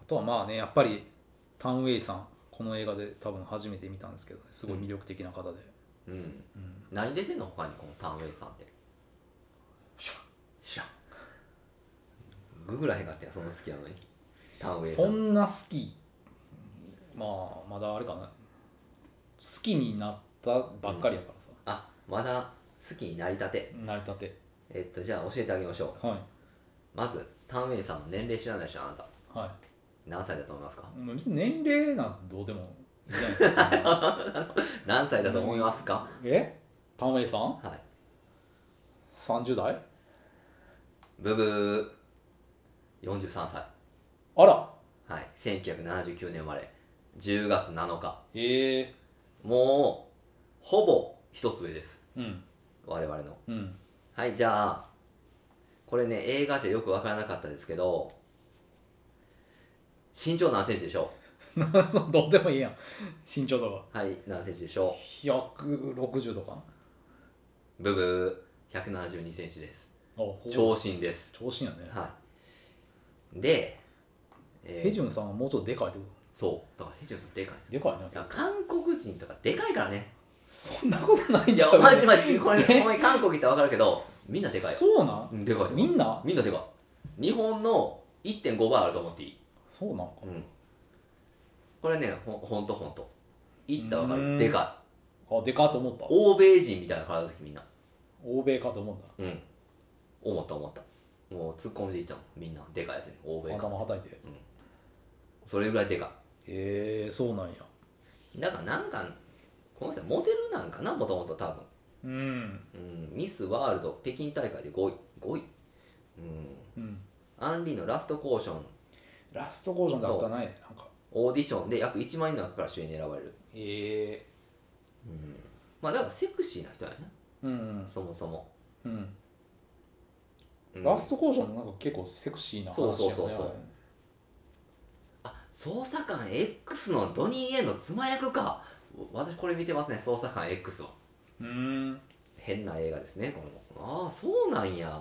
S3: あとはまあねやっぱりタン・ウェイさんこの映画で多分初めて見たんですけど、ね、すごい魅力的な方で、
S2: うん、何出てんの他にこのターンウェイさんってググらへんかったよそんな好きなのにターンウェイさ
S3: そんな好きまあまだあれかな好きになったばっかりやからさ、
S2: あまだ好きになりたて
S3: 成り立て
S2: えっとじゃあ教えてあげましょ
S3: は
S2: うまずターンウェイさんの年齢知らないでしょあなた
S3: いはい
S2: 何歳だと思いますか
S3: まあ別に年齢なんてどうでもいいじゃないです か
S2: 何歳だと思いますか、
S3: え田上さん
S2: はい
S3: 30代
S2: ブブー43歳
S3: あら
S2: はい1979年生まれ10月7日
S3: ええ
S2: もうほぼ一つ上です
S3: うん
S2: 我々の
S3: うん
S2: はいじゃあこれね映画じゃよくわからなかったですけど身長何センチでしょ
S3: どうでもいいやん身長とか
S2: うはい何センチでしょ
S3: 160とか
S2: うブブー172センチです
S3: あ
S2: 長身です
S3: 長身やね、
S2: はいで、えー
S3: ヘジュンさんはもっとでかいってこ
S2: そうだからヘジュンさんでかいです
S3: とでかいね
S2: だから韓国人とかでかいから ね
S3: そんなことない
S2: い
S3: じ
S2: や
S3: ゃん
S2: マジマジこれお前韓国行ったら分かるけどみんなでかい
S3: そうなん
S2: うんでかいでかい
S3: みんな
S2: みんなでかい日本の1.5倍あると思っていい、
S3: そうなんか
S2: うん、これねほほんとほんと行ったら分か
S3: うーん
S2: るでかい
S3: あでかと思った
S2: 欧米人みたいな体つきみんな
S3: 欧米かと思っ
S2: うん思った思ったもう突っ込みでいったもんみんなでかいですね欧
S3: た
S2: 米か
S3: 頭はたいて
S2: それぐらいでか
S3: へえそうなんや
S2: いだからなんかこの人はモデルなんかなもともと多分
S3: うん
S2: うん、ミスワールド北京大会で5位5位、うん、
S3: うん
S2: アンリーのラストコーション
S3: ラストコーションだったらないねなんか
S2: オーディションで約1万人の中から主演に選ばれる、
S3: へえ
S2: うん、まあだからセクシーな人やな
S3: うん
S2: そもそも、
S3: うん
S2: うん
S3: ラストコーションなんか結構セクシーな話やね
S2: そうそうそうそうあ捜査官 X のドニー・エンの妻役かわ私これ見てますね捜査官 X は
S3: うーん
S2: 変な映画ですねこれもああそうなんや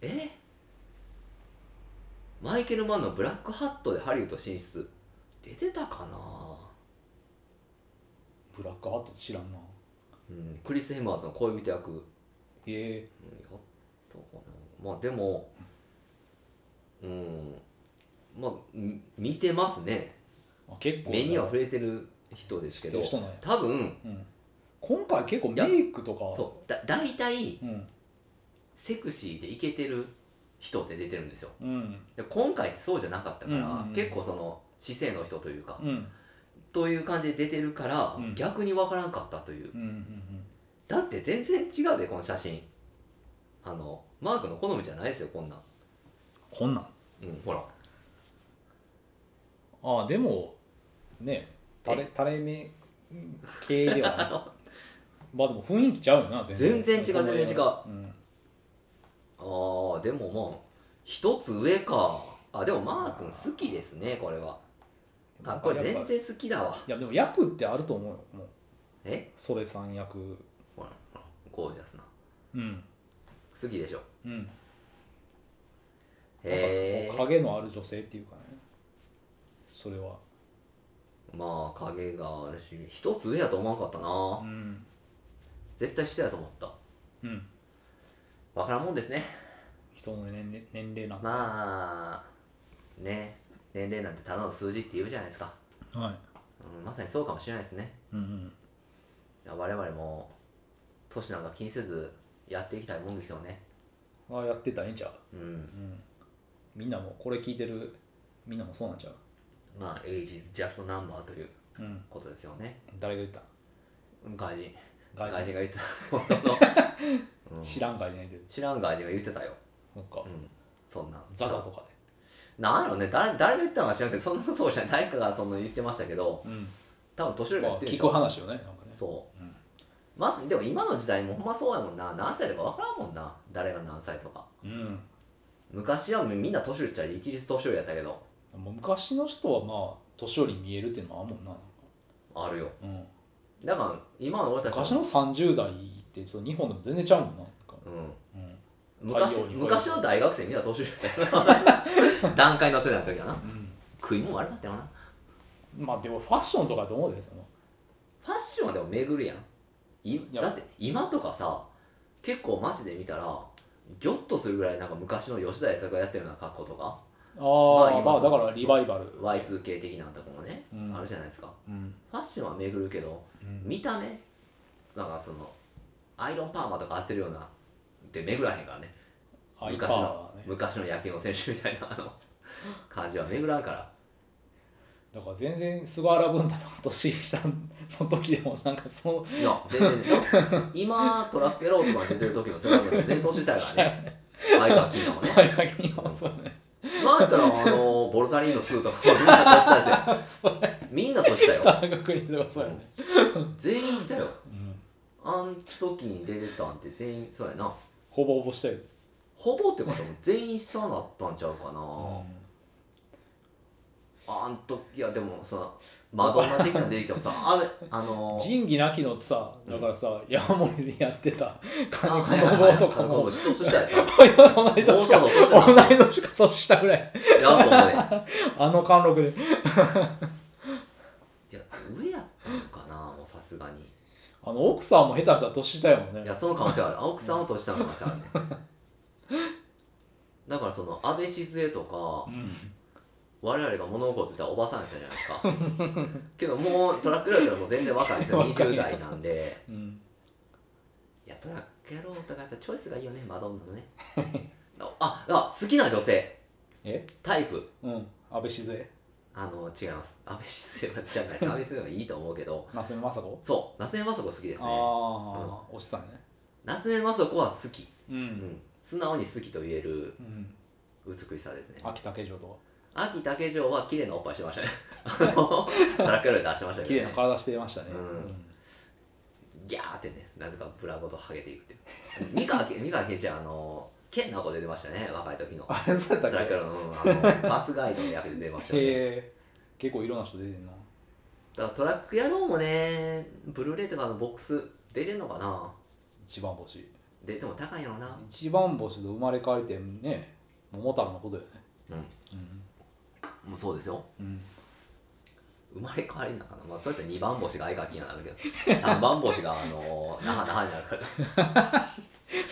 S2: えマイケル・マンの「ブラックハット」でハリウッド進出出てたかな
S3: ブラックハット知らんな
S2: うん、クリス・ヘマーズの恋人役、うん、や
S3: へえ
S2: ったかなまあでもうんまあみ見てますね
S3: あ結構
S2: 目には触れてる人ですけど
S3: 知ってる人なんや
S2: 多分
S3: うん今回結構メイクとか
S2: そうだ大体
S3: うん
S2: セクシーでイケてる人って出てるんですよ
S3: うん
S2: で今回ってそうじゃなかったから、
S3: うんうんうん
S2: 結構その姿勢の人というか、
S3: うん
S2: という感じで出てるから、
S3: うん
S2: 逆にわからんかったという
S3: うんうん
S2: だって全然違うでこの写真あのマークの好みじゃないですよこんなん
S3: こんなん
S2: うんほら
S3: あでもね垂れ垂れ目系 ではないまあでも雰囲気ちゃうよな
S2: 全然違う全然違う
S3: うん、
S2: ああでもまあ一つ上かあでもマー君好きですねこれはあこれ
S3: や
S2: 全
S3: っぱい
S2: 然好きだわ
S3: やでも役ってあると思うよもう
S2: え
S3: それさん役
S2: ほらほらゴージャスな
S3: うん
S2: 好きでしょ
S3: うん
S2: へ
S3: な
S2: え
S3: んかこう影のある女性っていうかねそれは
S2: まあ影があるし一つ上やと思わなかった
S3: う
S2: なん絶対下やと思った
S3: うん
S2: わからんもんですね
S3: 人の年齢年齢なんか
S2: まあね年齢なんてただの数字って言うじゃないですか、
S3: はい
S2: うん、まさにそうかもしれないですね
S3: うんうん
S2: 我々も年なんか気にせずやっていきたいもんですよね
S3: ああやってたらええんちゃう
S2: うん
S3: みんなもこれ聞いてるみんなもそうなんちゃう
S2: まあ Age is just a number という
S3: うん
S2: ことですよね
S3: 誰が言った
S2: 外人
S3: 外人
S2: 外人が言ってた ものの
S3: 知らん外人が言ってる
S2: 知らん外人が言ってたよ、
S3: そっか、
S2: うん、そんな
S3: ザザとか
S2: なんやろね誰誰が言ったのか知らんけどそんなそうじゃない誰かがその言ってましたけど
S3: で、うん
S2: 多分年寄りが
S3: ま
S2: 言っ
S3: あ、
S2: てるで
S3: 聞
S2: し
S3: く
S2: ょ、
S3: 話よねなんかね
S2: そう、
S3: うん
S2: まずでも今の時代もほんまそうやもんな何歳とか分からんもんな誰が何歳とか
S3: うん
S2: 昔はみんな年寄りっちゃ一律年寄りやったけど
S3: もう昔の人はまあ年寄りに見えるっていうのもあるもんな、
S2: あるよ
S3: うん、
S2: だから今の俺たち
S3: 昔の30代ってそう日本でも全然ちゃうもんななんか
S2: うん
S3: うん
S2: 昔
S3: 太陽に声を
S2: 昔の大学生みんな年寄りやったよな 段階の世代の時だな食い物悪かったよな
S3: まあでもファッションとかだと思うでその
S2: ファッションはでも巡るやんい
S3: や
S2: だって今とかさ結構マジで見たらギョッとするぐらいなんか昔の吉田栄作がやってるような格好とか
S3: あ
S2: まあ
S3: あ、
S2: 今
S3: まあ
S2: そ
S3: だ
S2: う
S3: からリバイバル。
S2: Y2K 的なとこもね、
S3: うん
S2: あるじゃないですか
S3: うん。
S2: ファッションは巡るけど
S3: うん
S2: 見た目なんかそのアイロンパーマとか合ってるようなって巡らへんからね
S3: あ
S2: 昔
S3: パ
S2: の
S3: ワーはね。
S2: 昔の野球の選手みたいなあの感じは巡らんから
S3: だから全然菅原文太の年下の時でもなんかその
S2: いや全然ね 今トラックやろうとか出てる時の世話全然年下やからね相川金のもね
S3: 前だけにはそうね。
S2: まあやったらあ のボルサリーノ2とかもみんな年下ですよ
S3: それ
S2: みんな年下よ
S3: 田中邦ではそうやね。
S2: 全員したよ
S3: うん。
S2: あん時に出てたんて全員そうやな
S3: ほぼほぼしたよ。
S2: ほぼってことも全員下だったんちゃうかな、
S3: う
S2: あんといやでもさマドンナ的なの出てきてもさ あれあ
S3: ん
S2: のー
S3: 仁義なきのさ、だからさ、山盛りでやってた金
S2: あ
S3: 子の棒とか
S2: はいはいはい
S3: も、
S2: 一つ下やったい
S3: 同じ年下、
S2: もうそろそろ年下
S3: 同じ年か年下ぐらい、
S2: やもうね
S3: あの貫禄で。
S2: いや上やったのかなもうさすがに
S3: あの奥さんも下手したら年下やもん
S2: い
S3: ね。
S2: やその可能性はある青木さんをとしたの可能性あるねだからその安倍静江とか
S3: うん。
S2: 我々が物心ついたおばさんやったじゃないですかけどもうトラックやったらもう全然若いですよ
S3: 若い
S2: 20代なんで
S3: うん。
S2: いやトラックやろうとかやっぱチョイスがいいよねマドンナの ねああ好きな女性
S3: え
S2: タイプ
S3: うん。安倍静江。
S2: あの違います安倍静江じゃない です安倍静江はいいと思うけど
S3: 夏目雅子
S2: そう夏目雅子好きですね
S3: ああ、おしさんね。
S2: 夏目雅子は好き、
S3: う。
S2: うんん、素直に好きと言える
S3: うん。
S2: 美しさですね
S3: 秋竹城とか。
S2: 秋竹城は綺麗なおっぱいしてま したねあのトラックロイド出してました
S3: 綺
S2: け
S3: 麗
S2: ど、
S3: な
S2: ね、
S3: 体してましたね。
S2: うんギャーってねなぜかブラごとハゲていくっていう美川 け美川憲一はあの剣の子出てましたね若い時の
S3: あれ、そうや
S2: ト
S3: った
S2: ラッ
S3: っ
S2: クロイドの,、うん、 あのバスガイドの役で出てましたよ
S3: け
S2: ね
S3: へえ。結構いろんな人出てんな。
S2: だからトラック野郎もねブルーレイとかのボックス出てんのかな
S3: 一番星。
S2: 出ても高いんやろな
S3: 一番星と生まれ変わりってね、桃太郎のことよね。
S2: うん
S3: うん。
S2: もうそうですよ
S3: うん。
S2: 生まれ変わりなんかな、まあ、そうやって2番星が相川金になるけど3番星があ のー、なはなはになるから、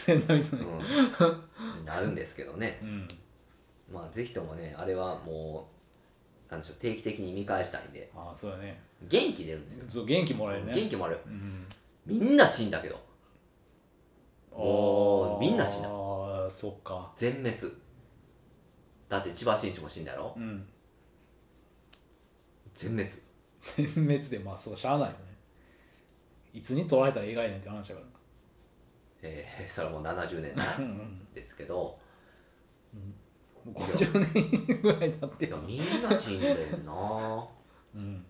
S3: 千代水ね。
S2: うん、なるんですけどね
S3: うん。
S2: まあぜひともねあれはもうなんでしょう定期的に見返したいんで
S3: ああ、そうだね。
S2: 元気出るんですよ、
S3: そう、元気もらえる
S2: 元
S3: ね。
S2: 気もある
S3: うん。
S2: みんな死んだけどおーみんな死んだ
S3: ああ、そっか。
S2: 全滅だって千葉真一も死んだやろ
S3: うん。
S2: 全滅
S3: 全滅でまあそうしゃあないよねいつに撮られた映画やねんって話だか
S2: えー、それはもう70年
S3: ら
S2: 前
S3: うんうん
S2: ですけど
S3: もう50年ぐらい経って
S2: いやみんな死んでんな
S3: うん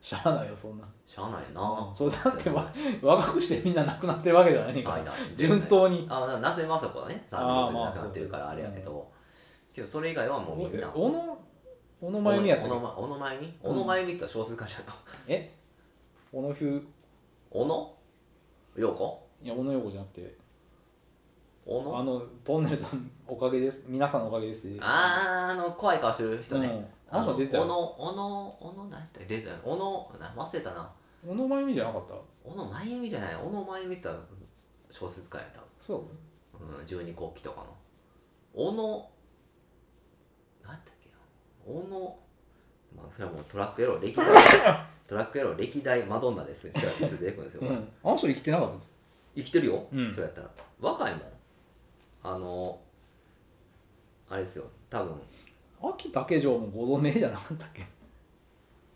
S3: しゃあないよそんな
S2: しゃあないな
S3: そうだってわ若くしてみんな亡くなってるわけじ ゃないねんか
S2: あい
S3: ら
S2: な
S3: 順当に
S2: あまあなぜまさこはね
S3: あ
S2: 36
S3: ー
S2: で
S3: まあ
S2: 亡くなってるからあれやけど、けどそれ以外はもうみんな
S3: おの小野真由美やったっけ
S2: おのまおのまゆみおのまゆみって小説家じゃん の
S3: え小野ひゅ
S2: おのようこ
S3: いや小野陽子じゃなくて
S2: お
S3: あ
S2: の
S3: のトンネルさんおかげです皆さんのおかげですって
S2: あーあの怖い顔してる人ね、
S3: うんあ
S2: あ
S3: の
S2: の
S3: 人出てた
S2: お
S3: よ
S2: のおのおの何やったっけ出てたよおのな忘れたな
S3: 小野真由美じゃなかった
S2: おのまゆみじゃないおのまゆみって言ったら小説家やった
S3: そう
S2: うん、十二国旗とかの小野なんだっけな小野まあそれはもうトラック野郎 歴代トラック野郎歴代マドンナですね調べて出てくるんですよ、
S3: うんあの人生きてなかった
S2: 生きてるよ、
S3: うん
S2: それやったら若いもんあのあれですよ多分
S3: 秋竹城もご存命じゃなかったっけ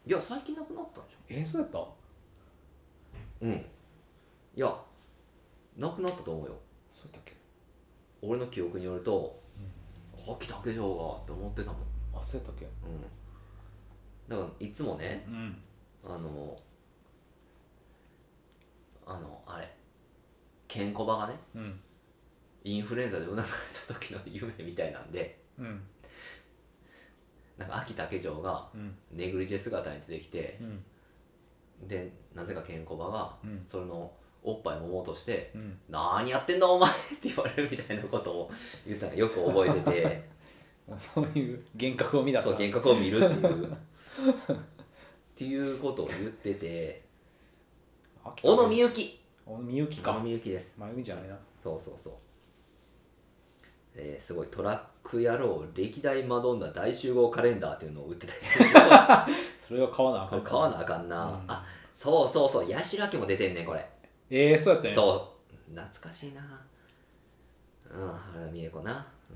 S2: いや最近亡くなったんじ
S3: えそうやった
S2: ゃんうんいや亡くなったと思うよ
S3: そうやったっけ
S2: 俺の記憶によると秋竹城がって思ってたもん、
S3: あそうやったっけ
S2: うん、だからいつもね、
S3: うん
S2: あのあのあれケンコバがね
S3: うん
S2: インフルエンザでうなされた時の夢みたいなんで
S3: うん
S2: なんか秋竹城が
S3: うん
S2: ネグリジェ姿に出てきて
S3: うん
S2: でなぜかケンコバが
S3: うん
S2: それのおっぱい揉もうとして
S3: うん
S2: 「何やってんだお前」って言われるみたいなことを言ったのよく覚えてて
S3: そういう幻覚を 見た
S2: そう幻覚を見るっていうっていうことを言ってて小野
S3: ゆ
S2: みゆき
S3: 小野みゆき
S2: 小野
S3: か
S2: みゆきです
S3: まゆみじゃないな
S2: そうそうそうえーすごいトラック野郎歴代マドンナ大集合カレンダーっていうのを売ってたりする
S3: それは買わなあ
S2: こ
S3: かん
S2: れ
S3: か
S2: 買わなあかんな、
S3: うん
S2: あそうそうそうヤシラ家も出てんねんこれ
S3: ええそうやったんや
S2: そう懐かしいなうん原田美恵子なう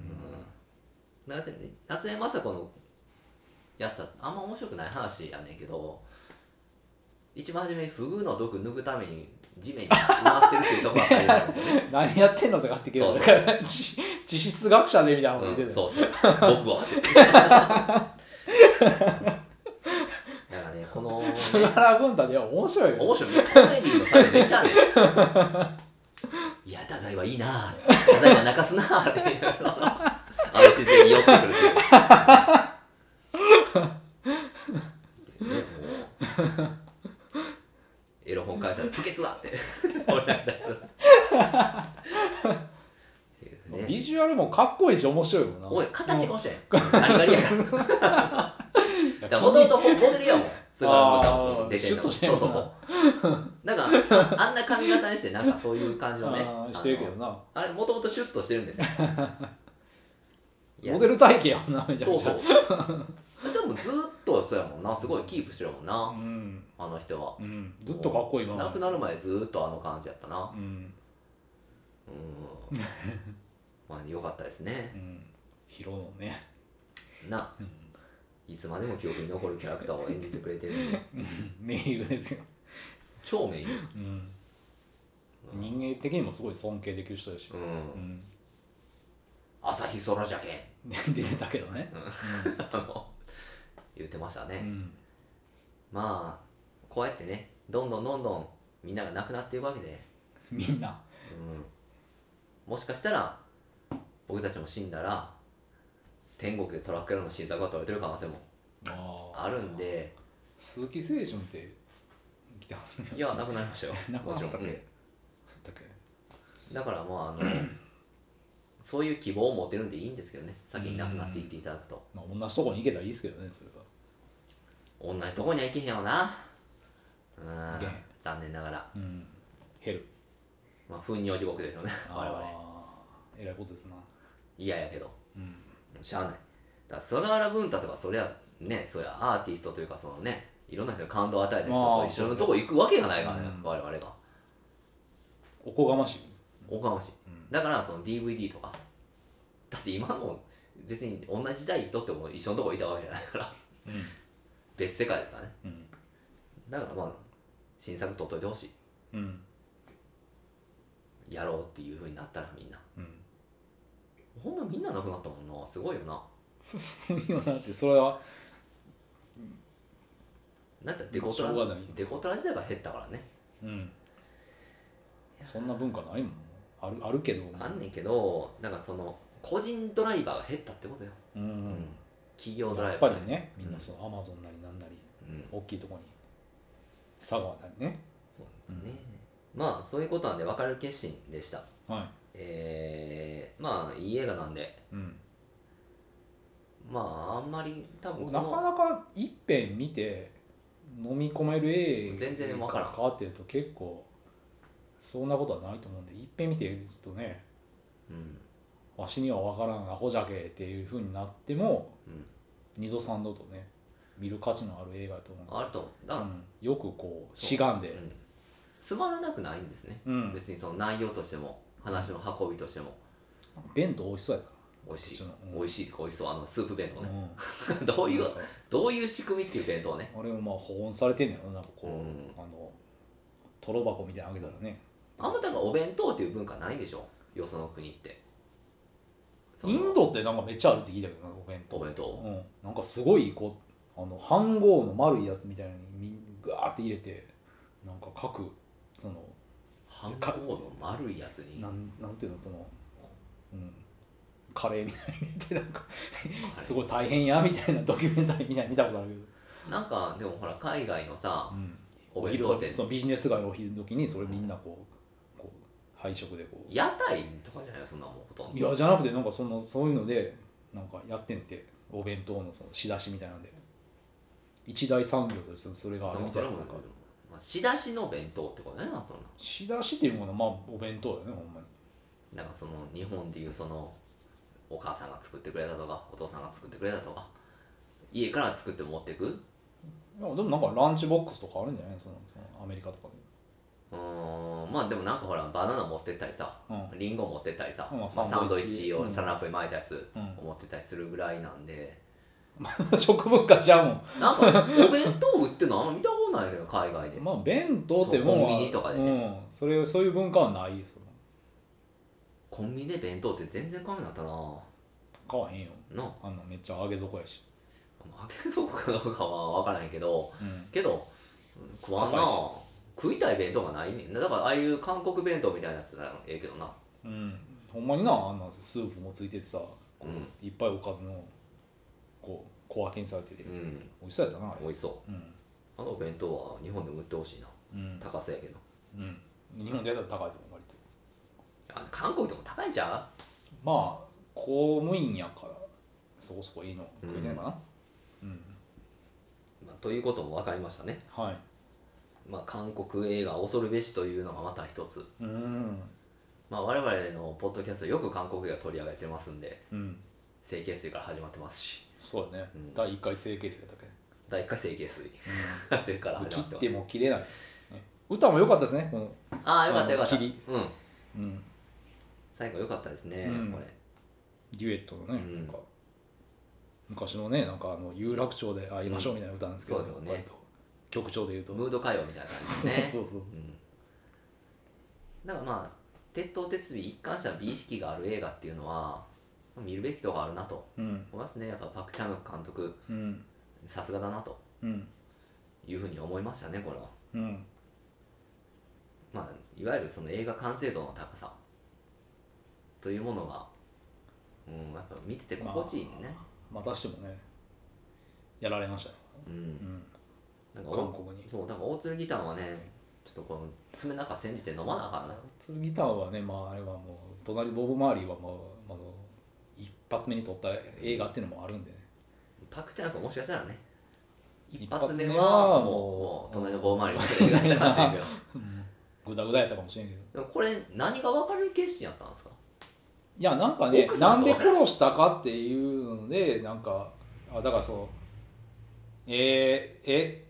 S2: ん、夏江夏江雅子のやつはあんま面白くない話やねんけど一番初めにフグの毒抜くために地面に埋まってるっていうとこがありなんですよね
S3: 何やってんのとかって聞い
S2: そう
S3: て
S2: そう
S3: だ から地地質学者でみたいなこと
S2: う
S3: 言って
S2: ん、
S3: たよ
S2: そう そう僕はってだからねこ のね
S3: 菅原文太では面白いよ
S2: 面白いねコメディの最後めっちゃあんねんいや太宰はいいな太宰は泣かすなっていうのあの自然に寄ってくるっていうねもうエロ本返したら不潔だって俺らだっ ていうね
S3: ビジュアルもかっこいいし面白いもんな
S2: おい形がおしゃ れガリガリやから
S3: いや
S2: だもともとモデルやもん。すごいもう多
S3: あー
S2: 分出てるの
S3: シュッとしてん
S2: そ
S3: の
S2: うそ
S3: か
S2: うそ
S3: な
S2: う。なんかあ あんな髪型にしてなんかそういう感じのね
S3: あ。ーしてるけど
S2: あの
S3: な
S2: あれもともとシュッとしてるん ですよ。いや
S3: モデル体型やもんなめちゃ
S2: そ
S3: く
S2: う
S3: ち
S2: そ
S3: ゃ
S2: う。でもずっとそうやもんな。すごいキープしてるもんな。
S3: ん
S2: あの人は。
S3: うんずっとかっこいいもん
S2: 亡くなる前ずっとあの感じやったな。
S3: うん
S2: う ん。まあ良かったですね
S3: う。ん拾うのね
S2: な。いつまでも記憶に残るキャラクターを演じてくれてるんで
S3: うん 名優ですよ
S2: 超名優。
S3: うん人間的にもすごい尊敬できる人でし
S2: う。
S3: ょうんん
S2: 朝日空じゃけん。
S3: 出てたけどね
S2: あの 言ってましたね、
S3: うん
S2: まあこうやってねどんどんどんどんみんなが亡くなっていくわけで、
S3: みんな
S2: うん、もしかしたら僕たちも死んだら天国でトラック野郎の新作が取れてる可能性もあるんで
S3: 鈴木清純って来た
S2: いや亡くなりましたよ
S3: 亡く
S2: も
S3: な
S2: ち
S3: っ
S2: ろん、
S3: たっけ
S2: うん
S3: だっけ
S2: だからま ああのそういう希望を持てるんでいいんですけどね先に亡くなっていっていただくと
S3: まあ同じとこに行けたらいいですけどねそれは
S2: 同じとこには行けへんよなうん
S3: けへん
S2: 残念ながら
S3: うん減る
S2: まあ糞尿地獄でしょうね我々
S3: あーえらいことですな
S2: 嫌やけど
S3: うん
S2: しゃあないだから菅原文太とかそりゃねそうやアーティストというかそのねいろんな人に感動を与えた人と一緒のとこ行くわけがないからね、
S3: うん
S2: 我々が
S3: おこがましい
S2: おこがましい、だからその DVD とかだって今の別に同じ時代とっても一緒のとこいたわけじゃないから
S3: うん
S2: 別世界だからね
S3: うん
S2: だからまあ新作撮っといてほし
S3: うん
S2: いやろうっていうふうになったらみんな
S3: うん
S2: ほんまみんな亡くなったもんなすごいよな
S3: そういうのなんてそれは
S2: なんてデコトラ
S3: しょうがない
S2: デコトラ時代が減ったからね
S3: うんそんな文化ないもんあるあるけど
S2: あんねんけどなんかその個人ドライバーが減ったってことよ
S3: うんうん
S2: 企業ドラ
S3: や
S2: イ
S3: っ
S2: バ
S3: ぱ
S2: ー
S3: りねみんな
S2: そ
S3: そのアマゾンなりなんなり
S2: うん、うん
S3: 大きいとこに佐川なりね
S2: そうですね、まあそういうことなんで別れる決心でした
S3: は
S2: えー、まあいい映画なんで
S3: いうん
S2: まああんまり多分こ
S3: なか
S2: の
S3: なか一遍見て飲み込める映画
S2: 全然わからん
S3: 変わってると結構そんなことはないと思うんで一遍見てちょっとね
S2: うん
S3: わしにはわからんアホじゃけっていうふうになっても、
S2: うん
S3: 二度三度とね見る価値のある映画だと思う
S2: あると思うだ、
S3: うん、よくこう志願
S2: う
S3: で
S2: んつまらなくないんですね、
S3: うん
S2: 別にその内容としても話の運びとしても
S3: 弁当美味しそうやっ
S2: 美味しい
S3: そっちのうん
S2: 美味しいとか美味しそうあのスープ弁当
S3: たな、
S2: ね、
S3: うん
S2: どういう
S3: なんか
S2: どういう仕組みっていう弁当ね
S3: あれもまあ保温されてんねやろなんかこう、
S2: うん
S3: あのとろ箱みたいなのあげたらね
S2: あんまだからお弁当っていう文化ないでしょよその国ってその
S3: インドってなんかめっちゃあるって聞いたけどなお弁当
S2: お弁当、
S3: うん、なんかすごいこうあの飯盒の丸いやつみたいなのにみガーって入れてなんか各その
S2: ハンバーグの丸いやつに
S3: なんなんていうのその、うん、カレーみたいに入れてなんか
S2: あれ
S3: すごい大変やみたいなドキュメンタリーみたいなの見たことあるけど、
S2: なんかでもほら海外のさ
S3: うん、
S2: お弁当って
S3: そのビジネス街のお昼時にそれみんなこうこう配食でこう
S2: 屋台とかじゃないよそんなもんほとん
S3: い
S2: ど
S3: やじゃなくてなんかそのそういうのでなんかやってんてお弁当のその仕出しみたいなんで一大産業としてそれがあ
S2: で
S3: るみ
S2: もそ
S3: たい
S2: れ
S3: な
S2: もなんかまあ仕出しの弁当ってことだよなそんな
S3: 仕出しっていうものはまあお弁当だよねほんまに
S2: なんかその日本でいうそのお母さんが作ってくれたとかお父さんが作ってくれたとか家から作って持ってく
S3: でもなんかランチボックスとかあるんじゃないそのそのアメリカとか
S2: うーんまあでもなんかほらバナナ持ってったりさ、
S3: う
S2: リンゴ持ってったりさ、
S3: うん
S2: まあ、サンドイッチ
S3: う
S2: を
S3: ん
S2: サランラップに巻いたやつ
S3: うん
S2: を持ってたりするぐらいなんで、
S3: で 食文化ちゃうもん
S2: なんかお弁当売ってるのあんま見たことないけど海外で
S3: まあ弁当ってもん
S2: そ
S3: は
S2: うコンビニとかでね
S3: うん、それそういう文化はないよそれ
S2: コンビニで弁当って全然買わなかったな
S3: 買わへんよ
S2: なあ
S3: あんなめっちゃ揚げ底やし、
S2: まあ揚げそうかどうかは分からへんけど
S3: うん、
S2: けどうん食わんな
S3: 高いし
S2: 食いたい弁当がないねんなだからああいう韓国弁当みたいなやつだらええけどな
S3: うん、ほんまになあんなスープもついててさ
S2: うん
S3: いっぱいおかずのこう小分けにされてて
S2: うん
S3: 美味しそうやったなあれ
S2: 美味しそ
S3: うん
S2: うあの弁当は日本でも売ってほしいな
S3: うん、
S2: 高さやけど
S3: うん、日本でやったら高いと思われて
S2: あ韓国でも高いんちゃ
S3: まあ公務員やからそこそこいいの
S2: うん
S3: 食いたいかなうん、
S2: う、まあ、ということも分かりましたね、
S3: はい
S2: まあ、韓国映画「恐るべし」というのがまた一つ、
S3: うん
S2: まあ、我々のポッドキャストよく韓国映画取り上げてますんで
S3: うん
S2: 整形水から始まってますし
S3: そうだね、
S2: うん
S3: 第1回整形数やったっけ
S2: 第1回整形水
S3: う
S2: でから
S3: ん
S2: 始
S3: 切
S2: まって
S3: っ
S2: ます
S3: ても切れない、ね歌も良かったですねこの、
S2: ああよかったよかった
S3: あの切
S2: うん
S3: うん、
S2: 最後よかったですね、
S3: うん
S2: これ
S3: デュエットのね、
S2: うん
S3: なんか昔のねなんかあの有楽町で会いましょうみたいな歌なんですけど、
S2: うんそうですよね
S3: 割と曲調で言うと
S2: ムード歌謡みたいな感じですね
S3: そうそうそう
S2: うん、だからまあ鉄頭鉄尾一貫した美意識がある映画っていうのは見るべきとこあるなと
S3: うん
S2: 思いますねやっぱパク・チャヌク監督
S3: うん
S2: さすがだなと
S3: うん
S2: いうふうに思いましたねこれは
S3: うん
S2: まあいわゆるその映画完成度の高さというものがうんやっぱ見てて心地いいね、
S3: またしてもねやられましたね、
S2: うん
S3: うん、
S2: なんか
S3: 韓国に
S2: そうだから大鶴ギターはねちょっとこの爪中煎じて飲まなあかんな
S3: ツルギターはねまああれはもう隣ボブ・マーリーはもう、まあ、一発目に撮った映画っていうのもあるんでね
S2: パクチャンクもしかしたらね一
S3: 一
S2: 発
S3: 発
S2: 目
S3: 目
S2: は
S3: は
S2: もうも
S3: も
S2: う
S3: う
S2: 隣の棒回りの手がいたかもしれんけど
S3: グダグダやったかもしれんけど
S2: でもこれ何が分かる決心やったんですか
S3: いやなんかね
S2: 奥さ
S3: なんん
S2: と
S3: で殺したかっていうのでなんかあだからそうえー、え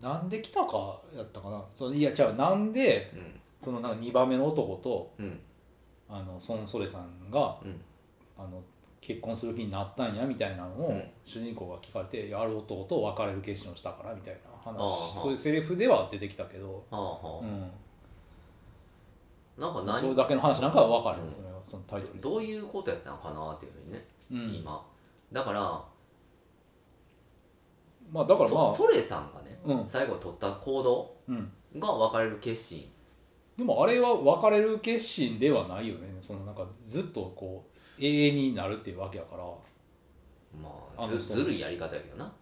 S3: なんで来たかやったかなそういや違うなんで
S2: う
S3: そのなんか2番目の男と
S2: んうん
S3: あのソン・ソレさんが
S2: うん
S3: あの結婚する気になったんやみたいなの
S2: う
S3: を
S2: ん
S3: 主人公が聞かれて、いやある男と別れる決心をしたからみたいな
S2: ああ
S3: 話そういうセリフでは出てきたけど、
S2: はあ
S3: う
S2: は
S3: ん、
S2: あなんか
S3: それ
S2: 何
S3: だけの話なんかは分からへん、
S2: うん
S3: それはそのタイトルで、
S2: どういうことやったのかなっていうふうにね
S3: うん
S2: 今だから
S3: まあ、だからまあ
S2: そソレさんがね
S3: うん
S2: 最後取った行動
S3: うん
S2: が別れる決心
S3: でもあれは別れる決心ではないよねそのなんかずっとこう永遠になるっていうわけやから
S2: まあ
S3: あ
S2: ず
S3: そう
S2: ずるいやり方やけどな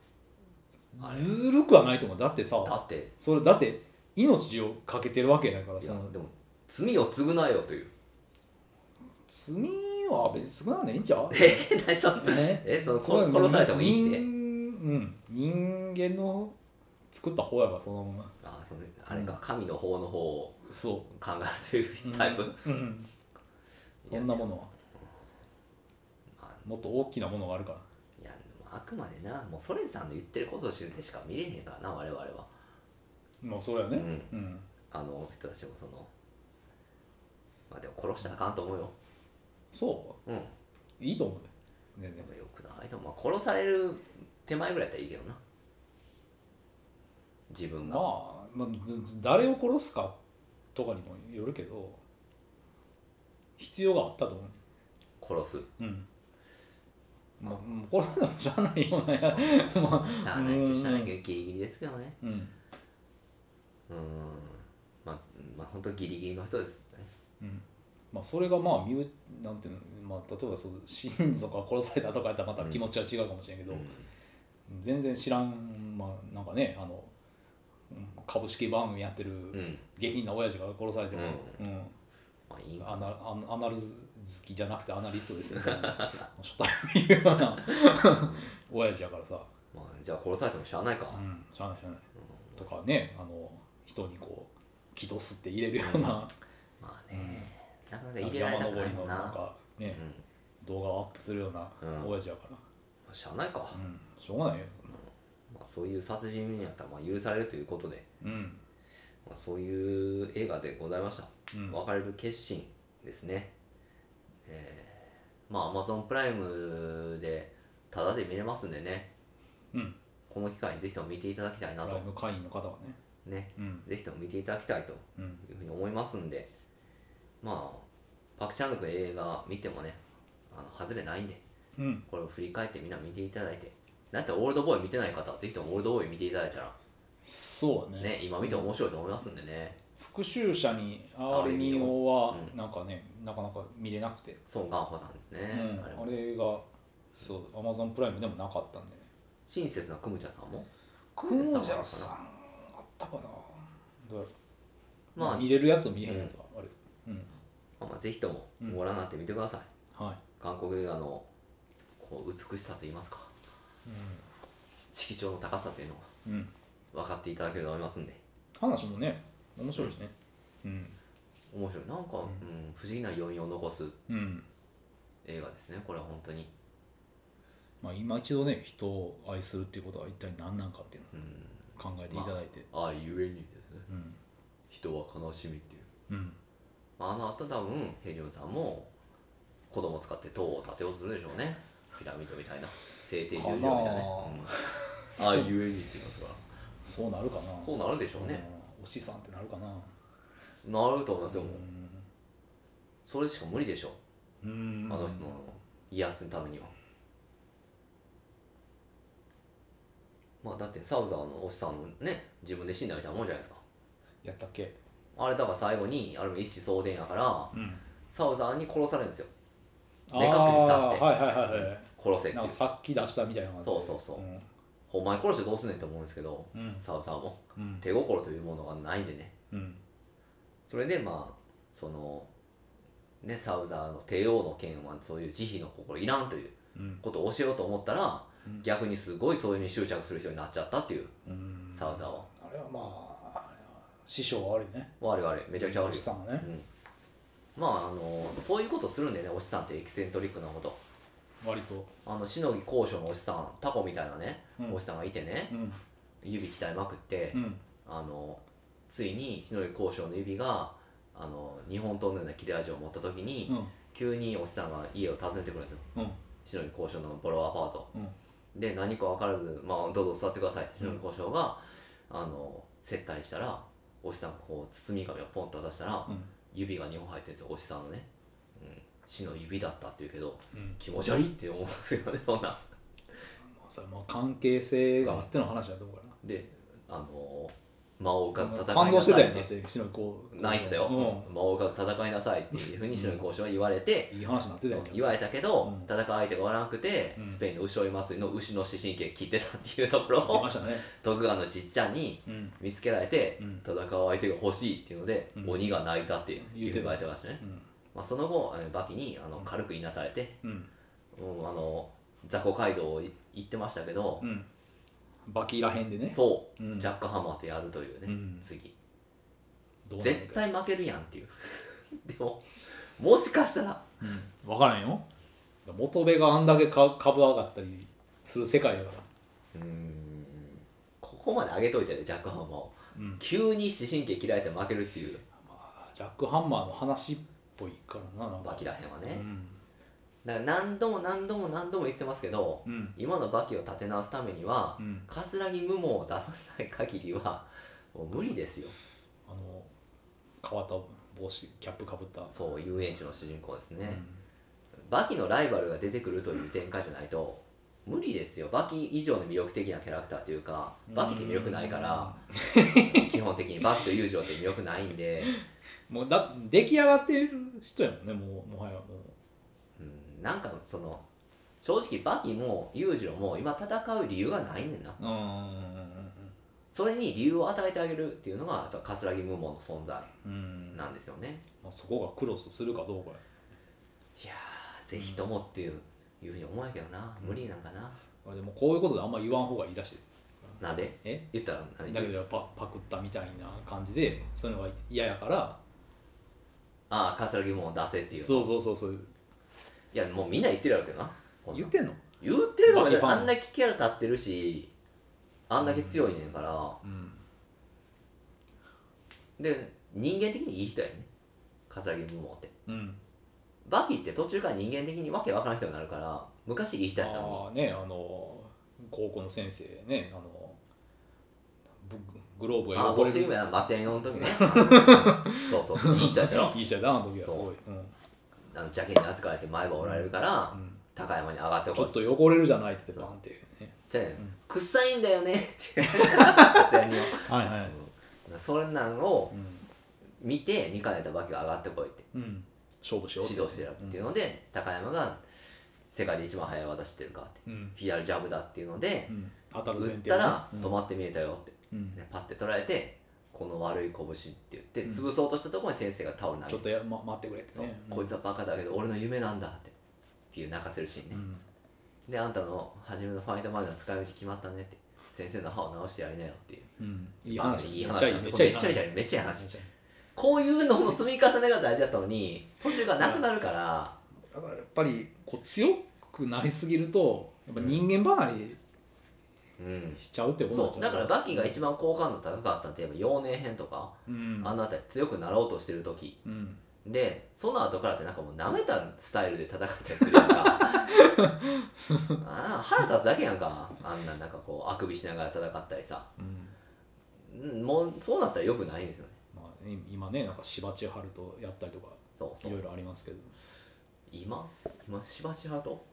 S2: あれ
S3: ずるくはないと思うだって
S2: だ
S3: さ
S2: って
S3: それだって命を懸けてるわけやから
S2: いや
S3: その
S2: でも罪を償えよと いう
S3: 罪は別に少ないんでいいんちゃう
S2: え何その
S3: ね
S2: えその
S3: それは
S2: 殺殺されてもいいって
S3: 人,、うん、人間の作った方やからそのまま
S2: あそれあれか、神の方の方を
S3: そ
S2: 考えてる
S3: う
S2: タイプ、
S3: うんうん
S2: い
S3: そ
S2: や
S3: んなものは
S2: まあ
S3: もっと大きなものがあるから
S2: いやまああくまでなもうソ連さんの言ってることを知ってしか見れへんからな我々は
S3: まあそれはねうん、
S2: あの人たちもそのまあでも殺したらあかんと思うよ
S3: そ
S2: うんで
S3: ういいと思うねねね
S2: もよくないと思う、まあ、殺される手前ぐらいやったらいいけどな自分が、
S3: まあ、まあ、ずず誰を殺すかとかにもよるけど必要があったと思う、
S2: 殺す
S3: うんまあ、もう殺さないとしゃあないようなや、 まあ
S2: しゃあないっちゃ
S3: うん
S2: しゃあないけどギリギリですけどね
S3: うん
S2: うんまあまあ本当ギリギリの人ですね
S3: うんまあ、それがまあ身内なんていうの、まあ、例えばそう親族が殺されたとかやったらまた気持ちは違うかもしれんけど、全然知らん、まあ、なんかねあのうん株式番組やって
S2: うん、う
S3: る
S2: ん
S3: 下品な親父が殺されても、うん、
S2: まあいいんか
S3: アナアナアナル好きじゃなくてアナリストですね 初対面で言うような親父やからさ、
S2: まあ、じゃあ殺されてもしゃあないか、
S3: うん、しゃあないしゃあないとかねあの人にこう気とすって入れるような
S2: まあね、なかなか入れられ
S3: 山
S2: たくな
S3: 登
S2: い
S3: り
S2: も
S3: の
S2: ん
S3: なん
S2: な。
S3: かね
S2: う
S3: 動画をアップするような
S2: うん
S3: 親父やから、
S2: まあしゃあないか、
S3: うんしょうがないよそんな
S2: まあ、そういう殺人にあったらまあ許されるということで、
S3: うん
S2: まあ、そういう映画でございました、
S3: うん
S2: 別れる決心ですねえー、まあ Amazon プライムでタダで見れますんでね
S3: うん
S2: この機会にぜひとも見ていただきたいな
S3: プラ
S2: と
S3: イム会員の方はね
S2: ね
S3: うん
S2: ぜひとも見ていただきたいと
S3: うん
S2: いうふうに思いますんでまあパクチャンドクの映画見てもねあの外れないんで
S3: うん
S2: これを振り返ってみんな見ていただいてだってオールドボーイ見てない方はぜひともオールドボーイ見ていただいたら
S3: そうだね
S2: ね今見ても面白いと思いますんでね
S3: 復讐者に R2 をはなんかね、なかなか見れなくて、
S2: 孫ンホさんです
S3: う
S2: ね、
S3: ん、
S2: あれ
S3: あ
S2: も
S3: れがそう Amazon プライムでもなかったんでね
S2: 親切なクムチャさんも
S3: クモジャさんあったかなどうやろう
S2: まあ
S3: 見れるやつと見れへんやつはあるうん、
S2: まあまあぜひともご覧になってみてください、
S3: はい、
S2: 韓国映画のこう美しさといいますか色調の高さというの
S3: うんうん、
S2: が分かっていただけると思いますんで
S3: 話もね面白いしねうん
S2: 面白いなんか、うん不思議な余韻を残す
S3: うん
S2: 映画ですねこれは本当に
S3: まあ、今一度ね人を愛するっていうことは一体何なんかっていう
S2: うん
S3: のを考えていただいて、
S2: ああゆえにですね
S3: うん
S2: 人は悲しみっていう、
S3: うん
S2: まあ、あの後多分ヘジュンさんも子供使って塔を建てようとするでしょうねピラミッドみたいな聖帝十字路
S3: かな
S2: みたいなね、うん、ああゆえにって言いますから
S3: そうなるかな
S2: そうなるでしょうね、
S3: うんお資産ってなるかな
S2: なると思いますよ
S3: う
S2: もうんそれしか無理でしょ
S3: うん
S2: あの人の癒やすためにはまあだってサウザーのおっさんもね自分で死んだみたいなもんじゃないですか
S3: やったっけ
S2: あれだから最後にあれも一子相伝やから
S3: うん
S2: サウザーに殺されるんですよ
S3: あ
S2: 目隠しさせて
S3: ーはいはいはいはい
S2: 殺せってい
S3: なん
S2: う
S3: かさっき出したみたいな感じで
S2: そうそうそう
S3: うん
S2: お前殺してどうすんねんと思うんですけど
S3: うん
S2: サウザーも
S3: うん
S2: 手心というものがないんでね
S3: うん
S2: それでまあそのねサウザーの帝王の剣はそういう慈悲の心いらんという
S3: うん
S2: ことを教えようと思ったら、
S3: うん
S2: 逆にすごいそういうのに執着する人になっちゃったっていう
S3: うん
S2: サウザーは
S3: あれはまああれは師匠は悪いね
S2: 我々めちゃくちゃ悪い
S3: お
S2: よ
S3: 資産はね
S2: うん、まああのそういうことするんでねおっさんってエキセントリックなこと
S3: 割と
S2: あのしのぎ高所のおっさんタコみたいなね、
S3: うん
S2: おっさんがいてね
S3: うん
S2: 指鍛えまくって、
S3: うん
S2: あのついにしのぎ高所の指があの日本刀のような切れ味を持った時に、
S3: うん
S2: 急におっさんが家を訪ねてくるんですよ
S3: うん
S2: しのぎ高所のボロアパート
S3: うん
S2: で何か分からず「まあ、どうぞ座ってください」って白の交渉が、あの接待したらおじさんがこう包み紙をポンと出したら、
S3: うん
S2: 指が2本入ってるんですよおじさんのね、うん、死の指だったっていうけど
S3: うん
S2: 気持ち悪いって思うんですよねそんな
S3: まあそれはまあ関係性があっての話だと思うからな
S2: であの間を浮かず戦いなさい
S3: 感動してたよねだって篠井こう
S2: 泣いてたよ、
S3: う
S2: 間を浮かず戦いなさいっていうふうに白の交渉は言われて、
S3: んいい話になってたよね
S2: 言われたけど、
S3: うん
S2: 戦う相手がおらなくて、
S3: うん
S2: スペインの牛追いますの牛の視神経切ってたっていうと ころ
S3: 言って
S2: を
S3: ましたね
S2: 徳川のじっちゃんに
S3: うん
S2: 見つけられて、
S3: うん
S2: 戦う相手が欲しいっていうので、
S3: うん
S2: 鬼が泣いたっていう
S3: 言うてた
S2: 言われてましたね、
S3: うん
S2: まあ、その後あのバキにあの軽くいなされて、
S3: うん
S2: うんあの雑魚街道をい行ってましたけど、
S3: うんバキらへんでね
S2: そう、
S3: うん
S2: ジャックハンマーとやるというね、
S3: うん
S2: 次
S3: どうなるのか
S2: 絶対負けるやんっていう でももしかしたら
S3: うん分からんよ元部があんだけか株上がったりする世界だから
S2: うんここまで上げといてねジャックハンマーを
S3: うん
S2: 急に視神経切られて負けるっていう
S3: まあジャックハンマーの話っぽいからななんか
S2: バキらへんはね、
S3: うん
S2: だから何度も何度も何度も言ってますけど
S3: うん
S2: 今のバキを立て直すためには、
S3: うん
S2: 葛城無毛を出さない限りはもう無理ですよ
S3: あの変わった帽子キャップかぶった
S2: そう遊園地の主人公です
S3: う
S2: ね、
S3: ん
S2: バキのライバルが出てくるという展開じゃないと無理ですよバキ以上の魅力的なキャラクターというかバキって魅力ないから基本的にバキと友情って魅力ないんで、
S3: もうだ出来上がってる人やもんねもうもはやも
S2: うん、なんかその正直バキも裕次郎も今戦う理由がないねんな
S3: ううん
S2: それに理由を与えてあげるっていうのがやっぱ葛城無毛の存在
S3: うん
S2: なんですよね
S3: まあ、そこがクロスするかどうかや
S2: いやーぜひともっていう,、いうふうに思うけどな無理なんかな、
S3: まあでもこういうことであんま言わん方がいいらしい
S2: なんで
S3: え
S2: 言ったら何
S3: だけどパパクったみたいな感じでそういうのが嫌やから
S2: ああ、カツラギも出せっていう。
S3: そうそうそうそう
S2: いやもうみんな言ってるやろうけどなこんなん
S3: 言ってんの
S2: 言ってるかも
S3: バケファン
S2: あんだけキャラ立ってるしあんだけ強いねんから、
S3: うん
S2: で人間的にいい人やね葛城無毛って
S3: うん
S2: バキって途中から人間的にわけわからん人になるから昔いい人やったのに
S3: ああねあの高校の先生ねあのブグローブ
S2: あ
S3: が
S2: あ、
S3: 汚
S2: ボ
S3: れ
S2: クシング
S3: る
S2: やな、祭りの 時ね。そうそう、いい人やったろ。
S3: いいじゃんなあの時はすごい、うん
S2: あの邪険に扱われて前歯折られるから、
S3: うん
S2: 高山に上がって
S3: ち
S2: こ
S3: ょ
S2: い
S3: っ。と汚れるじゃないってバンって、ね、
S2: じゃあね
S3: ん、
S2: 臭いんだよねって。祭りを
S3: はいはい
S2: うんそんなんを
S3: うん、
S2: 見て、見かねたバキが上がってこいって
S3: うん、勝負しよう
S2: 指導してやるっていうので、高山が世界で一番速い技知ってるかって。
S3: うん、
S2: 左ジャブだっていうので
S3: う、ん、当たる
S2: 打
S3: 前
S2: っ
S3: 提
S2: たら
S3: ね
S2: 止まって見えたよって。
S3: うんうん
S2: でパッて捉えて、この悪い拳って言って、潰そうとしたところに先生がタオル投げ
S3: ち
S2: て
S3: ょっ。とや、ま、待ってくれって
S2: そう
S3: ね
S2: こいつはバカだけど俺の夢なんだってっていう泣かせるシーン
S3: う
S2: ね、
S3: ん
S2: であんたの初めのファイト前の使い道決まったねって先生の歯を直してやりなよっていう
S3: うん、いい
S2: バカ
S3: 話
S2: でいい
S3: めっちゃ
S2: 話
S3: いい
S2: なんで
S3: めっ
S2: す
S3: ちゃ
S2: め
S3: いい
S2: っちゃいい話めっちゃいい
S3: めっ
S2: 話
S3: ちゃいい
S2: こういうのの積み重ねが大事だったのに途中がなくなるから
S3: だからやっぱりこう強くなりすぎるとやっぱ人間離れ
S2: うん
S3: しちゃうってことになっ
S2: そ
S3: ちゃ
S2: う
S3: う
S2: だからバキが一番好感度高かったって言えば幼年編とか、
S3: うん
S2: あの辺り強くなろうとしてる時
S3: うん
S2: でその後からってなんかもう舐めたスタイルで戦ったりするやんか ああ腹立つだけやんかあんななんかこうあくびしながら戦ったりさ
S3: うん
S2: うんもうそうなったらよくないんですよね
S3: まあね、今ねなんか芝千春とやったりとか
S2: そうそ
S3: いろいうろありますけど
S2: 今今芝千春と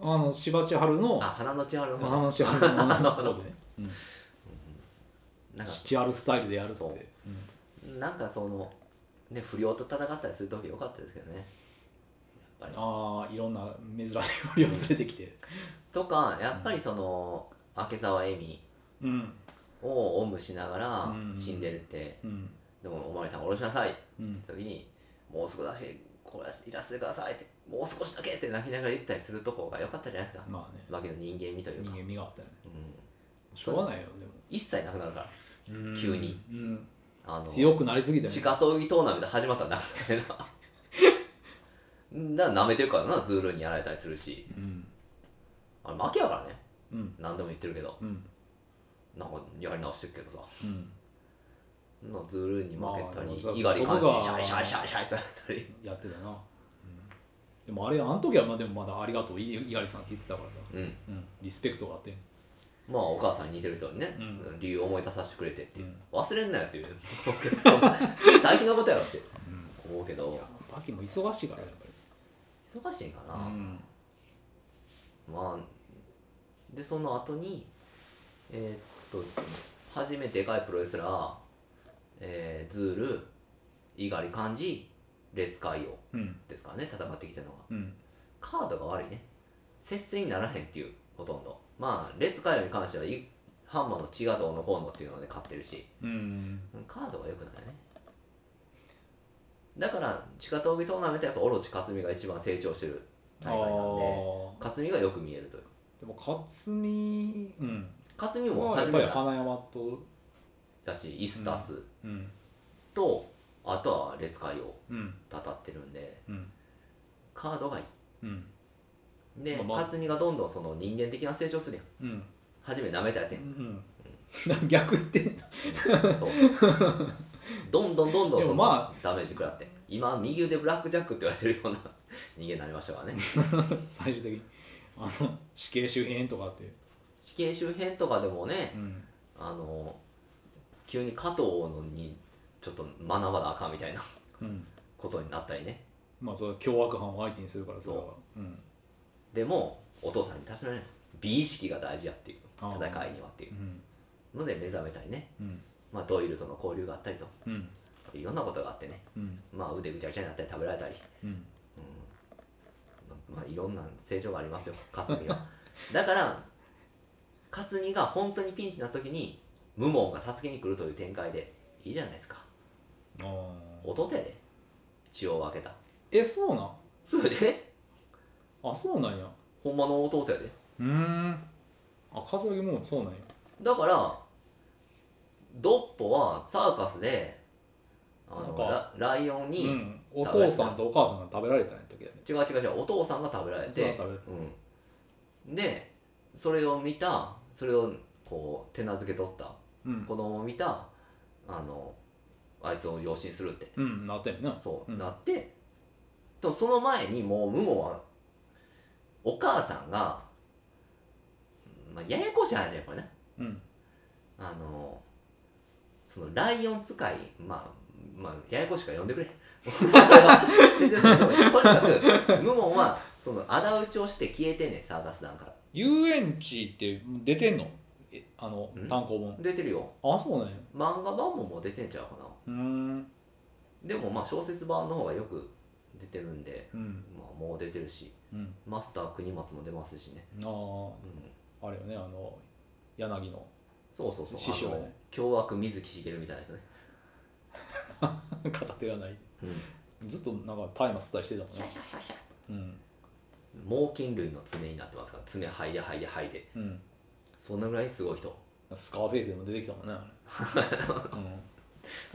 S3: あの芝千春の
S2: あ花の千春の
S3: あの
S2: 方
S3: 千春 の女の子でね、うん、
S2: なんか
S3: 千春スタイルでやるって、
S2: そうなんかそのね不良と戦ったりする時よかったですけどねやっぱり
S3: ああいろんな珍しい料理を連れてきて
S2: とかやっぱりその明沢恵美
S3: うん
S2: をおんぶしながら
S3: うん
S2: 死んでるって、
S3: うん
S2: でもおまわりさん降ろしなさい
S3: うん
S2: 時にもう少しだけこれいらしてくださいってもう少しだけって泣きながら言ったりするとこが良かったじゃないですか、
S3: まあね
S2: わけの人間味という
S3: 人
S2: か、
S3: 間味があったよね
S2: うん、
S3: しょうがないよでも
S2: 一切なくなるから
S3: うん
S2: 急に、
S3: うん、
S2: あの
S3: 強くなりすぎて
S2: 地下闘技トーナメント始まったらなくて なな舐めてるからなズールにやられたりするし
S3: うん
S2: あれ負けやからね
S3: うん
S2: 何でも言ってるけど
S3: うん
S2: なんかやり直してるけどさ
S3: うん
S2: なズールに負けた
S3: まあ
S2: り
S3: でも
S2: 猪狩
S3: 僕
S2: 監
S3: が
S2: 視シャイシャイシャイシャイってやったり
S3: やってたな、うん、でもあれあの時はまあでもまだありがとうい猪狩さんって言ってたからさ、
S2: うん
S3: うん、リスペクトがあって
S2: まあお母さんに似てる人にね、
S3: うん
S2: 理由を思い出させてくれてっていう、
S3: うん
S2: 忘れんなよっていう つい最近のことやろって思うけど
S3: バキも忙しいからやっぱり
S2: 忙しいんかな、
S3: うん
S2: まあでその後にえーっと初めてでかいプロレスラー、えーズール猪狩漢字列海王
S3: うん
S2: ですからね戦ってきたのが
S3: うん
S2: カードが悪いね接戦にならへんっていうほとんどまあ列海王に関してはいハンマーの血がどうのこうのっていうので勝ってるし
S3: うん
S2: うんカードが良くないねだから地下闘技トーナメントはやっぱオロチ克実が一番成長してる大会なんで克実がよく見えるという
S3: でも勝美、うん、
S2: 克実も
S3: はやっ
S2: 初
S3: ぱ
S2: め
S3: り
S2: て
S3: 花山と
S2: だしイスタス
S3: うん
S2: と、あとは列海を
S3: うん
S2: たたってるんで
S3: うん
S2: カードがいい
S3: うん
S2: で、
S3: まあまあ
S2: 克実がどんどんその人間的な成長するやん
S3: うん
S2: 初め舐めたや つやん
S3: うん 逆言ってんな
S2: そうどんどんどんどん
S3: で
S2: そ
S3: も
S2: の、
S3: ま
S2: ダメージ食らって今右腕ブラックジャックって言われてるような人間になりましたからね
S3: 最終的にあの死刑周辺とかって、
S2: 死刑周辺とかでもね
S3: うん、
S2: あの急に加藤のにちょっと学ばなあかんみたいな
S3: うん、
S2: ことになったりね
S3: まあそれは凶悪犯を相手にするからそれは
S2: そ
S3: うん
S2: でもお父さんに立ち直れない美意識が大事やっていう
S3: あ
S2: 戦
S3: ー
S2: いにはっていう
S3: うん
S2: ので目覚めたりね、
S3: うん
S2: まあ、ドイルとの交流があったりと
S3: うん
S2: いろんなことがあってね、
S3: うん
S2: まあ、腕ぐちゃぐちゃになったり食べられたり、
S3: うん
S2: ままあ、いろんな成長がありますよ克実は だから克実が本当にピンチな時に無門が助けに来るという展開でいいじゃないですか
S3: あー
S2: 弟やで血を分けた
S3: えそうなん
S2: それで
S3: あそうなんや
S2: ほんまの弟やで
S3: うーんあ風邪もそうなんや
S2: だからドッポはサーカスであ
S3: なん
S2: の
S3: か
S2: ラライオン
S3: う
S2: に
S3: んお父さんとお母さんが食べられたんやったっけどね
S2: 違う違う違うお父さんが食べられて
S3: お父さんが食
S2: うん、でそれを見たそれをこう手なずけ取った
S3: うん
S2: 子供を見たあのあいつを養子にするって
S3: うんなってんねんな
S2: そう、
S3: うん
S2: なってとその前にもうムモはお母さんが、まあ、ややこしい話やこれね
S3: うん
S2: あのそのライオン使いまあまあややこしいから呼んでくれ 全然そんなことないとにかくムモンはその仇討ちをして消えてんねんサーダス団から
S3: 遊園地って出てんのえあの
S2: うん
S3: 単行本
S2: 出てるよ
S3: あそうね
S2: 漫画版ももう出てんちゃうかな
S3: うーん
S2: でもまあ小説版の方がよく出てるんで、
S3: うん
S2: まあ、もう出てるし
S3: うん
S2: マスター国松も出ますしね、
S3: あー
S2: うん、
S3: あれよねあの柳の
S2: そうそうそう
S3: 師匠ね
S2: あの凶悪水木しげるみたいな人ね、
S3: 片手がない
S2: うん、
S3: ずっとなんか大麻吸ったりしてたもん
S2: ひゃ
S3: ね
S2: ひゃひゃひゃ
S3: うん
S2: 猛禽類の爪になってますから爪はいではいではいで
S3: うん
S2: そんなぐらいすごい人
S3: スカーフェイスでも出てきたもんね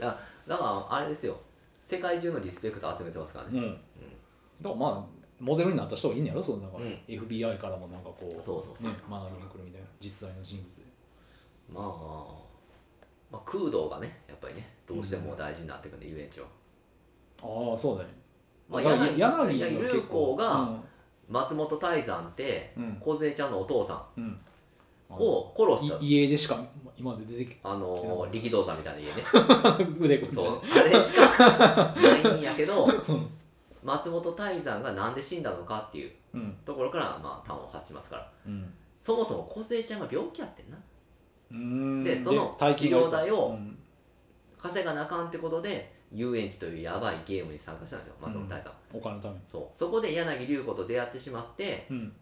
S3: あ
S2: だからあれですよ世界中のリスペクト集めてますから
S3: れう
S2: ね、
S3: ん、うん、だからまあモデルになった人がいいんやろそのなんか、
S2: うん
S3: FBI からもなんかこう
S2: そうそうそう
S3: ね、学びに来るみたいな実際の人物で
S2: まあ、まあ空洞がねやっぱりねどうしても大事になってくるんで遊園地は、
S3: ああそうだね
S2: まあ、
S3: だから
S2: 柳
S3: 柳が
S2: 柳
S3: 結
S2: 流
S3: 構
S2: 行が松本泰山って
S3: うん
S2: 梢ちゃんのお父さ
S3: うん、うん
S2: ん
S3: あの
S2: を殺した
S3: い家でしか今まで出てき
S2: あのー力道山みたいな家 ね
S3: た腕組んで
S2: そうあれしかないんやけど松本泰山がなんで死んだのかっていう
S3: うん
S2: ところからまあ端を発しますから
S3: うん
S2: そもそも梢ちゃんが病気やってんな
S3: うーん
S2: でその
S3: 大金がい
S2: 治療代を
S3: うん
S2: 稼がなあかんってことで遊園地というやばいゲームに参加したんですよ松本泰山、
S3: お金のために
S2: そうそこで柳流子と出会ってしまって
S3: うん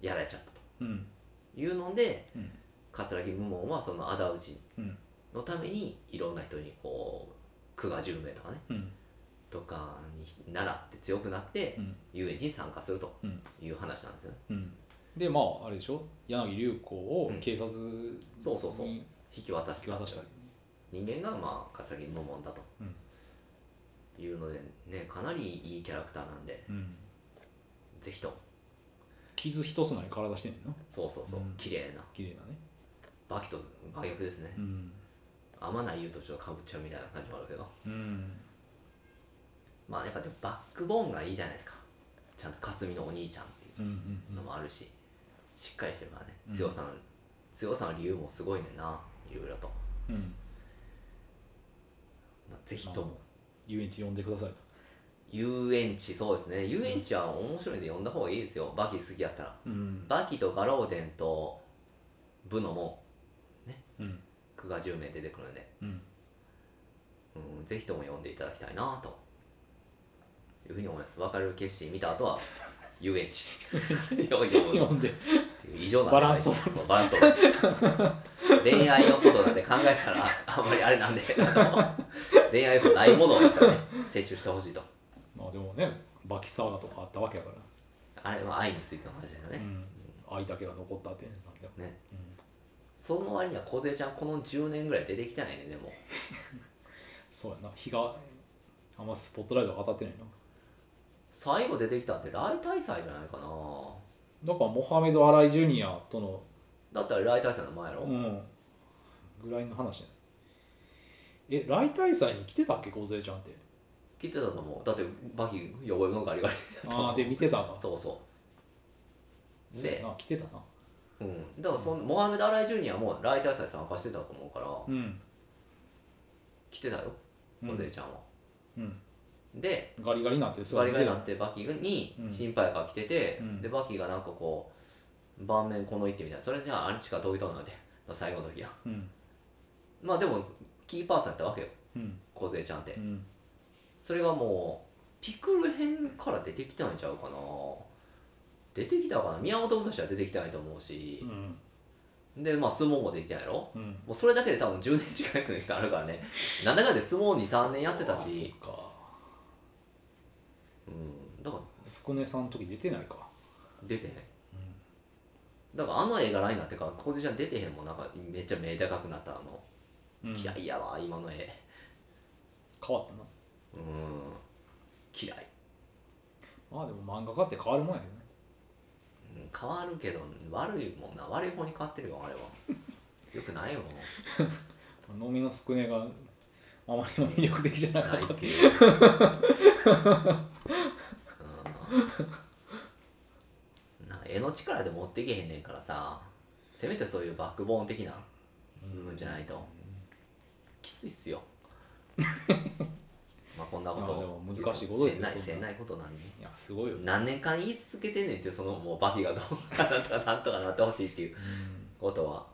S2: やられちゃったと
S3: うん
S2: いうので、
S3: うん
S2: 葛城無門はその仇討ち
S3: うん
S2: のためにいろんな人にこう久我十名とかね
S3: うん
S2: とかに習って強くなって
S3: うん
S2: 遊園地に参加すると
S3: うん
S2: いう話なんですよね
S3: うんでまああれでしょ柳流子を警察に
S2: そうそうそう
S3: 引
S2: 引き渡し
S3: き
S2: た
S3: 渡したり
S2: 人間がまあ笠木モモンだと、
S3: うん
S2: いうのでねかなりいいキャラクターなんで
S3: うん
S2: ぜひと
S3: 傷一つない体してんねんな
S2: そうそうそう、
S3: うん
S2: 綺麗な
S3: 綺麗なね
S2: バキと真逆ですね
S3: うん
S2: 天内優とちょっとかぶっちゃうみたいな感じもあるけど
S3: うん
S2: まあやっぱでもバックボーンがいいじゃないですかちゃんと克実のお兄ちゃんってい
S3: うん
S2: う
S3: う
S2: の
S3: ん
S2: もあるししっかりしてるからね
S3: うん
S2: 強さの、強さの理由もすごいねんないろいろと、
S3: うんうん
S2: まあ、ぜひとも
S3: 遊園地呼んでください
S2: 遊園地そうですね遊園地は面白いんで呼んだ方がいいですよバキ好きやったら
S3: うん
S2: バキとガローデンとブノも
S3: うん
S2: 9が10名出てくるんで、
S3: うん
S2: うん、ぜひとも呼んでいただきたいなというふうに思います別れる決心見た 後は遊園地 よいよいよ
S3: 呼んで
S2: っていう異常な
S3: バランスを
S2: そうバランスを恋愛のことなんて考えたらあんまりあれなんであの恋愛こないものを、ね、摂取してほしいと
S3: まあでもねバキサーガとかあったわけやから
S2: あれは愛についての話だよ
S3: う
S2: ね、
S3: ん愛だけが残ったってねなんでも
S2: ね
S3: うん
S2: その割には梢ちゃんこの10年ぐらい出てきてないねでも
S3: そうやな日があんまスポットライトが当たってないな
S2: 最後出てきたってライ大祭じゃないかな
S3: だからモハメド・アライ・ジュニアとの、
S2: だったらライ大祭の前やろ、
S3: うん、ぐらいの話ねえ来大祭に来てたっけ梢ちゃんって
S2: 聞いてたと思うだってバキ呼ぼのガリガリ
S3: ああで見てたか
S2: そうそう
S3: そうや
S2: で
S3: な来てたな
S2: うんだからそのモハメド・アライ・ジュニアもライ大祭参加してたと思うから
S3: うん
S2: 来てたよ
S3: うん
S2: 小ちゃんは、
S3: うん
S2: で
S3: ガリガリになってる
S2: ガリガリになってバキに
S3: うん
S2: 心配が来てて、
S3: うん
S2: でバキがなんかこう盤面この一手みたいなそれじゃあアンチかどういとんので最後の時は
S3: うん
S2: まあでもキーパーソンやったわけよ
S3: うん
S2: 小ちゃんって
S3: うん
S2: それがもうピクル編から出てきたんちゃうかな出てきたかな宮本武蔵は出てきてないと思うし
S3: う、ん
S2: でまあ相撲もできてないやろ
S3: うん
S2: もうそれだけで多分10年近くあるからね なんだかんだで相撲23年やってたし
S3: あそうか
S2: うんだから
S3: すこねさんの時出てないか
S2: 出てへん、だからあの映画ラインになってから小じちゃん出てへんもんなんかめっちゃ目高くなったあの、
S3: うん
S2: 嫌いやわ今の絵
S3: 変わったな
S2: うん嫌い、
S3: まあでも漫画家って変わるもんやけどね
S2: うん、変わるけど悪いもんな悪い方に変わってるよ あれはよくないよ
S3: 飲みの宿根があまりの魅力的じゃなか
S2: な
S3: っ
S2: い
S3: た
S2: っていう、うん、な絵の力で持っていけへんねんからさせめてそういうバックボーン的な部分じゃないと、きついっす よまあこんなこ
S3: まあで
S2: と
S3: も難しいことで
S2: せん
S3: すよ
S2: ない
S3: そんな
S2: せんないことなんでね
S3: いやすごいよ、うん、
S2: 何年間言い続けてんねんっていうそのもうバフィがどうかなんとかなんとかなってほしいっていうことは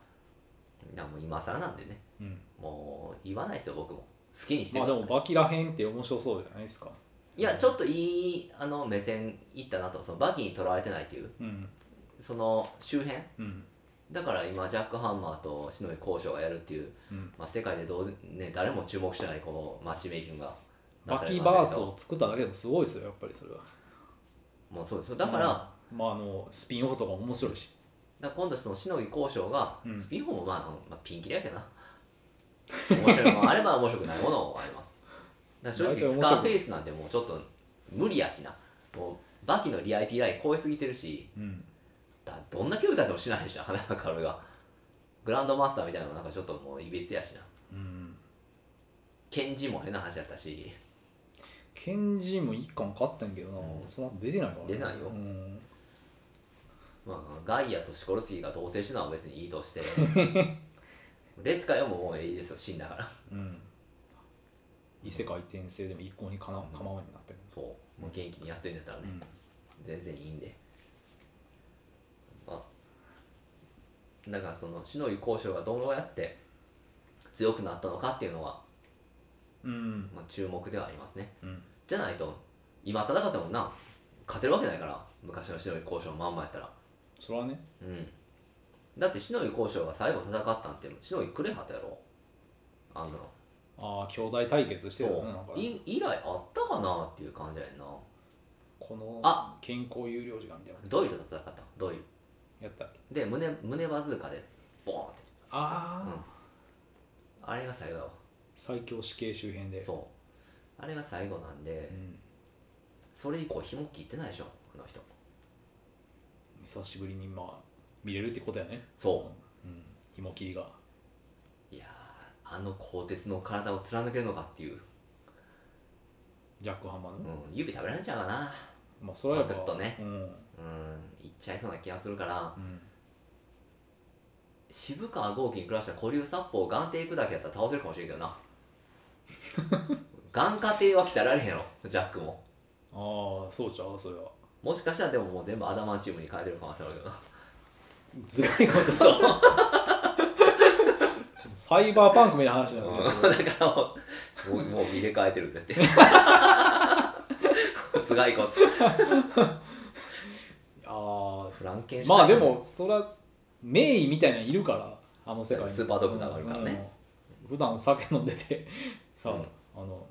S2: だからもう今更なんでね
S3: うん
S2: もう言わないですよ僕も好きにして
S3: まあ
S2: く
S3: で
S2: ださい、
S3: もバキらへんって面白そうじゃないですか
S2: いやちょっといいあの目線いったなとそのバキにとらわれてないっていう
S3: うん
S2: その周辺
S3: うん
S2: だから今ジャック・ハンマーと篠井幸翔がやるっていう、
S3: うん
S2: まあ、世界でどう、ね、誰も注目してないこのマッチメイキングがな
S3: バ
S2: され
S3: キ
S2: てますけど
S3: バースを作っただけでもすごいですよやっぱりそれは
S2: もうそうですよだから,、だか
S3: まああのスピンオフとかも面白いし
S2: ら今度その篠木交渉が、
S3: うん
S2: スピンオフもまああの、まあ、ピンキリやけどな面白いもんあれば面白くないものもありますだから正直スカーフェイスなんてもうちょっと無理やしなもうバキのリアリティライン超えすぎてるし
S3: うん
S2: だどんだけ歌ってもしないしな花中俺がグランドマスターみたいなのなんかちょっともういびつやしな
S3: うん
S2: ケンジも変な話やったし
S3: ケンジも一巻買ったんやけどな、その後出てないから
S2: 出ないよ
S3: うん
S2: まあ、ガイアとシコルスキーが同棲してるのは別にいいと してレスカよももういいですよ死んだから
S3: うん異世界転生でも一向にかな構わんになってる
S2: そうもう元気にやってんだったらね、
S3: うん
S2: 全然いいんでまあだからその篠井交渉がどうやって強くなったのかっていうのは、
S3: うん
S2: まあ、注目ではありますね
S3: うん
S2: じゃないと今戦ってもな勝てるわけないから昔の篠井交渉のまんまやったら
S3: それはね
S2: うんだって篠井交渉が最後戦ったんて篠井クレハトやろあの
S3: ああ兄弟対決して
S2: そう
S3: るよねなんかね
S2: い以来あったかなっていう感じやねんな
S3: この
S2: あ
S3: 健康有料時間みたいなの
S2: ドイルと戦ったドイル
S3: やったっけ
S2: で胸胸バズーカでボーンって
S3: ああ、
S2: うんあれが最後やわ
S3: 最強死刑周辺で
S2: そうあれが最後なんで、
S3: ん
S2: それ以降紐切ってないでしょあの人
S3: 久しぶりにまあ見れるってことやね
S2: そ
S3: うん紐切りが
S2: ういやーあの鋼鉄の体を貫けるのかっていう、
S3: ジャックハンマーの、
S2: うん、指食べられちゃうかな
S3: まあそれはやっ
S2: パクッ
S3: ぱ
S2: とね
S3: うん、
S2: うんいっちゃいそうな気がするから
S3: うん、
S2: 渋川豪輝に暮らした古流殺法を眼底行くだけやったら倒せるかもしれんけどな 眼下帝は来たらあれへんやろジャックも
S3: ああそうちゃうそれは
S2: もしかしたらでももう全部アダマンチームに変えてる可能性あるけどな
S3: 頭蓋骨そう サイバーパンクみたいな話だよね
S2: うんだからもうもうもう入れ替えてる ぜって頭蓋骨
S3: あ
S2: フランケン
S3: あ
S2: シュタイ
S3: まあ
S2: ン
S3: でもそれは名医みたいなのいるからあの世界に
S2: スーパードクターがあるからね、
S3: うん普段酒飲んでてさ、
S2: うん
S3: あの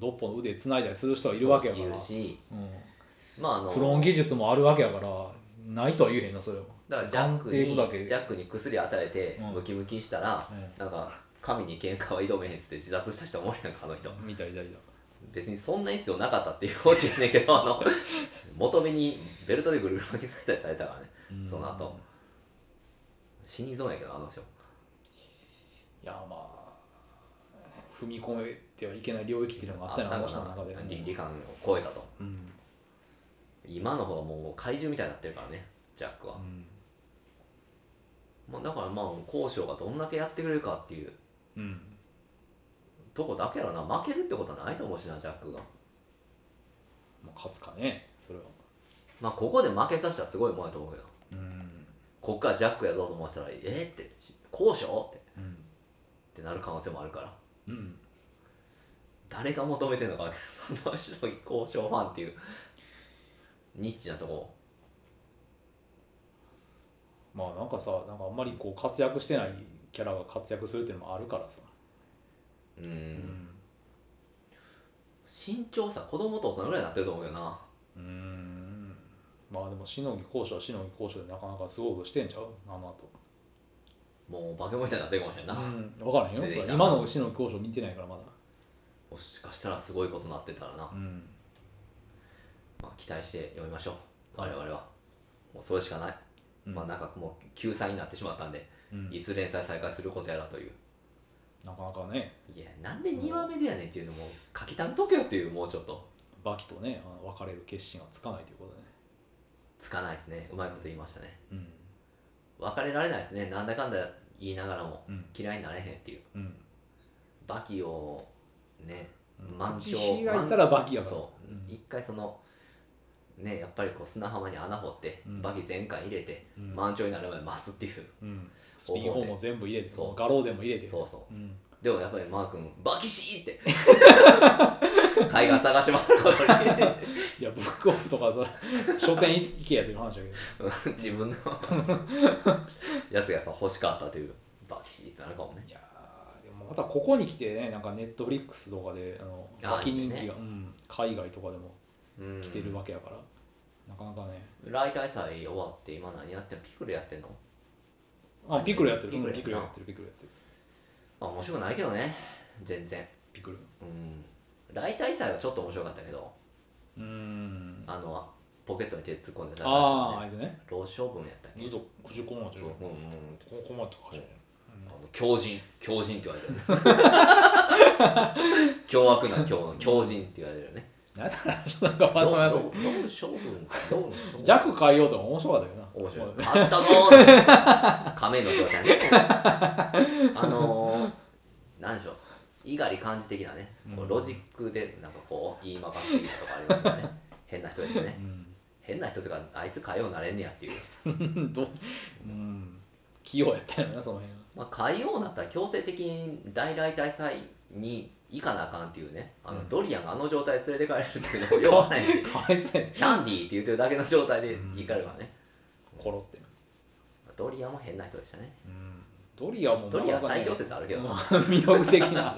S3: 六本の腕つないだりする人はいるわけやか
S2: い
S3: ら
S2: るし
S3: うん
S2: まああの
S3: クローン技術もあるわけやからないとは言えへんなそれは
S2: だからジャックに
S3: 眼底行くだけ
S2: ジャックに薬与えて
S3: うん
S2: ムキムキにしたら、
S3: うん
S2: なんか神に喧嘩は挑めへんっつって自殺した人もおるやんかあの人
S3: みたいだいだ
S2: 別にそんな必要なかったっていうオチやねんけどあ の求めにベルトでぐるぐる巻きつけたりされたからねその後死にそうやけどあの人
S3: いやまあ踏み込めてはいけない領域っていうのがあったよなあの人の中で
S2: り理観を超えたと
S3: うん
S2: 今の方がもう怪獣みたいになってるからねジャックは
S3: う、ん
S2: まあ、だからまあ交渉がどんだけやってくれるかっていう
S3: うん
S2: とこだけやろな負けるってことはないと思うしなジャックが
S3: まあ勝つかねそれは
S2: まあここで負けさせたらすごいもんやと思うけど
S3: うん
S2: こっからジャックやぞと思ってたらえっ、って交渉って
S3: うん
S2: ってなる可能性もあるから
S3: うん
S2: 誰が求めてんのか面白い 交渉ファンっていうニッチなとこ
S3: まあなんかさなんかあんまりこう活躍してないキャラが活躍するっていうのもあるからさ
S2: うん
S3: うん
S2: 身長さ子供と大人ぐらいになってると思うけどな
S3: うんまあでもしのぎ交渉はしのぎ交渉でなかなかすごいことしてんちゃうあの後
S2: もう化け物みたいになってるかもしれんな、
S3: うん、分からへんよ
S2: 出てき
S3: そ
S2: た
S3: れ
S2: な
S3: 今の死の交渉見てないからまだ
S2: もしかしたらすごいことになってたらな、
S3: うん
S2: 期待して読みましょう我々はもうそれしかない、
S3: うん
S2: まあなんかもう救済になってしまったんで、
S3: うん
S2: いつ連載再開することやらという
S3: なかなかね
S2: いやなんで2話目でやねんっていうのも書きためとけよっていうもうちょっと
S3: バキとねあの別れる決心はつかないということでね
S2: つかないですねうまいこと言いましたね
S3: うん
S2: 別れられないですねなんだかんだ言いながらも
S3: うん
S2: 嫌いになれへんっていう
S3: うん
S2: バキをね
S3: うん
S2: 満潮
S3: 口開いたらバキやから
S2: そう、
S3: うん
S2: 一回そのねやっぱりこう砂浜に穴掘って、
S3: うん
S2: バキ全巻入れて、
S3: うん
S2: 満潮になるまで待つっていう、
S3: うんスピンオフも全部入れて
S2: そう
S3: 画廊でも入れて
S2: そうそう
S3: うん
S2: でもやっぱりマー君バキシーって 海岸探し回ることに
S3: いやブックオフとかそれ 書店行けやという話だけど
S2: うん自分のやつがやっぱ欲しかったというバキシーってなるかもね
S3: いやーでもまたここに来てねなんかネットフリックスとかであの
S2: あー
S3: バキ人気
S2: いい
S3: が、
S2: ね
S3: うん、海外とかでも
S2: うん
S3: 来てるわけやから、なかなかね
S2: 来大祭終わって今何やってんのピクルやってんの
S3: あ
S2: あ
S3: ピクルやってる
S2: ピクル
S3: うんピクルやってるピクルやってる
S2: まあ面白くないけどね全然
S3: ピクル
S2: うん来大祭はちょっと面白かったけど
S3: うーん
S2: あのポケットに手突っ込んでた
S3: あああ
S2: ね
S3: れでね
S2: 老将軍やったっけ
S3: 嘘九十九万
S2: そううんうん
S3: ここまでとかじゃ
S2: あの狂人狂人って言われてる 凶悪な狂狂人って言われてるよね
S3: なんだろうちょっとなんかまとまらず
S2: ロロン将軍かロン将軍
S3: 弱変えようとか面白かったよな
S2: 面 白い勝った
S3: まあ
S2: ぞー亀の状態ねあのー、なんでしょう猪狩感じ的なねこうロジックでなんかこう言いまかっているとかありますよね変な人ですね変な人とかあいつ海王になれんねやっていう
S3: うんどううん器用やったよなその辺
S2: まあ、海王になったら強制的に大来大祭に行かなあかんっていうねあの、
S3: うん
S2: ドリアンがあの状態で連れて帰れるっていうのもよく わからないし
S3: かわいそうやね
S2: キャンディーって言ってるだけの状態で行かれるからね、
S3: コロって
S2: ドリアンも変な人でしたね
S3: うんドリアも
S2: ドリア
S3: なんかね
S2: 最強説あるけどな
S3: まあ魅力的な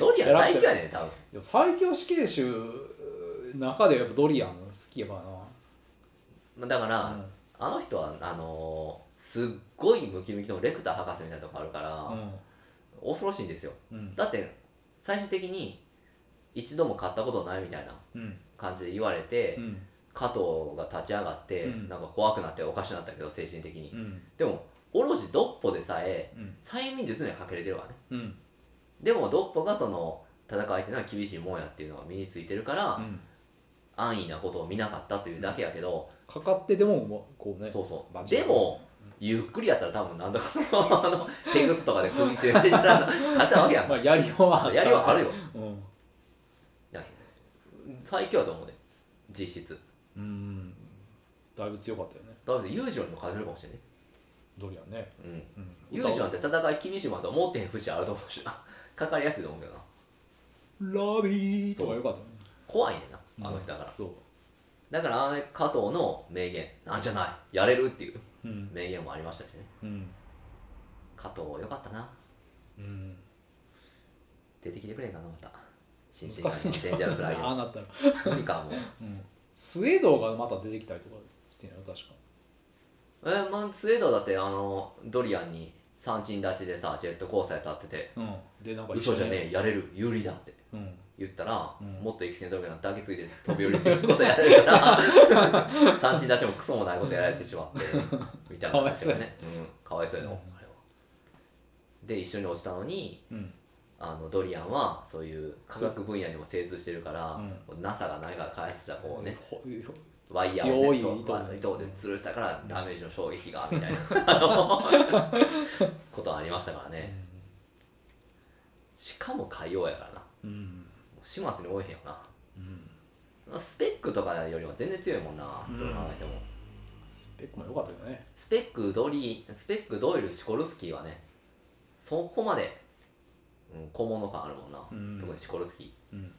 S2: ドリアン最強やね多分
S3: でも最強死刑囚の中でやっぱドリアン好きやからな
S2: まあだから、
S3: うん
S2: あの人はあのーすっごいムキムキのレクター博士みたいなとこあるから、恐ろしいんですよ
S3: うんうん
S2: だって最終的に一度も買ったことないみたいな
S3: うん
S2: 感じで言われて、
S3: うん
S2: 加藤が立ち上がって、
S3: うん
S2: なんか怖くなっておかしくなったけど精神的に、
S3: うん
S2: でもオロジドッポでさえ
S3: うん
S2: 催眠術にはかけれてるわね
S3: うん
S2: でもドッポがその戦いっていうのは厳しいもんやっていうのが身についてるから、
S3: うん
S2: 安易なことを見なかったというだけやけど、
S3: かかってでももうこうね
S2: そうそ
S3: バ
S2: う
S3: チバ
S2: で
S3: チ
S2: もゆっくりやったら多分なんだかそのあのテグスとかで首絞めてたら勝てたわけやん
S3: ま
S2: か
S3: あやりようは
S2: やりはあるよ
S3: うん
S2: だから最強やと思うで実質
S3: うんだいぶ強かったよね
S2: だって裕次郎にも勝てるかもしれない
S3: ドリアンね
S2: うん
S3: うん
S2: ユージなんて戦い厳しいまと思ってへん節あると思うしなかかりやすいと思うけどな
S3: ラビーとかよかったよね
S2: 怖いねんな
S3: うん
S2: あの人だから、
S3: そ
S2: だからあの加藤の名言なんじゃないやれるっていう
S3: ううん
S2: 名言もありましたしね
S3: うん
S2: 加藤よかったな
S3: うん
S2: 出てきてくれんかなまた新進
S3: 難
S2: 館
S3: しい
S2: の
S3: ん
S2: デ
S3: じ
S2: ンジ
S3: ゃ
S2: ャラ
S3: な
S2: スライ
S3: いあ
S2: ド
S3: あなったら
S2: 無理かもう
S3: うんスウェードがまた出てきたりとかしてんの確か
S2: えーまあスウェードだってあのドリアンに三鎮立ちでさジェットコースターやってて
S3: うんでな
S2: 「
S3: んか
S2: 嘘じゃ
S3: に
S2: ねえやれる有利だ」って
S3: うん
S2: 言ったら、
S3: うん
S2: もっとエキセントリックな抱きついて飛び降りるっていうことやられるから 三振出しもクソもないことやられてしま ってみたいな話がねかわいそうやの、あれはで一緒に落ちたのに
S3: うん
S2: あのドリアンはそういう科学分野にも精通してるから、NASA がないから開発したこうね
S3: ほほ
S2: ワイヤーを、ね、
S3: 強い糸をね
S2: そう糸で吊るしたからダメージの衝撃がみ たいなことがありましたからね、しかも海洋やからな
S3: うん
S2: もう始末に多いへんよな
S3: うん
S2: スペックとかよりも全然強いもんな、
S3: うん
S2: どう考えても
S3: スペックも良かったよね
S2: スペックドリスペックドイルシコルスキーはねそこまで、うん、小物感あるもんな、
S3: うん
S2: 特にシコルスキー
S3: うん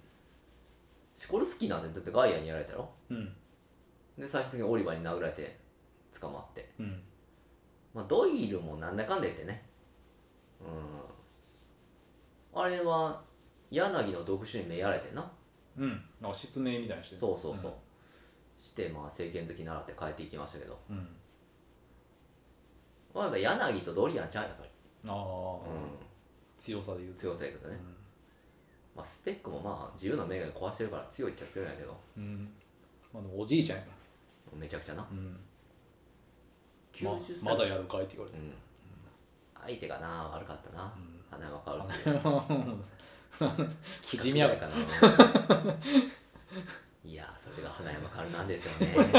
S2: シコルスキーなんてだってガイアにやられたろ
S3: うん
S2: で最終的にオリバーに殴られて捕まって、
S3: うん
S2: まあ、ドイルもなんだかんだ言ってねうんあれは柳の毒種に目やられてんな
S3: うんなんか失明みたいにしてる
S2: そうそうそう、してまあ政権好きに習って帰っていきましたけど
S3: うん、うん、
S2: まあやっぱ柳とドリアンちゃうやっぱり、
S3: ああ、
S2: う、
S3: 強さで言うん
S2: 強さやけどね、
S3: ん
S2: まあ、スペックもまあ自由な女神壊してるから強いっちゃ強いんやけど
S3: うんまあでもおじいちゃんやから
S2: めちゃくちゃな、
S3: んま
S2: 90歳
S3: まだやるかいって言われ
S2: う
S3: て
S2: ん、相手がな悪かったな、花は変わるけど
S3: 不死身やから
S2: かないやーそれが花山薫なんですよね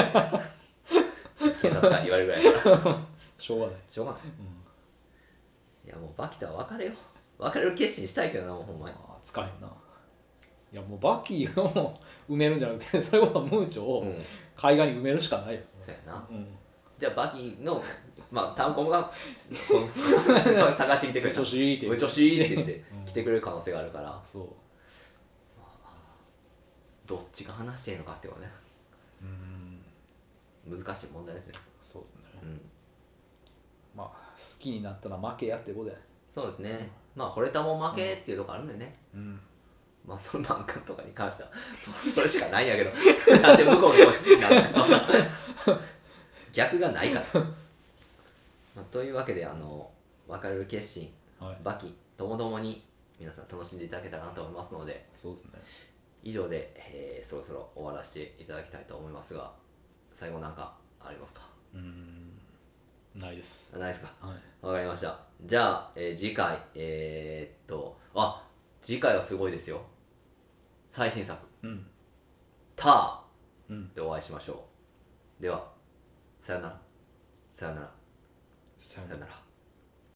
S2: 警察官に言われるぐらいだから
S3: しょうがない
S2: しょうがない、いやもうバキとは別れよ別れる決心したいけどなもうほんまに
S3: あー使えんないやもうバキを埋めるんじゃなくてそれこそムーチョ
S2: う
S3: を
S2: ん
S3: 海岸に埋めるしかないよ、
S2: そうやな
S3: うん、
S2: じゃあバキのまあ単行が こう探してきてくれ
S3: めったちゃしいって
S2: めちゃしいって言って来てくれる可能性があるから
S3: そ
S2: どっちが話してんのかってことね
S3: ううん
S2: 難しい問題ですね
S3: そうですね
S2: うん
S3: まあ好きになったら負けやってことやね
S2: そうですねまあ惚れたもん負けっていうとこあるんでね、
S3: うん
S2: まあその漫画とかに関してはそ それしかないんやけど なんで向こうのごちそうにな るの逆がないから、まあ、というわけであの別れる決心
S3: はい
S2: バキともどもに皆さん楽しんでいただけたらなと思いますので
S3: そうですね
S2: 以上で、えーそろそろ終わらせていただきたいと思いますが最後なんかありますか
S3: うんないです
S2: ないですか
S3: はい
S2: わかりました。じゃあ、えー次回、えーっと、あ次回はすごいですよ。最新作、
S3: うん
S2: タ
S3: うん
S2: ーでお会いしましょう。では、さよなら。さよなら。
S3: さよ
S2: さよなら。